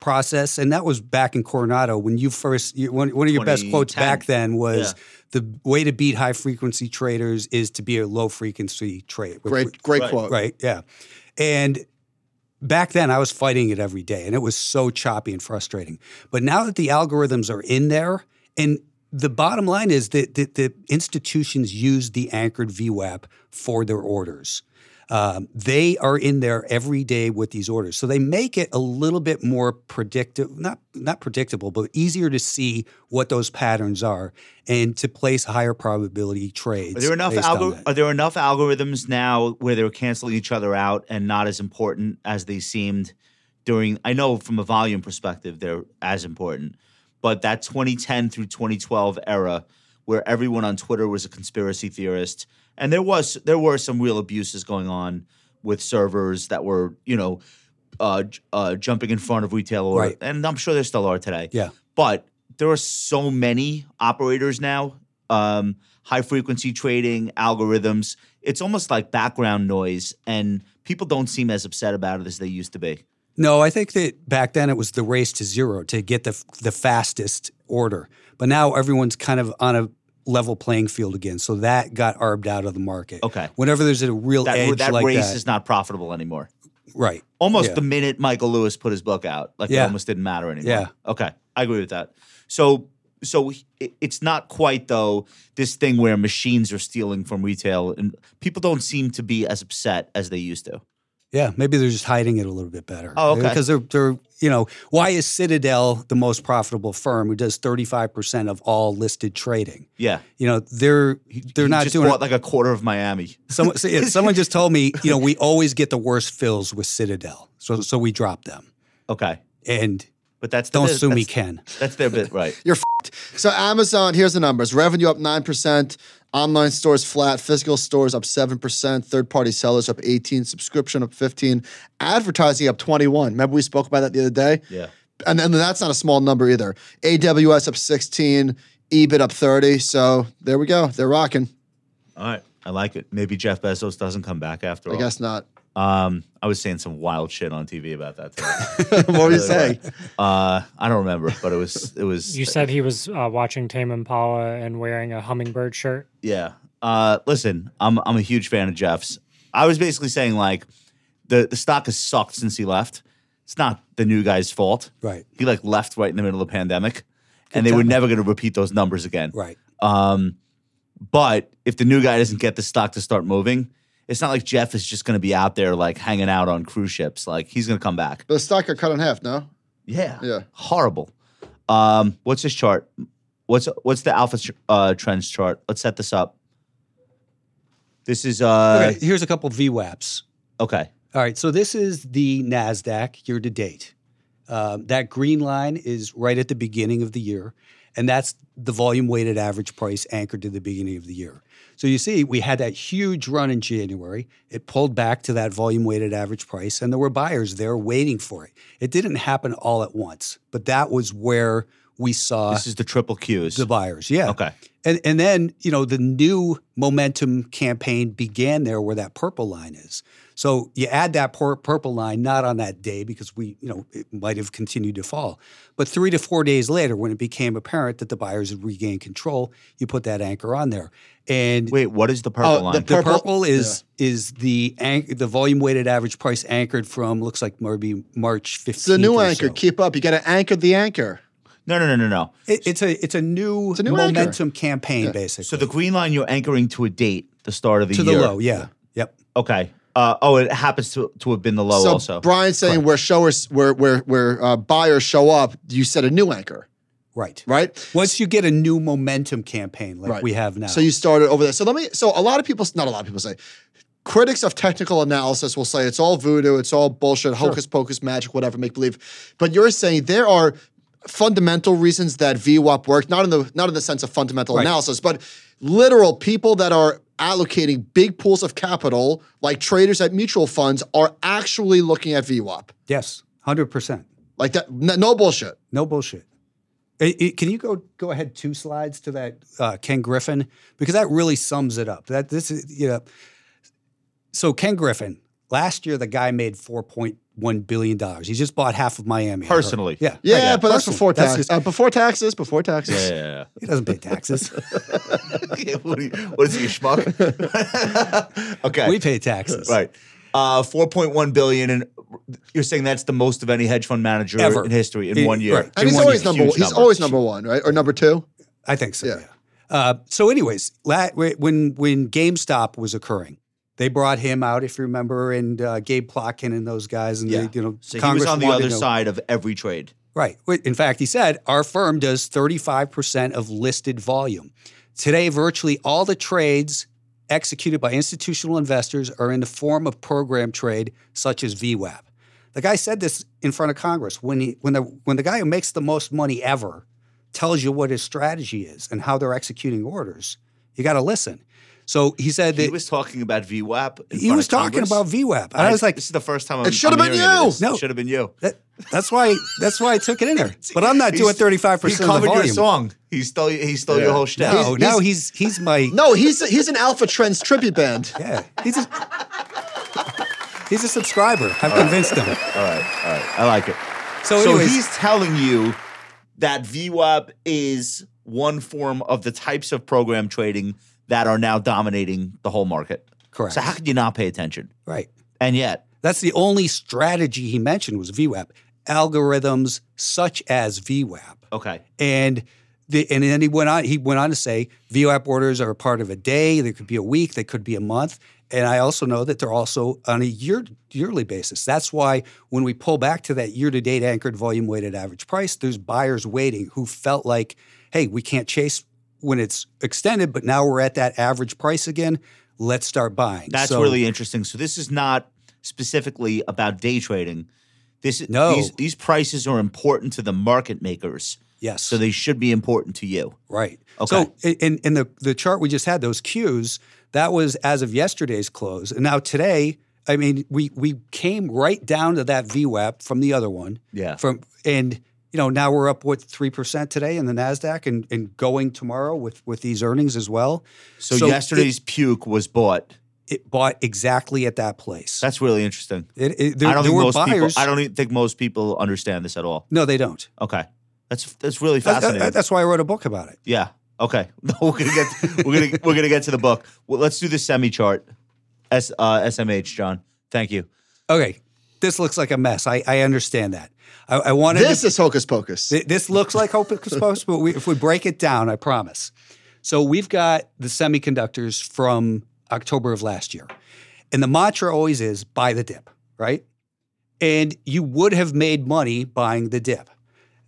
[SPEAKER 3] process, and that was back in Coronado when you first, you, one, one of your best quotes
[SPEAKER 1] 2010.
[SPEAKER 3] back then was
[SPEAKER 1] Yeah.
[SPEAKER 3] the way to beat high frequency traders is to be a low frequency trade.
[SPEAKER 5] Great, great
[SPEAKER 1] Right.
[SPEAKER 5] quote.
[SPEAKER 3] Right. Yeah. And back then I was fighting it every day and it was so choppy and frustrating. But now that the algorithms are in there, and the bottom line is that, that the institutions use the anchored VWAP for their orders. Um, they are in there every day with these orders, so they make it a little bit more predictive not not predictable, but easier to see what those patterns are and to place higher probability trades.
[SPEAKER 1] Are there enough
[SPEAKER 3] based on
[SPEAKER 1] algor-
[SPEAKER 3] that.
[SPEAKER 1] Are there enough algorithms now where they're canceling each other out and not as important as they seemed during? I know from a volume perspective they're as important, but that 2010 through 2012 era where everyone on Twitter was a conspiracy theorist and there was there were some real abuses going on with servers that were you know uh, j- uh, jumping in front of retail order,
[SPEAKER 3] Right.
[SPEAKER 1] and I'm sure there still are today.
[SPEAKER 3] Yeah.
[SPEAKER 1] But there are so many operators now, um, high frequency trading algorithms. It's almost like background noise, and people don't seem as upset about it as they used to be.
[SPEAKER 3] No, I think that back then it was the race to zero to get the the fastest order. But now everyone's kind of on a level playing field again. So that got arbed out of the market.
[SPEAKER 1] Okay.
[SPEAKER 3] Whenever there's a real edge
[SPEAKER 1] That, that
[SPEAKER 3] like
[SPEAKER 1] race
[SPEAKER 3] that,
[SPEAKER 1] is not profitable anymore.
[SPEAKER 3] right?
[SPEAKER 1] Almost
[SPEAKER 3] Yeah.
[SPEAKER 1] the minute Michael Lewis put his book out, like
[SPEAKER 3] Yeah.
[SPEAKER 1] it almost didn't matter anymore.
[SPEAKER 3] Yeah.
[SPEAKER 1] Okay, I agree with that. So, so it- it's not quite though this thing where machines are stealing from retail, and people don't seem to be as upset as they used to.
[SPEAKER 3] Yeah, maybe they're just hiding it a little bit better.
[SPEAKER 1] Oh, okay.
[SPEAKER 3] Because they're they're you know why is Citadel the most profitable firm who does thirty five percent of all listed trading?
[SPEAKER 1] Yeah,
[SPEAKER 3] You know they're they're
[SPEAKER 1] He
[SPEAKER 3] not
[SPEAKER 1] just
[SPEAKER 3] doing it-
[SPEAKER 1] bought like a quarter of Miami.
[SPEAKER 3] Someone, so- yeah, someone just told me you know we always get the worst fills with Citadel, so so we drop them
[SPEAKER 1] Okay,
[SPEAKER 3] and.
[SPEAKER 1] but that's
[SPEAKER 3] Don't
[SPEAKER 1] their-
[SPEAKER 3] sue me,
[SPEAKER 1] that's-
[SPEAKER 3] Ken.
[SPEAKER 1] That's their bit, right?
[SPEAKER 5] So Amazon, here's the numbers: revenue up nine percent, online stores flat, physical stores up seven percent, third-party sellers up eighteen, subscription up fifteen, advertising up twenty-one. Remember we spoke about that the other day?
[SPEAKER 1] Yeah.
[SPEAKER 5] And then that's not a small number either. AWS up sixteen, E EBIT up thirty. So there we go. They're rocking.
[SPEAKER 1] All right, I like it. Maybe Jeff Bezos doesn't come back after
[SPEAKER 5] I
[SPEAKER 1] all.
[SPEAKER 5] guess not.
[SPEAKER 1] Um, I was saying some wild shit on TV about that. Today.
[SPEAKER 5] what were you saying?
[SPEAKER 1] uh, I don't remember, but it was it was
[SPEAKER 6] You said he was uh, watching Tame Impala and wearing a hummingbird shirt.
[SPEAKER 1] Yeah. Uh, listen, I'm I'm a huge fan of Jeff's. I was basically saying like the the stock has sucked since he left. It's not the new guy's fault.
[SPEAKER 3] Right.
[SPEAKER 1] He like left right in the middle of the pandemic, and they were
[SPEAKER 3] timing.
[SPEAKER 1] never going to repeat those numbers again.
[SPEAKER 3] Right.
[SPEAKER 1] Um, but if the new guy doesn't get the stock to start moving, it's not like Jeff is just going to be out there like hanging out on cruise ships. Like he's going to come back.
[SPEAKER 5] The stock got cut in half. No.
[SPEAKER 1] Yeah.
[SPEAKER 5] Yeah.
[SPEAKER 1] Horrible. Um, what's this chart? What's what's the alpha tr- uh, trends chart? Let's set this up. This is uh
[SPEAKER 3] Okay, here's a couple VWAPs.
[SPEAKER 1] okay.
[SPEAKER 3] All right, so this is the NASDAQ year to date. Um, that green line is right at the beginning of the year, and that's the volume weighted average price anchored to the beginning of the year. So you see, we had that huge run in January. It pulled back to that volume weighted average price, and there were buyers there waiting for it. It didn't happen all at once, but that was where we saw
[SPEAKER 1] This is the triple Qs.
[SPEAKER 3] the buyers. Yeah.
[SPEAKER 1] Okay.
[SPEAKER 3] And and then, you know, the new momentum campaign began there where that purple line is. So you add that pur- purple line not on that day because we, you know, it might have continued to fall. But 3 to 4 days later when it became apparent that the buyers had regained control, you put that anchor on there. And
[SPEAKER 1] Wait, what is the purple
[SPEAKER 5] Oh, the
[SPEAKER 1] line?
[SPEAKER 3] the
[SPEAKER 5] purple-
[SPEAKER 3] purple, is is the anch- the volume weighted average price anchored from looks like maybe March 15th.
[SPEAKER 5] It's the new
[SPEAKER 3] or
[SPEAKER 5] anchor.
[SPEAKER 3] so.
[SPEAKER 5] Keep up. You got to anchor the anchor.
[SPEAKER 1] no, no, no, no, no.
[SPEAKER 3] It- it's a it's a new,
[SPEAKER 5] a new anchor.
[SPEAKER 3] momentum campaign basically.
[SPEAKER 1] So the green line you're anchoring to a date, the start of the
[SPEAKER 3] to
[SPEAKER 1] year.
[SPEAKER 3] the low, yeah. Yep.
[SPEAKER 1] Okay. Uh, oh, it happens to, to have been the low
[SPEAKER 5] so
[SPEAKER 1] also.
[SPEAKER 5] Brian's saying where showers, where where where uh, buyers show up, you set a new anchor,
[SPEAKER 3] Right.
[SPEAKER 5] right?
[SPEAKER 3] Once you get a new momentum campaign like
[SPEAKER 5] Right.
[SPEAKER 3] we have now.
[SPEAKER 5] So you started over there. So let me. So a lot of people, not a lot of people say, critics of technical analysis will say it's all voodoo, it's all bullshit, hocus pocus, magic, whatever, make believe. But you're saying there are fundamental reasons that VWAP worked, not in the not in the sense of fundamental analysis, but literal people that are allocating big pools of capital, like traders at mutual funds, are actually looking at VWAP.
[SPEAKER 3] yes, 100%.
[SPEAKER 5] Like that, n- no bullshit.
[SPEAKER 3] No bullshit. It- it- can you go go ahead two slides to that uh, Ken Griffin because that really sums it up. That this is you know. So Ken Griffin last year the guy made four point one billion dollars. He just bought half of Miami. I heard.
[SPEAKER 1] Personally.
[SPEAKER 3] yeah,
[SPEAKER 5] Yeah,
[SPEAKER 3] right,
[SPEAKER 5] but that's
[SPEAKER 3] personally.
[SPEAKER 5] before
[SPEAKER 3] That's
[SPEAKER 5] taxes.
[SPEAKER 3] his-
[SPEAKER 5] uh, before taxes, before taxes.
[SPEAKER 1] yeah, yeah,
[SPEAKER 3] he doesn't pay taxes.
[SPEAKER 1] yeah. what, are you- what is he, a schmuck? okay.
[SPEAKER 3] we pay taxes.
[SPEAKER 1] Right. Uh, 4.1 billion. And you're saying that's the most of any hedge fund manager
[SPEAKER 3] Ever.
[SPEAKER 1] in history in
[SPEAKER 3] In-
[SPEAKER 1] one year.
[SPEAKER 3] right.
[SPEAKER 5] And
[SPEAKER 1] In
[SPEAKER 5] he's
[SPEAKER 1] one
[SPEAKER 5] always
[SPEAKER 1] year.
[SPEAKER 5] number.
[SPEAKER 1] Huge
[SPEAKER 5] He's always number one, right, or number two.
[SPEAKER 3] I think so.
[SPEAKER 5] Yeah.
[SPEAKER 3] Yeah. Uh, so, anyways, la- when when GameStop was occurring, they brought him out, if you remember, and uh, Gabe Plotkin and those guys, and
[SPEAKER 1] Yeah.
[SPEAKER 3] they, you know,
[SPEAKER 1] So
[SPEAKER 3] Congress
[SPEAKER 1] he was on the
[SPEAKER 3] wanted
[SPEAKER 1] other
[SPEAKER 3] to know-
[SPEAKER 1] side of every trade.
[SPEAKER 3] Right. Wait, In fact, he said our firm does 35% of listed volume. Today, virtually all the trades executed by institutional investors are in the form of program trade, such as VWAP. The guy said this in front of Congress when he when the when the guy who makes the most money ever tells you what his strategy is and how they're executing orders, you got to listen. So he said
[SPEAKER 1] He
[SPEAKER 3] that
[SPEAKER 1] was talking about VWAP. in
[SPEAKER 3] he
[SPEAKER 1] front
[SPEAKER 3] was
[SPEAKER 1] of
[SPEAKER 3] talking
[SPEAKER 1] Congress.
[SPEAKER 3] about VWAP, and I, was like,
[SPEAKER 1] "This is the first time." I'm,
[SPEAKER 5] It should've
[SPEAKER 1] I'm
[SPEAKER 5] been
[SPEAKER 1] hearing of
[SPEAKER 5] you.
[SPEAKER 1] this.
[SPEAKER 3] No.
[SPEAKER 1] it should have been you.
[SPEAKER 3] that, that's why that's why I took it in there. But I'm not doing
[SPEAKER 1] He's-
[SPEAKER 3] 35%
[SPEAKER 1] He
[SPEAKER 3] of
[SPEAKER 1] covered
[SPEAKER 3] the volume.
[SPEAKER 1] your song. He stole. He stole your
[SPEAKER 5] Yeah.
[SPEAKER 1] whole shtick.
[SPEAKER 3] No, now he's he's my
[SPEAKER 5] No, he's he's an Alpha Trends trippy band.
[SPEAKER 3] yeah. He's a, he's a subscriber. I've convinced him.
[SPEAKER 1] All right, all right. I like it.
[SPEAKER 3] So,
[SPEAKER 1] so
[SPEAKER 3] anyways,
[SPEAKER 1] he's telling you that VWAP is one form of the types of program trading that are now dominating the whole market.
[SPEAKER 3] Correct.
[SPEAKER 1] So how could you not pay attention?
[SPEAKER 3] right.
[SPEAKER 1] And yet,
[SPEAKER 3] That's the only strategy he mentioned was VWAP algorithms such as VWAP,
[SPEAKER 1] okay,
[SPEAKER 3] and the and then he went on. He went on to say VWAP orders are a part of a day. They could be a week. They could be a month. And I also know that they're also on a year yearly basis. That's why when we pull back to that year to date anchored volume weighted average price, there's buyers waiting who felt like, hey, we can't chase when it's extended, but now we're at that average price again. Let's start buying.
[SPEAKER 1] that's
[SPEAKER 3] So-
[SPEAKER 1] really interesting. So this is not specifically about day trading. This is
[SPEAKER 3] No.
[SPEAKER 1] these, these prices are important to the market makers,
[SPEAKER 3] yes.
[SPEAKER 1] so they should be important to you.
[SPEAKER 3] Right.
[SPEAKER 1] Okay.
[SPEAKER 3] So i- in, in the, the chart we just had, those cues, that was as of yesterday's close. And now today, I mean, we we came right down to that VWAP from the other one.
[SPEAKER 1] Yeah.
[SPEAKER 3] From and you know, now we're up what three percent today in the Nasdaq and, and going tomorrow with with these earnings as well.
[SPEAKER 1] So,
[SPEAKER 3] So it-
[SPEAKER 1] yesterday's puke was bought.
[SPEAKER 3] It bought exactly at that place.
[SPEAKER 1] That's really interesting.
[SPEAKER 3] it, it- there,
[SPEAKER 1] I don't
[SPEAKER 3] there
[SPEAKER 1] think
[SPEAKER 3] were
[SPEAKER 1] most
[SPEAKER 3] buyers.
[SPEAKER 1] people. I don't even think most people understand this at all.
[SPEAKER 3] no, they don't.
[SPEAKER 1] Okay, that's that's really
[SPEAKER 3] That- that-
[SPEAKER 1] fascinating.
[SPEAKER 3] that's why I wrote a book about it.
[SPEAKER 1] yeah. Okay. No, we're gonna get we're gonna we're gonna get to the book. Well, let's do the semi chart. S uh, SMH, John. Thank you.
[SPEAKER 3] Okay. This looks like a mess. I, I understand that. I, I wanted to
[SPEAKER 5] This is hocus pocus.
[SPEAKER 3] Th- This looks like hocus pocus, but we, if we break it down, I promise. So we've got the semiconductors from October of last year. And the mantra always is buy the dip, right? And you would have made money buying the dip.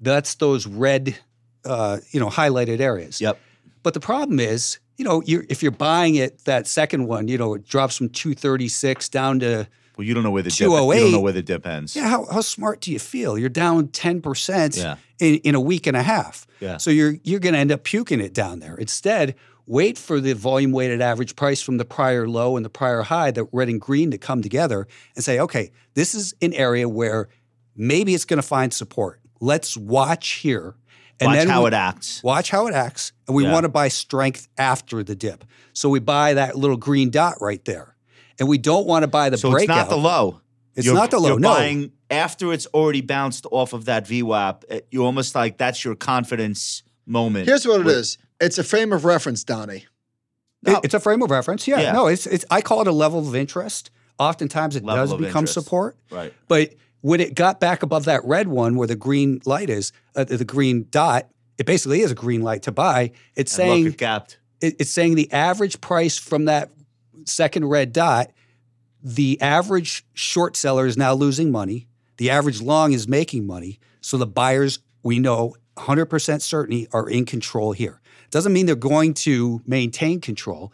[SPEAKER 3] That's those red, uh, you know, highlighted areas.
[SPEAKER 1] Yep.
[SPEAKER 3] But the problem is, you know, you're, if you're buying it, that second one, you know, it drops from 236 down to
[SPEAKER 1] Well, you don't know where the dip, you don't know
[SPEAKER 3] 208.
[SPEAKER 1] where the dip ends.
[SPEAKER 3] yeah, how, how smart do you feel? You're down 10%
[SPEAKER 1] Yeah.
[SPEAKER 3] in, in a week and a half.
[SPEAKER 1] Yeah.
[SPEAKER 3] So you're you're gonna end up puking it down there. Instead, wait for the volume weighted average price from the prior low and the prior high, that red and green to come together and say, okay, this is an area where maybe it's gonna find support. Let's watch here. And
[SPEAKER 1] Watch
[SPEAKER 3] then
[SPEAKER 1] how
[SPEAKER 3] we-
[SPEAKER 1] it acts.
[SPEAKER 3] Watch how it acts. And we
[SPEAKER 1] Yeah.
[SPEAKER 3] want to buy strength after the dip. So we buy that little green dot right there. And we don't want to buy the
[SPEAKER 1] so
[SPEAKER 3] breakout.
[SPEAKER 1] it's not the low.
[SPEAKER 3] It's not the low,
[SPEAKER 1] You're
[SPEAKER 3] no.
[SPEAKER 1] buying after it's already bounced off of that VWAP. It- eh, You almost like that's your confidence moment.
[SPEAKER 5] Here's what it
[SPEAKER 1] Where-
[SPEAKER 5] is. It's a frame of reference, Donnie.
[SPEAKER 3] It-
[SPEAKER 1] No.
[SPEAKER 3] it's a frame of reference. Yeah.
[SPEAKER 1] Yeah.
[SPEAKER 3] No, it's it's I call it a level of interest. Oftentimes it
[SPEAKER 1] Level
[SPEAKER 3] does
[SPEAKER 1] of
[SPEAKER 3] become
[SPEAKER 1] interest.
[SPEAKER 3] support.
[SPEAKER 1] Right.
[SPEAKER 3] But when it got back above that red one where the green light is, uh, the green dot, it basically is a green light to buy. It's
[SPEAKER 1] And
[SPEAKER 3] saying
[SPEAKER 1] look, it gapped.
[SPEAKER 3] it- it's saying the average price from that second red dot the average short seller is now losing money. The average long is making money. So the buyers we know 100% certainty are in control here. Doesn't mean they're going to maintain control.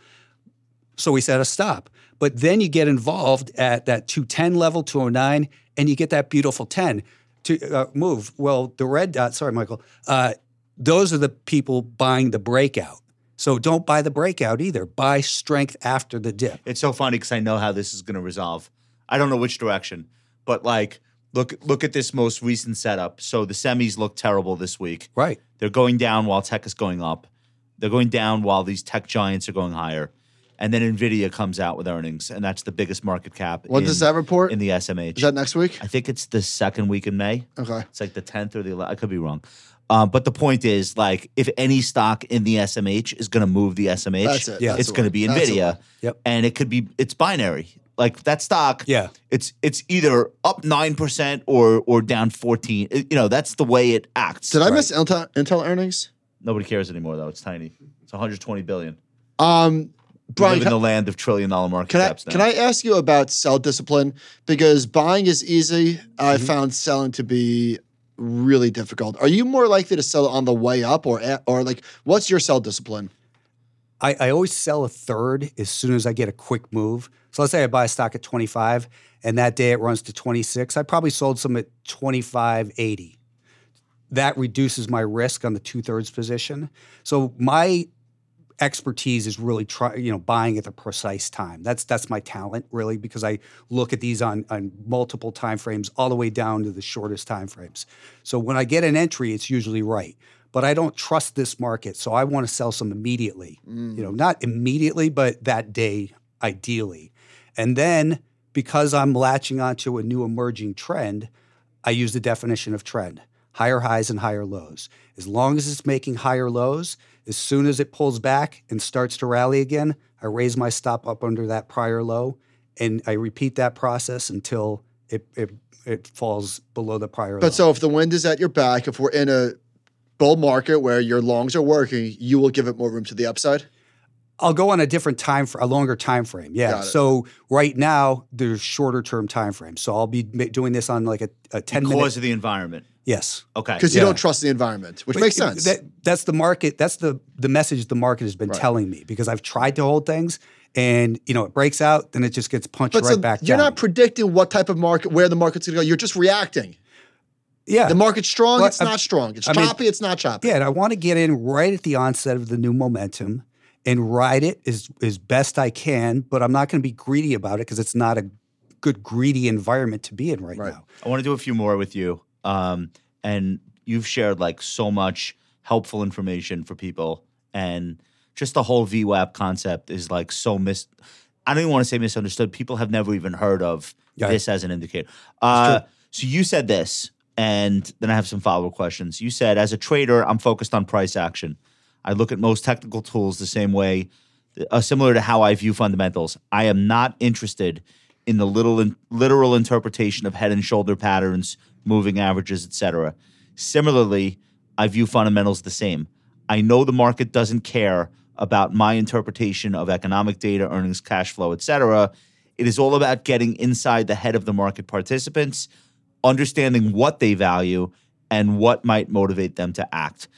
[SPEAKER 3] So we set a stop. But then you get involved at that 210 level, 209, and you get that beautiful 10 to uh, move. Well, the red dot, sorry, Michael, uh, those are the people buying the breakout. So don't buy the breakout either. Buy strength after the dip.
[SPEAKER 1] It's so funny because I know how this is going to resolve. I don't know which direction, but like, look look at this most recent setup. So the semis look terrible this week.
[SPEAKER 3] Right.
[SPEAKER 1] They're going down while tech is going up. They're going down while these tech giants are going higher. And then Nvidia comes out with earnings, and that's the biggest market cap.
[SPEAKER 5] When does that report?
[SPEAKER 1] in the SMH?
[SPEAKER 5] Is that next week?
[SPEAKER 1] I think it's the second week in May.
[SPEAKER 5] Okay.
[SPEAKER 1] It's like the tenth or the 11th. I could be wrong. Um, but the point is, like, if any stock in the SMH is going to move the SMH,
[SPEAKER 5] That's it.
[SPEAKER 3] Yeah.
[SPEAKER 5] That's
[SPEAKER 1] it's
[SPEAKER 5] the
[SPEAKER 1] going to
[SPEAKER 5] one.
[SPEAKER 1] be
[SPEAKER 5] That's the
[SPEAKER 1] Nvidia.
[SPEAKER 5] one.
[SPEAKER 3] Yep.
[SPEAKER 1] And it could be it's binary. Like that stock.
[SPEAKER 3] Yeah.
[SPEAKER 1] It's it's either up nine percent or or down fourteen. It- you know that's the way it acts.
[SPEAKER 5] Did I miss Intel, Intel earnings?
[SPEAKER 1] Nobody cares anymore though. It's tiny. It's 120 billion.
[SPEAKER 5] Um,
[SPEAKER 1] Brian,
[SPEAKER 5] Brian,
[SPEAKER 1] in
[SPEAKER 5] can,
[SPEAKER 1] the land of trillion dollar market
[SPEAKER 5] can I
[SPEAKER 1] caps. Now.
[SPEAKER 5] can I ask you about sell discipline? Because buying is easy.
[SPEAKER 3] Mm-hmm.
[SPEAKER 5] I found selling to be really difficult. Are you more likely to sell on the way up, or a- or like what's your sell discipline?
[SPEAKER 3] I, I always sell a third as soon as I get a quick move. So let's say I buy a stock at 25 and that day it runs to 26. I probably sold some at 25.80. That reduces my risk on the two thirds position. So my expertise is really try, you know, buying at the precise time. That's that's my talent really because I look at these on on multiple time frames all the way down to the shortest time frames. So when I get an entry, it's usually right. But I don't trust this market, so I want to sell some immediately. You
[SPEAKER 5] Mm.
[SPEAKER 3] know, not immediately, but that day ideally. And then because I'm latching onto a new emerging trend, I use the definition of trend higher highs and higher lows. As long as it's making higher lows, as soon as it pulls back and starts to rally again, I raise my stop up under that prior low and I repeat that process until it, it, it falls below the prior low.
[SPEAKER 5] But so if the wind is at your back, if we're in a bull market where your longs are working, you will give it more room to the upside.
[SPEAKER 3] I'll go on a different time for a longer time frame. Yeah.
[SPEAKER 5] Got it.
[SPEAKER 3] So right now there's shorter term time frames. So I'll be ma- doing this on like a, a 10 minute.
[SPEAKER 1] Cause of the environment.
[SPEAKER 3] Yes.
[SPEAKER 1] Okay.
[SPEAKER 5] Because you
[SPEAKER 3] Yeah.
[SPEAKER 5] don't trust the environment, which
[SPEAKER 3] But
[SPEAKER 5] makes sense.
[SPEAKER 3] That, that's the market. That's the the message the market has been
[SPEAKER 5] Right.
[SPEAKER 3] telling me because I've tried to hold things, and you know it breaks out, then it just gets punched
[SPEAKER 5] but
[SPEAKER 3] right
[SPEAKER 5] so
[SPEAKER 3] back.
[SPEAKER 5] you're
[SPEAKER 3] down.
[SPEAKER 5] not predicting what type of market, where the market's going to go. You're just reacting.
[SPEAKER 3] yeah,
[SPEAKER 5] The market's strong,
[SPEAKER 3] Well,
[SPEAKER 5] it's
[SPEAKER 3] I-
[SPEAKER 5] not strong. It's
[SPEAKER 3] I mean-
[SPEAKER 5] choppy, it's not choppy.
[SPEAKER 3] yeah. And I want to get in right at the onset of the new momentum and ride it as as best I can, but I'm not going to be greedy about it because it's not a good greedy environment to be in right,
[SPEAKER 5] Right.
[SPEAKER 3] now.
[SPEAKER 1] I want to do a few more with you. Um, and you've shared like so much helpful information for people. And just the whole VWAP concept is like so mis I don't even want to say misunderstood. People have never even heard of
[SPEAKER 3] Yeah.
[SPEAKER 1] this as an indicator. Uh, so you said this, and then I have some follow up questions. You said, as a trader, I'm focused on price action. I look at most technical tools the same way, uh, similar to how I view fundamentals. I am not interested in the little literal interpretation of head and shoulder patterns, moving averages, etc. Similarly, I view fundamentals the same. I know the market doesn't care about my interpretation of economic data, earnings, cash flow, etc. It is all about getting inside the head of the market participants, understanding what they value and what might motivate them to act.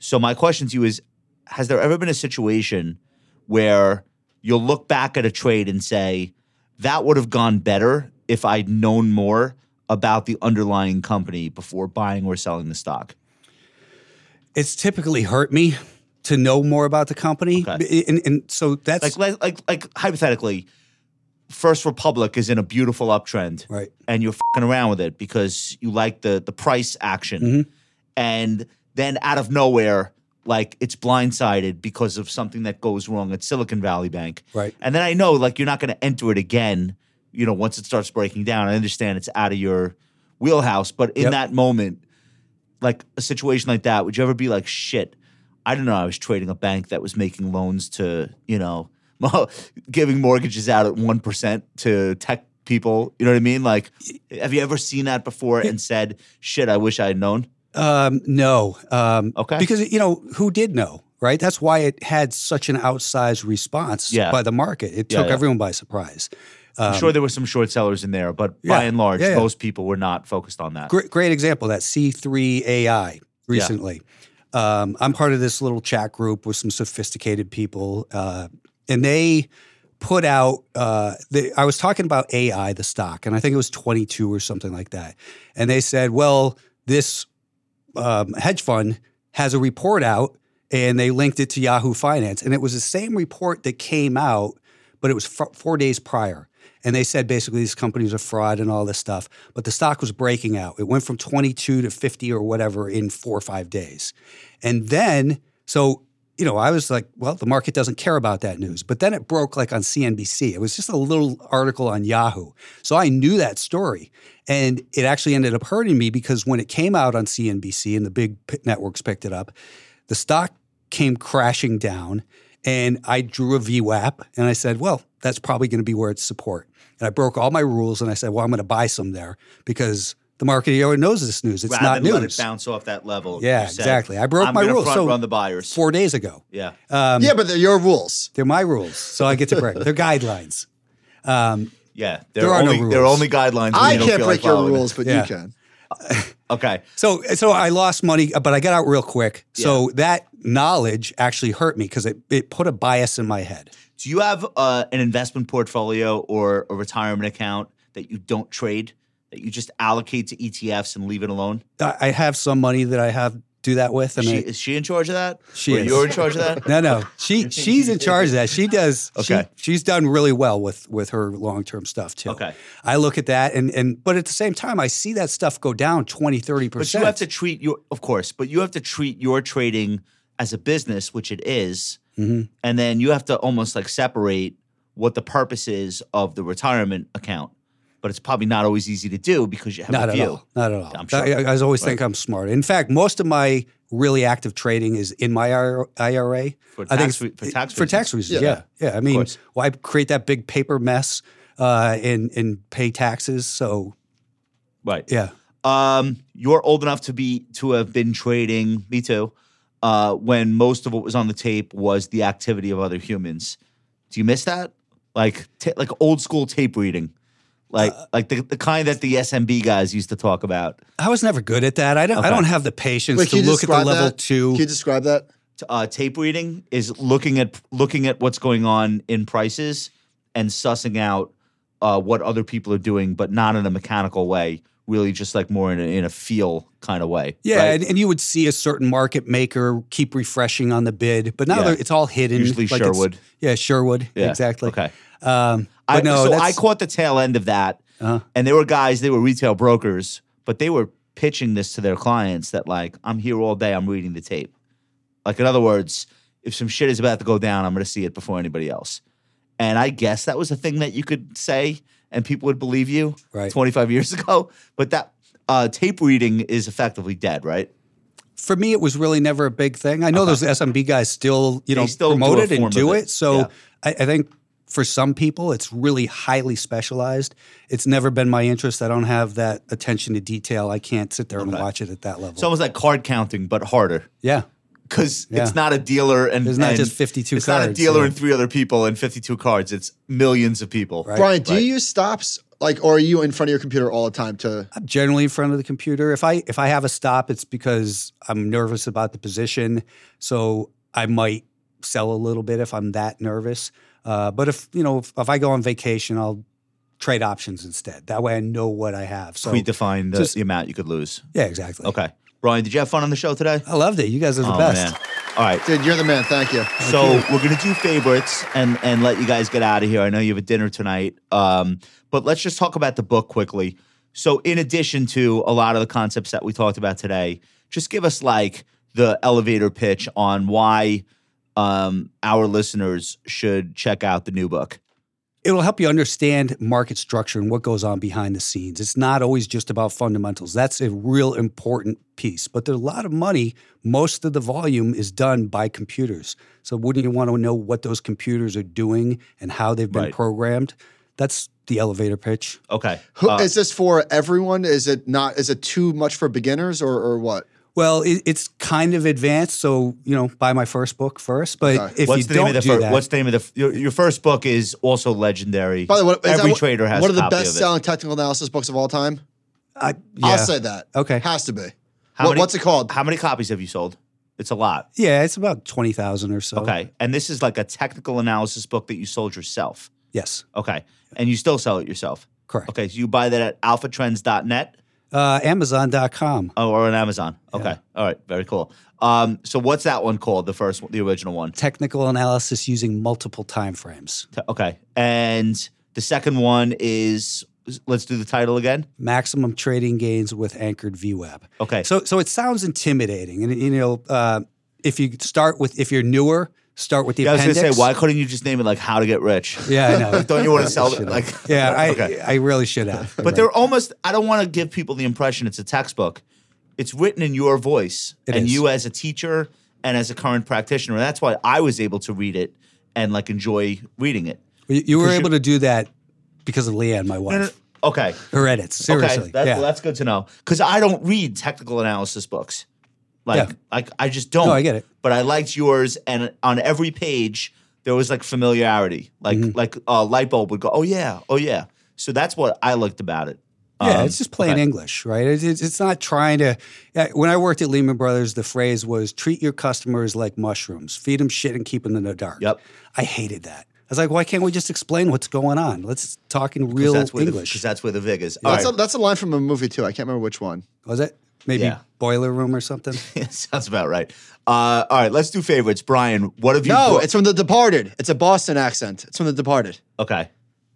[SPEAKER 1] So my question to you is has there ever been a situation where you'll look back at a trade and say that would have gone better if I'd known more about the underlying company before buying or selling the stock?
[SPEAKER 3] It's typically hurt me to know more about the company,
[SPEAKER 1] Okay.
[SPEAKER 3] and, and so that's
[SPEAKER 1] Like like like, like hypothetically First Republic is in a beautiful uptrend.
[SPEAKER 3] right.
[SPEAKER 1] and you're fucking around with it because you like the the price action,
[SPEAKER 3] Mm-hmm.
[SPEAKER 1] and then out of nowhere, like it's blindsided because of something that goes wrong at Silicon Valley Bank.
[SPEAKER 3] Right.
[SPEAKER 1] And then I know like you're not going to enter it again. You know, once it starts breaking down, I understand it's out of your wheelhouse, but in
[SPEAKER 3] Yep.
[SPEAKER 1] that moment, like a situation like that, would you ever be like, shit, I don't know, I was trading a bank that was making loans to, you know, giving mortgages out at 1% to tech people. You know what I mean? Like, have you ever seen that before and said, shit, I wish I had known?
[SPEAKER 3] Um, no. Um,
[SPEAKER 1] Okay.
[SPEAKER 3] Because you know who did know, right? That's why it had such an outsized response
[SPEAKER 1] Yeah.
[SPEAKER 3] by the market. It
[SPEAKER 1] Yeah,
[SPEAKER 3] took
[SPEAKER 1] yeah.
[SPEAKER 3] everyone by surprise.
[SPEAKER 1] I'm sure there were some short sellers in there, but
[SPEAKER 3] Um, Yeah,
[SPEAKER 1] by and large,
[SPEAKER 3] yeah, yeah.
[SPEAKER 1] most people were not focused on that.
[SPEAKER 3] Great, great example that C3 AI recently. Um, I'm part of this little chat group with some sophisticated people, uh, and they put out. Uh, they, I was talking about AI, the stock, and I think it was 22 or something like that. And they said, "Well, this um, hedge fund has a report out, and they linked it to Yahoo Finance, and it was the same report that came out, but it was f- four days prior." And they said basically these companies are fraud and all this stuff. But the stock was breaking out. It went from 22 to 50 or whatever in four or five days. And then, so, you know, I was like, well, the market doesn't care about that news. But then it broke like on CNBC. It was just a little article on Yahoo. So I knew that story. And it actually ended up hurting me because when it came out on CNBC and the big p- networks picked it up, the stock came crashing down and I drew a VWAP and I said, well, that's probably going to be where it's support. And I broke all my rules and I said, well, I'm going to buy some there because the market already knows this news. It's
[SPEAKER 1] Rather
[SPEAKER 3] not
[SPEAKER 1] than let
[SPEAKER 3] news.
[SPEAKER 1] it bounce off that level.
[SPEAKER 3] Yeah,
[SPEAKER 1] you said,
[SPEAKER 3] exactly. I broke
[SPEAKER 1] I'm
[SPEAKER 3] my
[SPEAKER 1] gonna
[SPEAKER 3] rules.
[SPEAKER 1] Front
[SPEAKER 3] So- Uh,
[SPEAKER 1] run the buyers.
[SPEAKER 3] Four days ago.
[SPEAKER 1] yeah,
[SPEAKER 3] um,
[SPEAKER 5] yeah, but they're your rules.
[SPEAKER 3] They're my rules. So I get to break. They're guidelines.
[SPEAKER 1] yeah.
[SPEAKER 3] there are no
[SPEAKER 1] only, There are
[SPEAKER 3] rules.
[SPEAKER 1] only guidelines. when
[SPEAKER 5] I
[SPEAKER 1] you don't
[SPEAKER 5] can't
[SPEAKER 1] feel like
[SPEAKER 5] break your
[SPEAKER 1] following it.
[SPEAKER 5] rules, but
[SPEAKER 3] Yeah.
[SPEAKER 5] you can.
[SPEAKER 1] Okay.
[SPEAKER 3] So so I lost money, but I got out real quick. So that knowledge actually hurt me because it, it put a bias in my head.
[SPEAKER 1] Do you have uh, an investment portfolio or a retirement account that you don't trade, that you just allocate to ETFs and leave it alone?
[SPEAKER 3] I, I have some money that I have do that with. And
[SPEAKER 1] She,
[SPEAKER 3] I,
[SPEAKER 1] is she in charge of that?
[SPEAKER 3] She
[SPEAKER 1] or
[SPEAKER 3] is.
[SPEAKER 1] You're in charge of that.
[SPEAKER 3] no, no. She she's in charge of that. She does she-
[SPEAKER 1] Okay.
[SPEAKER 3] she's done really well with with her long term stuff too.
[SPEAKER 1] Okay.
[SPEAKER 3] I look at that and and but at the same time I see that stuff go down 20, 30
[SPEAKER 1] But
[SPEAKER 3] percent.
[SPEAKER 1] you have to treat your, of course, but you have to treat your trading as a business, which it is,
[SPEAKER 3] Mm-hmm.
[SPEAKER 1] and then you have to almost like separate what the purpose is of the retirement account. But it's probably not always easy to do because you have
[SPEAKER 3] Not
[SPEAKER 1] a
[SPEAKER 3] at
[SPEAKER 1] view.
[SPEAKER 3] all. Not at all.
[SPEAKER 1] I'm sure.
[SPEAKER 3] I, I always think I'm smart. In fact, most of my really active trading is in my IRA.
[SPEAKER 1] For
[SPEAKER 3] I think
[SPEAKER 1] tax re-
[SPEAKER 3] it's-
[SPEAKER 1] for tax
[SPEAKER 3] for tax reasons. Yeah, yeah. I mean,
[SPEAKER 1] course.
[SPEAKER 3] why create that big paper mess uh, and and pay taxes? So
[SPEAKER 1] Right.
[SPEAKER 3] yeah,
[SPEAKER 1] Um, you're old enough to be to have been trading. Me too. Uh, when most of what was on the tape was the activity of other humans. Do you miss that? Like ta like old school tape reading, like
[SPEAKER 3] Uh,
[SPEAKER 1] like the, the kind that the SMB guys used to talk about.
[SPEAKER 3] I was never good at that. I don't. I
[SPEAKER 1] Okay.
[SPEAKER 3] don't have the patience
[SPEAKER 5] Wait,
[SPEAKER 3] to
[SPEAKER 5] can you
[SPEAKER 3] look at the
[SPEAKER 5] describe
[SPEAKER 3] level
[SPEAKER 5] that?
[SPEAKER 3] two.
[SPEAKER 5] Can you describe that?
[SPEAKER 1] T- Uh, tape reading is looking at looking at what's going on in prices and sussing out uh, what other people are doing, but not in a mechanical way. Really, just like more in a, in a feel kind of way.
[SPEAKER 3] yeah,
[SPEAKER 1] right?
[SPEAKER 3] and, and you would see a certain market maker keep refreshing on the bid, but now
[SPEAKER 1] Yeah.
[SPEAKER 3] they're it's all hidden.
[SPEAKER 1] Usually
[SPEAKER 3] it's-
[SPEAKER 1] Sherwood.
[SPEAKER 3] Yeah, Sherwood.
[SPEAKER 1] Yeah,
[SPEAKER 3] Exactly.
[SPEAKER 1] Okay.
[SPEAKER 3] Um,
[SPEAKER 1] I
[SPEAKER 3] but no,
[SPEAKER 1] so I
[SPEAKER 3] that's-
[SPEAKER 1] caught the tail end of that,
[SPEAKER 3] Uh-huh.
[SPEAKER 1] and there were guys, they were retail brokers, but they were pitching this to their clients that like, I'm here all day, I'm reading the tape. Like in other words, if some shit is about to go down, I'm going to see it before anybody else. And I guess that was a thing that you could say, and people would believe you
[SPEAKER 3] Right.
[SPEAKER 1] 25 years ago. But that uh, tape reading is effectively dead, right?
[SPEAKER 3] for me, it was really never a big thing. I know those SMB guys still, you
[SPEAKER 1] Uh-huh. They
[SPEAKER 3] know,
[SPEAKER 1] still do
[SPEAKER 3] promote
[SPEAKER 1] a
[SPEAKER 3] it and
[SPEAKER 1] form
[SPEAKER 3] do
[SPEAKER 1] of
[SPEAKER 3] it.
[SPEAKER 1] it.
[SPEAKER 3] So
[SPEAKER 1] Yeah.
[SPEAKER 3] I, I think for some people, it's really highly specialized. It's never been my interest. I don't have that attention to detail. I can't sit there and watch it at that level.
[SPEAKER 1] It's almost like card counting, but harder.
[SPEAKER 3] yeah,
[SPEAKER 1] because
[SPEAKER 3] Yeah.
[SPEAKER 1] it's not a dealer and
[SPEAKER 3] It's not
[SPEAKER 1] and
[SPEAKER 3] just 52
[SPEAKER 1] It's not a
[SPEAKER 3] cards,
[SPEAKER 1] dealer
[SPEAKER 3] yeah.
[SPEAKER 1] and three other people and fifty two cards. It's millions of people.
[SPEAKER 3] Right.
[SPEAKER 5] Brian, do
[SPEAKER 1] Right.
[SPEAKER 5] you use stops? Like, or are you in front of your computer all the time to?
[SPEAKER 3] I'm generally in front of the computer. If I if I have a stop, it's because I'm nervous about the position. So I might sell a little bit if I'm that nervous. Uh, but if you know if, if I go on vacation, I'll trade options instead. That way, I know what I have. So
[SPEAKER 1] Predefine the,
[SPEAKER 3] Just-
[SPEAKER 1] the amount you could lose.
[SPEAKER 3] Yeah, exactly.
[SPEAKER 1] Okay, Brian, did you have fun on the show today?
[SPEAKER 3] I loved it. You guys are the
[SPEAKER 1] Oh,
[SPEAKER 3] best.
[SPEAKER 1] man. All right,
[SPEAKER 5] Dude, you're the man. Thank you.
[SPEAKER 1] so we're gonna do favorites and and let you guys get out of here. I know you have a dinner tonight, um, but let's just talk about the book quickly. So, in addition to a lot of the concepts that we talked about today, just give us like the elevator pitch on why um, our listeners should check out the new book.
[SPEAKER 3] It'll help you understand market structure and what goes on behind the scenes. It's not always just about fundamentals. That's a real important piece. But there's a lot of money. Most of the volume is done by computers. So wouldn't you want to know what those computers are doing and how they've been
[SPEAKER 1] Right.
[SPEAKER 3] programmed? That's the elevator pitch.
[SPEAKER 1] Okay,
[SPEAKER 5] Who,
[SPEAKER 1] Uh,
[SPEAKER 5] is this for everyone? Is it not? Is it too much for beginners or or what?
[SPEAKER 3] Well, it, it's kind of advanced, so you know, buy my first book first. But
[SPEAKER 5] Okay.
[SPEAKER 3] if
[SPEAKER 1] what's
[SPEAKER 3] you
[SPEAKER 1] the
[SPEAKER 3] don't
[SPEAKER 1] name of the
[SPEAKER 3] do
[SPEAKER 1] fir-
[SPEAKER 3] that,
[SPEAKER 1] What's the name of the f- your, your first book is also legendary.
[SPEAKER 5] By the way, what- is
[SPEAKER 1] every
[SPEAKER 5] that what-
[SPEAKER 1] trader has
[SPEAKER 5] one
[SPEAKER 1] a
[SPEAKER 5] of the
[SPEAKER 1] copy
[SPEAKER 5] best
[SPEAKER 1] of it.
[SPEAKER 5] selling technical analysis books of all time.
[SPEAKER 3] I, yeah.
[SPEAKER 5] I'll say that.
[SPEAKER 3] Okay.
[SPEAKER 5] has to be.
[SPEAKER 1] How
[SPEAKER 5] What-
[SPEAKER 1] many-
[SPEAKER 5] what's it called?
[SPEAKER 1] How many copies have you sold? It's a lot.
[SPEAKER 3] yeah, it's about twenty thousand or so.
[SPEAKER 1] Okay, and this is like a technical analysis book that you sold yourself.
[SPEAKER 3] Yes,
[SPEAKER 1] Okay, and you still sell it yourself.
[SPEAKER 3] correct.
[SPEAKER 1] Okay, so you buy that at alphatrends.net
[SPEAKER 3] Uh, Amazon.com.
[SPEAKER 1] oh, or on Amazon. Okay, all right, very cool. Um, so what's that one called? The first, one, the original one.
[SPEAKER 3] Technical analysis using multiple time frames.
[SPEAKER 1] T- Okay, and the second one is let's do the title again.
[SPEAKER 3] Maximum trading gains with anchored VWAP.
[SPEAKER 1] Okay,
[SPEAKER 3] So, so it sounds intimidating, and you know, uh, if you start with, if you're newer, start with the
[SPEAKER 1] Yeah, I was
[SPEAKER 3] appendix.
[SPEAKER 1] gonna say, why couldn't you just name it like "How to Get Rich"?
[SPEAKER 3] Yeah, I know.
[SPEAKER 1] Don't you want to sell it? Like,
[SPEAKER 3] yeah, I,
[SPEAKER 1] Okay.
[SPEAKER 3] I really should have.
[SPEAKER 1] but they're almost. I don't want to give people the impression it's a textbook. It's written in your voice,
[SPEAKER 3] It
[SPEAKER 1] and
[SPEAKER 3] is.
[SPEAKER 1] you as a teacher and as a current practitioner. That's why I was able to read it and like enjoy reading it.
[SPEAKER 3] You, you were
[SPEAKER 1] Because
[SPEAKER 3] able
[SPEAKER 1] you-
[SPEAKER 3] to do that because of Leanne, my wife.
[SPEAKER 1] Okay.
[SPEAKER 3] Her edits, seriously.
[SPEAKER 1] Okay, that's,
[SPEAKER 3] yeah.
[SPEAKER 1] well, that's good to know because I don't read technical analysis books. Like,
[SPEAKER 3] Yeah.
[SPEAKER 1] like I just don't.
[SPEAKER 3] No, I get it.
[SPEAKER 1] But I liked yours, and on every page there was like familiarity, like
[SPEAKER 3] Mm-hmm.
[SPEAKER 1] like a light bulb would go, oh yeah, oh yeah. So that's what I liked about it.
[SPEAKER 3] yeah,
[SPEAKER 1] Um,
[SPEAKER 3] it's just plain
[SPEAKER 1] okay.
[SPEAKER 3] English, right? It's, it's, it's not trying to. yeah, When I worked at Lehman Brothers, the phrase was treat your customers like mushrooms, feed them shit and keep them in the dark.
[SPEAKER 1] Yep.
[SPEAKER 3] I hated that. I was like, why can't we just explain what's going on? Let's talk in
[SPEAKER 1] 'Cause
[SPEAKER 3] real
[SPEAKER 1] that's where
[SPEAKER 3] English.
[SPEAKER 1] because that's where the vig is. All
[SPEAKER 5] That's,
[SPEAKER 1] right,
[SPEAKER 5] a, that's a line from a movie too. I can't remember which one.
[SPEAKER 3] was it? Maybe
[SPEAKER 1] Yeah.
[SPEAKER 3] Boiler Room or something?
[SPEAKER 1] sounds about right. Uh, all right, let's do favorites. Brian, what have you?
[SPEAKER 5] No,
[SPEAKER 1] brought-
[SPEAKER 5] it's from The Departed. It's a Boston accent. It's from The Departed.
[SPEAKER 1] okay,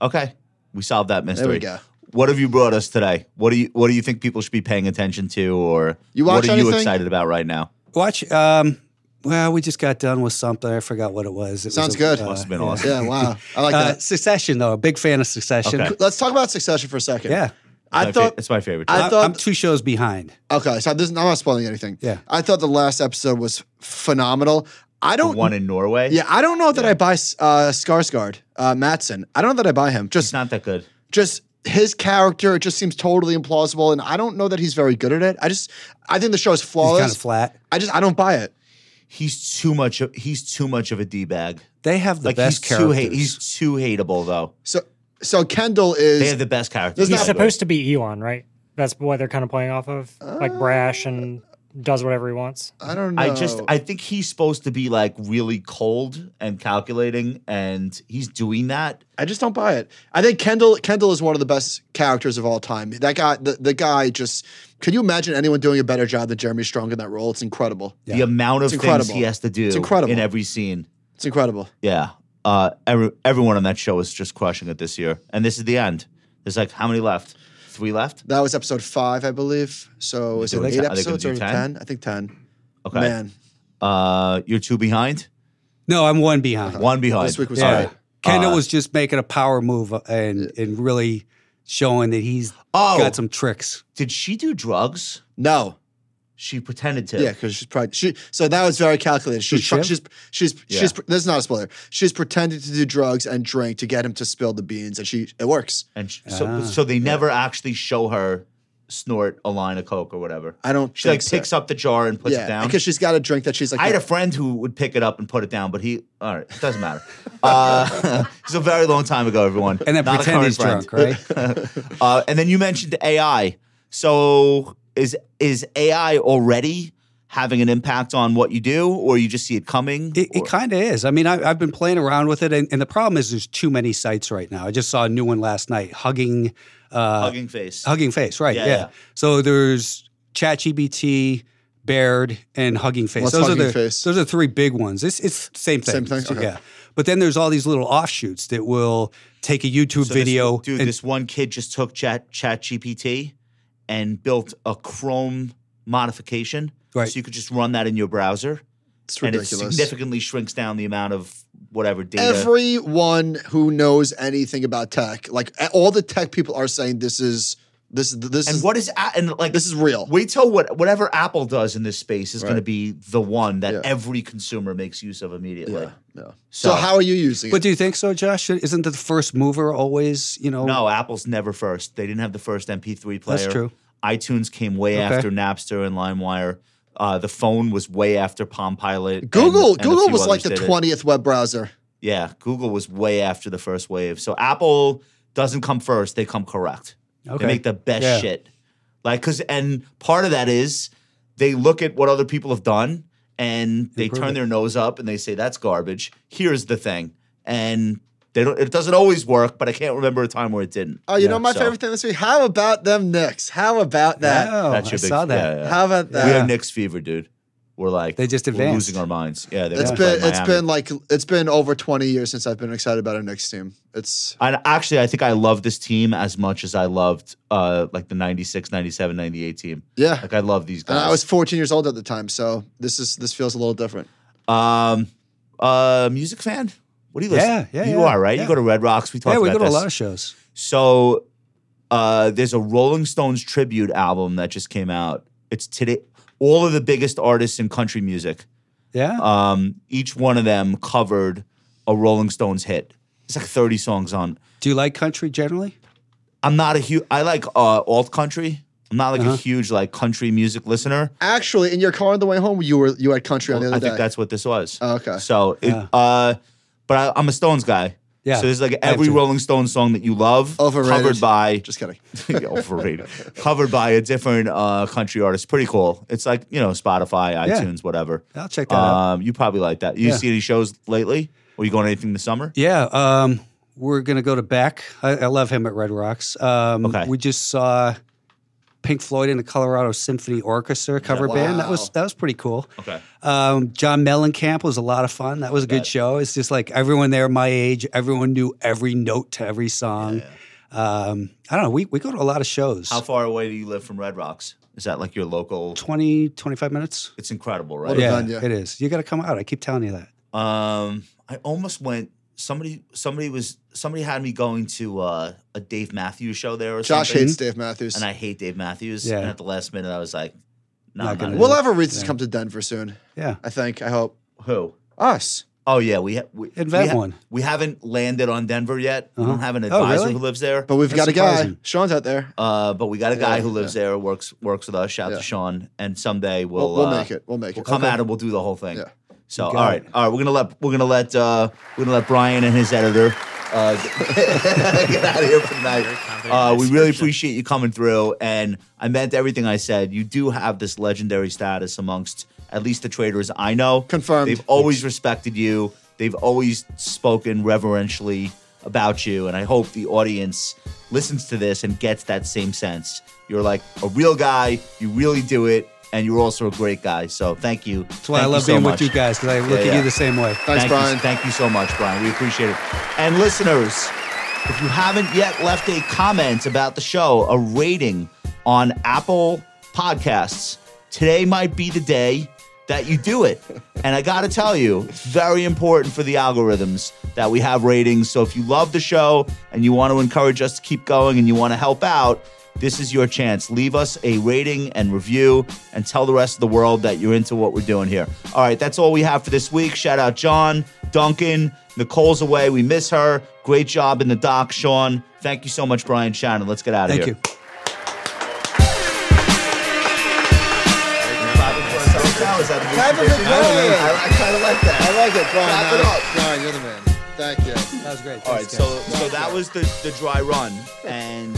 [SPEAKER 1] okay. We solved that mystery.
[SPEAKER 5] go.
[SPEAKER 1] What have you brought us today? What do you What do you think people should be paying attention to, or
[SPEAKER 5] You
[SPEAKER 1] what
[SPEAKER 5] watch
[SPEAKER 1] are you
[SPEAKER 5] anything?
[SPEAKER 1] excited about right now?
[SPEAKER 3] Watch. Um, well, we just got done with something. I forgot what it was. It was
[SPEAKER 5] Sounds
[SPEAKER 3] a-
[SPEAKER 5] good.
[SPEAKER 1] Must have been
[SPEAKER 3] yeah.
[SPEAKER 1] awesome.
[SPEAKER 5] Yeah, wow. I like
[SPEAKER 3] Uh,
[SPEAKER 5] that.
[SPEAKER 3] Succession, though, big fan of Succession.
[SPEAKER 1] Okay.
[SPEAKER 5] Let's talk about Succession for a second.
[SPEAKER 3] Yeah,
[SPEAKER 5] I
[SPEAKER 1] My fa-
[SPEAKER 5] thought
[SPEAKER 1] it's my favorite.
[SPEAKER 5] I
[SPEAKER 3] I
[SPEAKER 5] thought-
[SPEAKER 3] am two shows behind.
[SPEAKER 5] Okay, so this, I'm not spoiling anything.
[SPEAKER 3] Yeah.
[SPEAKER 5] I thought the last episode was phenomenal. I
[SPEAKER 1] The
[SPEAKER 5] don't.
[SPEAKER 1] one in Norway.
[SPEAKER 5] yeah, I don't know that I buy uh, Skarsgård, uh, Matson. I don't know that I buy him. Just
[SPEAKER 1] it's not that good.
[SPEAKER 5] just his character it just seems totally implausible and i don't know that he's very good at it i just i think the show is
[SPEAKER 3] It's
[SPEAKER 5] flawless
[SPEAKER 3] kind of flat.
[SPEAKER 5] i just i don't buy it
[SPEAKER 1] He's too much. Of, he's too much of a d bag.
[SPEAKER 3] They have the
[SPEAKER 1] Like
[SPEAKER 3] best
[SPEAKER 1] he's too
[SPEAKER 3] characters.
[SPEAKER 1] hate. He's too hateable though.
[SPEAKER 5] so so kendall
[SPEAKER 1] They
[SPEAKER 5] is
[SPEAKER 1] have the best characters.
[SPEAKER 5] There's
[SPEAKER 6] He's
[SPEAKER 1] by
[SPEAKER 5] not-
[SPEAKER 1] the way.
[SPEAKER 6] supposed to be Elon, right? That's what they're kind of playing off of, like brash
[SPEAKER 1] Uh,
[SPEAKER 6] and does whatever he wants.
[SPEAKER 5] i don't know
[SPEAKER 1] I just. I think he's supposed to be like really cold and calculating, and he's doing that.
[SPEAKER 5] I just don't buy it i think kendall kendall is one of the best characters of all time that guy the, the guy just could you imagine anyone doing a better job than jeremy strong in that role it's incredible
[SPEAKER 1] The amount of
[SPEAKER 5] It's
[SPEAKER 1] things he
[SPEAKER 5] incredible.
[SPEAKER 1] has to do
[SPEAKER 5] It's incredible.
[SPEAKER 1] in every scene.
[SPEAKER 5] it's incredible
[SPEAKER 1] Yeah. Uh, every, everyone on that show is just crushing it this year, and this is the end. There's like how many left? Three left.
[SPEAKER 5] that was episode five i believe so is it
[SPEAKER 1] doing
[SPEAKER 5] eight
[SPEAKER 1] ten- are they gonna
[SPEAKER 5] episodes
[SPEAKER 1] do
[SPEAKER 5] or
[SPEAKER 1] 10?
[SPEAKER 5] ten i think ten
[SPEAKER 1] Okay.
[SPEAKER 5] man
[SPEAKER 1] Uh, you're two behind.
[SPEAKER 3] no, I'm one behind.
[SPEAKER 1] One behind.
[SPEAKER 5] this week was
[SPEAKER 3] Yeah.
[SPEAKER 5] all right
[SPEAKER 1] Uh,
[SPEAKER 3] Kendall was just making a power move uh, and and really showing that he's
[SPEAKER 1] Oh.
[SPEAKER 3] got some tricks.
[SPEAKER 1] Did she do drugs?
[SPEAKER 5] no
[SPEAKER 1] She pretended to.
[SPEAKER 5] Yeah, because she's probably she. So that was very calculated. She's
[SPEAKER 3] Who,
[SPEAKER 5] she's
[SPEAKER 3] Shiv?
[SPEAKER 5] she's she's,
[SPEAKER 1] Yeah.
[SPEAKER 5] she's this is not a spoiler. She's pretending to do drugs and drink to get him to spill the beans, and she it works.
[SPEAKER 1] And sh so,
[SPEAKER 3] Ah.
[SPEAKER 1] so they never actually show her snort a line of coke or whatever.
[SPEAKER 5] I don't.
[SPEAKER 1] She like
[SPEAKER 5] think so.
[SPEAKER 1] picks up the jar and puts
[SPEAKER 5] yeah,
[SPEAKER 1] it down.
[SPEAKER 5] because she's got a drink that she's like.
[SPEAKER 1] I had a friend who would pick it up and put it down, but he all right, it doesn't matter. uh, it's a very long time ago, everyone.
[SPEAKER 3] And then
[SPEAKER 1] Not a
[SPEAKER 3] pretend
[SPEAKER 1] current
[SPEAKER 3] he's
[SPEAKER 1] friend.
[SPEAKER 3] drunk, right?
[SPEAKER 1] uh, and then you mentioned AI. So is is AI already having an impact on what you do, or you just see it coming?
[SPEAKER 3] It, it
[SPEAKER 1] Or-
[SPEAKER 3] kind of is. I mean, I, I've been playing around with it, and, and the problem is there's too many sites right now. I just saw a new one last night, hugging, uh, hugging,
[SPEAKER 1] hugging face.
[SPEAKER 3] face, right?
[SPEAKER 1] Yeah,
[SPEAKER 3] Yeah.
[SPEAKER 1] yeah.
[SPEAKER 3] So there's ChatGPT, Baird, and Hugging Face.
[SPEAKER 5] What's
[SPEAKER 3] those
[SPEAKER 5] Hugging
[SPEAKER 3] are the
[SPEAKER 5] Face?
[SPEAKER 3] those are the three big ones. It's it's same thing.
[SPEAKER 5] Same thing?
[SPEAKER 3] So,
[SPEAKER 5] Okay.
[SPEAKER 3] Yeah. But then there's all these little offshoots that will take a YouTube
[SPEAKER 1] So this-
[SPEAKER 3] video
[SPEAKER 1] dude.
[SPEAKER 3] and
[SPEAKER 1] this one kid just took Chat Chat GPT and built a Chrome modification,
[SPEAKER 3] Right.
[SPEAKER 1] so you could just run that in your browser,
[SPEAKER 5] it's
[SPEAKER 1] and it
[SPEAKER 5] ridiculous.
[SPEAKER 1] significantly shrinks down the amount of whatever data.
[SPEAKER 5] Everyone who knows anything about tech, like a- all the tech people, are saying this is this is this
[SPEAKER 1] and
[SPEAKER 5] is
[SPEAKER 1] what is a- and like
[SPEAKER 5] this is real.
[SPEAKER 1] Wait till what whatever Apple does in this space is going to
[SPEAKER 5] Right.
[SPEAKER 1] be the one that
[SPEAKER 5] Yeah.
[SPEAKER 1] every consumer makes use of immediately.
[SPEAKER 5] yeah, yeah. So,
[SPEAKER 1] So-
[SPEAKER 5] how are you using
[SPEAKER 3] But
[SPEAKER 5] it?
[SPEAKER 3] do you think so, Josh? Isn't the first mover always, you know?
[SPEAKER 1] No, Apple's never first. They didn't have the first MP3 player.
[SPEAKER 3] true.
[SPEAKER 1] iTunes came way
[SPEAKER 3] Okay.
[SPEAKER 1] after Napster and LimeWire. Uh, the phone was way after Palm Pilot. and-
[SPEAKER 5] Google
[SPEAKER 1] and a
[SPEAKER 5] Google
[SPEAKER 1] few
[SPEAKER 5] was like the
[SPEAKER 1] others did it.
[SPEAKER 5] twentieth web browser.
[SPEAKER 1] Yeah, Google was way after the first wave. So Apple doesn't come first; they come correct.
[SPEAKER 3] Okay.
[SPEAKER 1] They make the best
[SPEAKER 3] Yeah.
[SPEAKER 1] shit. Like, cause and part of that is they look at what other people have done and they
[SPEAKER 3] Improve
[SPEAKER 1] turn
[SPEAKER 3] it.
[SPEAKER 1] their nose up and they say that's garbage. Here's the thing, and they don't. It doesn't always work, but I can't remember a time where it didn't.
[SPEAKER 5] Oh, you know my
[SPEAKER 1] so-
[SPEAKER 5] favorite thing this week. How about them Knicks? How about that?
[SPEAKER 3] Wow,
[SPEAKER 1] That's
[SPEAKER 3] Oh, I
[SPEAKER 1] your big-
[SPEAKER 3] saw that.
[SPEAKER 1] yeah, yeah.
[SPEAKER 5] How about that?
[SPEAKER 1] We have Knicks fever, dude. We're like
[SPEAKER 3] They just
[SPEAKER 1] we're
[SPEAKER 3] advanced.
[SPEAKER 1] losing our minds. Yeah, they're
[SPEAKER 5] It's
[SPEAKER 1] gonna
[SPEAKER 5] been
[SPEAKER 1] play
[SPEAKER 5] it's
[SPEAKER 1] Miami.
[SPEAKER 5] been like it's been over twenty years since I've been excited about a Knicks team. It's
[SPEAKER 1] And actually, I think I love this team as much as I loved uh, like the 96, 97, 98 team.
[SPEAKER 5] yeah.
[SPEAKER 1] Like I love these guys.
[SPEAKER 5] And I was fourteen years old at the time, so this is this feels a little different.
[SPEAKER 1] um, uh, music fan. What do you listen?
[SPEAKER 3] Yeah, yeah,
[SPEAKER 1] You
[SPEAKER 3] yeah,
[SPEAKER 1] are right.
[SPEAKER 3] yeah.
[SPEAKER 1] You go to Red Rocks. We talked
[SPEAKER 3] yeah, we
[SPEAKER 1] about
[SPEAKER 3] go to a
[SPEAKER 1] this.
[SPEAKER 3] lot of shows.
[SPEAKER 1] so uh, there's a Rolling Stones tribute album that just came out. It's today. All of the biggest artists in country music.
[SPEAKER 3] Yeah,
[SPEAKER 1] Um, each one of them covered a Rolling Stones hit. It's like 30 songs on.
[SPEAKER 3] do you like country generally?
[SPEAKER 1] I'm not a huge. I like uh, alt country. I'm not like a
[SPEAKER 3] Uh-huh.
[SPEAKER 1] huge like country music listener.
[SPEAKER 5] Actually, in your car on the way home, you were you had country on the other
[SPEAKER 1] I
[SPEAKER 5] day.
[SPEAKER 1] think that's what this was.
[SPEAKER 5] Oh, okay.
[SPEAKER 1] So, it,
[SPEAKER 3] Yeah.
[SPEAKER 1] uh, but I, I'm a Stones guy.
[SPEAKER 3] Yeah.
[SPEAKER 1] So there's like
[SPEAKER 3] I have
[SPEAKER 1] every
[SPEAKER 3] to.
[SPEAKER 1] Rolling Stones song that you love,
[SPEAKER 5] Overrated.
[SPEAKER 1] covered by
[SPEAKER 5] Just kidding.
[SPEAKER 1] Yeah, overrated, covered by a different uh, country artist. Pretty cool. It's like you know Spotify,
[SPEAKER 3] Yeah.
[SPEAKER 1] iTunes, whatever.
[SPEAKER 3] I'll check that out.
[SPEAKER 1] Um, you probably like that. You
[SPEAKER 3] Yeah.
[SPEAKER 1] see any shows lately? Or you going to anything this summer?
[SPEAKER 3] Yeah, um, we're gonna go to Beck. I, I love him at Red Rocks. Um,
[SPEAKER 1] Okay.
[SPEAKER 3] we just saw Pink Floyd and the Colorado Symphony Orchestra cover band. That was
[SPEAKER 5] Wow.
[SPEAKER 3] that was pretty cool.
[SPEAKER 1] Okay.
[SPEAKER 3] Um, John Mellencamp was a lot of fun. That was a good show. It's just like everyone there my age. Everyone knew every note to every song. Um, I don't know. We we go to a lot of shows.
[SPEAKER 1] How far away do you live from Red Rocks? Is that like your local?
[SPEAKER 3] 20, 25 minutes.
[SPEAKER 1] It's incredible, right?
[SPEAKER 5] What a
[SPEAKER 3] yeah,
[SPEAKER 5] venue.
[SPEAKER 3] it is. You got to come out. I keep telling you that.
[SPEAKER 1] Um, I almost went. Somebody, somebody was somebody had me going to uh, a Dave Matthews show there or
[SPEAKER 5] Josh
[SPEAKER 1] something,
[SPEAKER 5] hates Dave Matthews.
[SPEAKER 1] and I hate Dave Matthews.
[SPEAKER 3] Yeah.
[SPEAKER 1] And at the last minute, I was like, "No,
[SPEAKER 3] Not
[SPEAKER 1] I'm
[SPEAKER 3] gonna
[SPEAKER 1] not
[SPEAKER 5] we'll
[SPEAKER 1] well,
[SPEAKER 5] have a reason to
[SPEAKER 3] Yeah.
[SPEAKER 5] come to Denver soon.
[SPEAKER 3] Yeah.
[SPEAKER 5] I think. I hope
[SPEAKER 1] who?
[SPEAKER 5] us.
[SPEAKER 1] Oh yeah, we ha- we
[SPEAKER 3] Invent
[SPEAKER 1] we ha-
[SPEAKER 3] one.
[SPEAKER 1] We haven't landed on Denver yet. We don't
[SPEAKER 3] Uh-huh.
[SPEAKER 1] have an
[SPEAKER 3] Oh,
[SPEAKER 1] advisor
[SPEAKER 3] really?
[SPEAKER 1] who lives there,
[SPEAKER 5] But we've
[SPEAKER 3] That's
[SPEAKER 5] got a guy.
[SPEAKER 3] surprising.
[SPEAKER 5] Sean's out there.
[SPEAKER 1] uh, but we got a guy
[SPEAKER 5] Yeah,
[SPEAKER 1] who lives there, works works with us. Shout out
[SPEAKER 5] Yeah.
[SPEAKER 1] to Sean, and someday we'll
[SPEAKER 5] We'll, we'll
[SPEAKER 1] uh,
[SPEAKER 5] make it. We'll make
[SPEAKER 1] We'll
[SPEAKER 5] it.
[SPEAKER 1] come at it. We'll do the whole thing.
[SPEAKER 5] Yeah.
[SPEAKER 1] So
[SPEAKER 3] You
[SPEAKER 1] all
[SPEAKER 3] got
[SPEAKER 1] right,
[SPEAKER 3] it.
[SPEAKER 1] all right. We're gonna let we're gonna let uh, we're gonna let Brian and his editor uh, get out of here for tonight. Uh, we really appreciate you coming through, and I meant everything I said. You do have this legendary status amongst at least the traders I know.
[SPEAKER 5] Confirmed.
[SPEAKER 1] They've always respected you. They've always spoken reverentially about you, and I hope the audience listens to this and gets that same sense. You're like a real guy. You really do it. And you're also a great guy. So thank you.
[SPEAKER 3] That's why I love being with you guys because I look
[SPEAKER 1] yeah.
[SPEAKER 3] at you the same way.
[SPEAKER 5] Thanks,
[SPEAKER 1] thank
[SPEAKER 5] Brian.
[SPEAKER 1] You, thank you so much, Brian. We appreciate it. And listeners, if you haven't yet left a comment about the show, a rating on Apple Podcasts, today might be the day that you do it. And I got to tell you, it's very important for the algorithms that we have ratings. So if you love the show and you want to encourage us to keep going and you want to help out, this is your chance. Leave us a rating and review and tell the rest of the world that you're into what we're doing here. All right, that's all we have for this week. Shout out John, Duncan, Nicole's away. We miss her. Great job in the dock, Sean. Thank you so much, Brian Shannon. Let's get out of
[SPEAKER 3] Thank
[SPEAKER 1] here.
[SPEAKER 3] you.
[SPEAKER 1] I kind of like that.
[SPEAKER 5] I like it, Brian.
[SPEAKER 1] Wrap it
[SPEAKER 5] That was-
[SPEAKER 1] up.
[SPEAKER 5] Brian, you're the man. Thank you.
[SPEAKER 3] That was great.
[SPEAKER 1] All right, so so that was the the dry run, and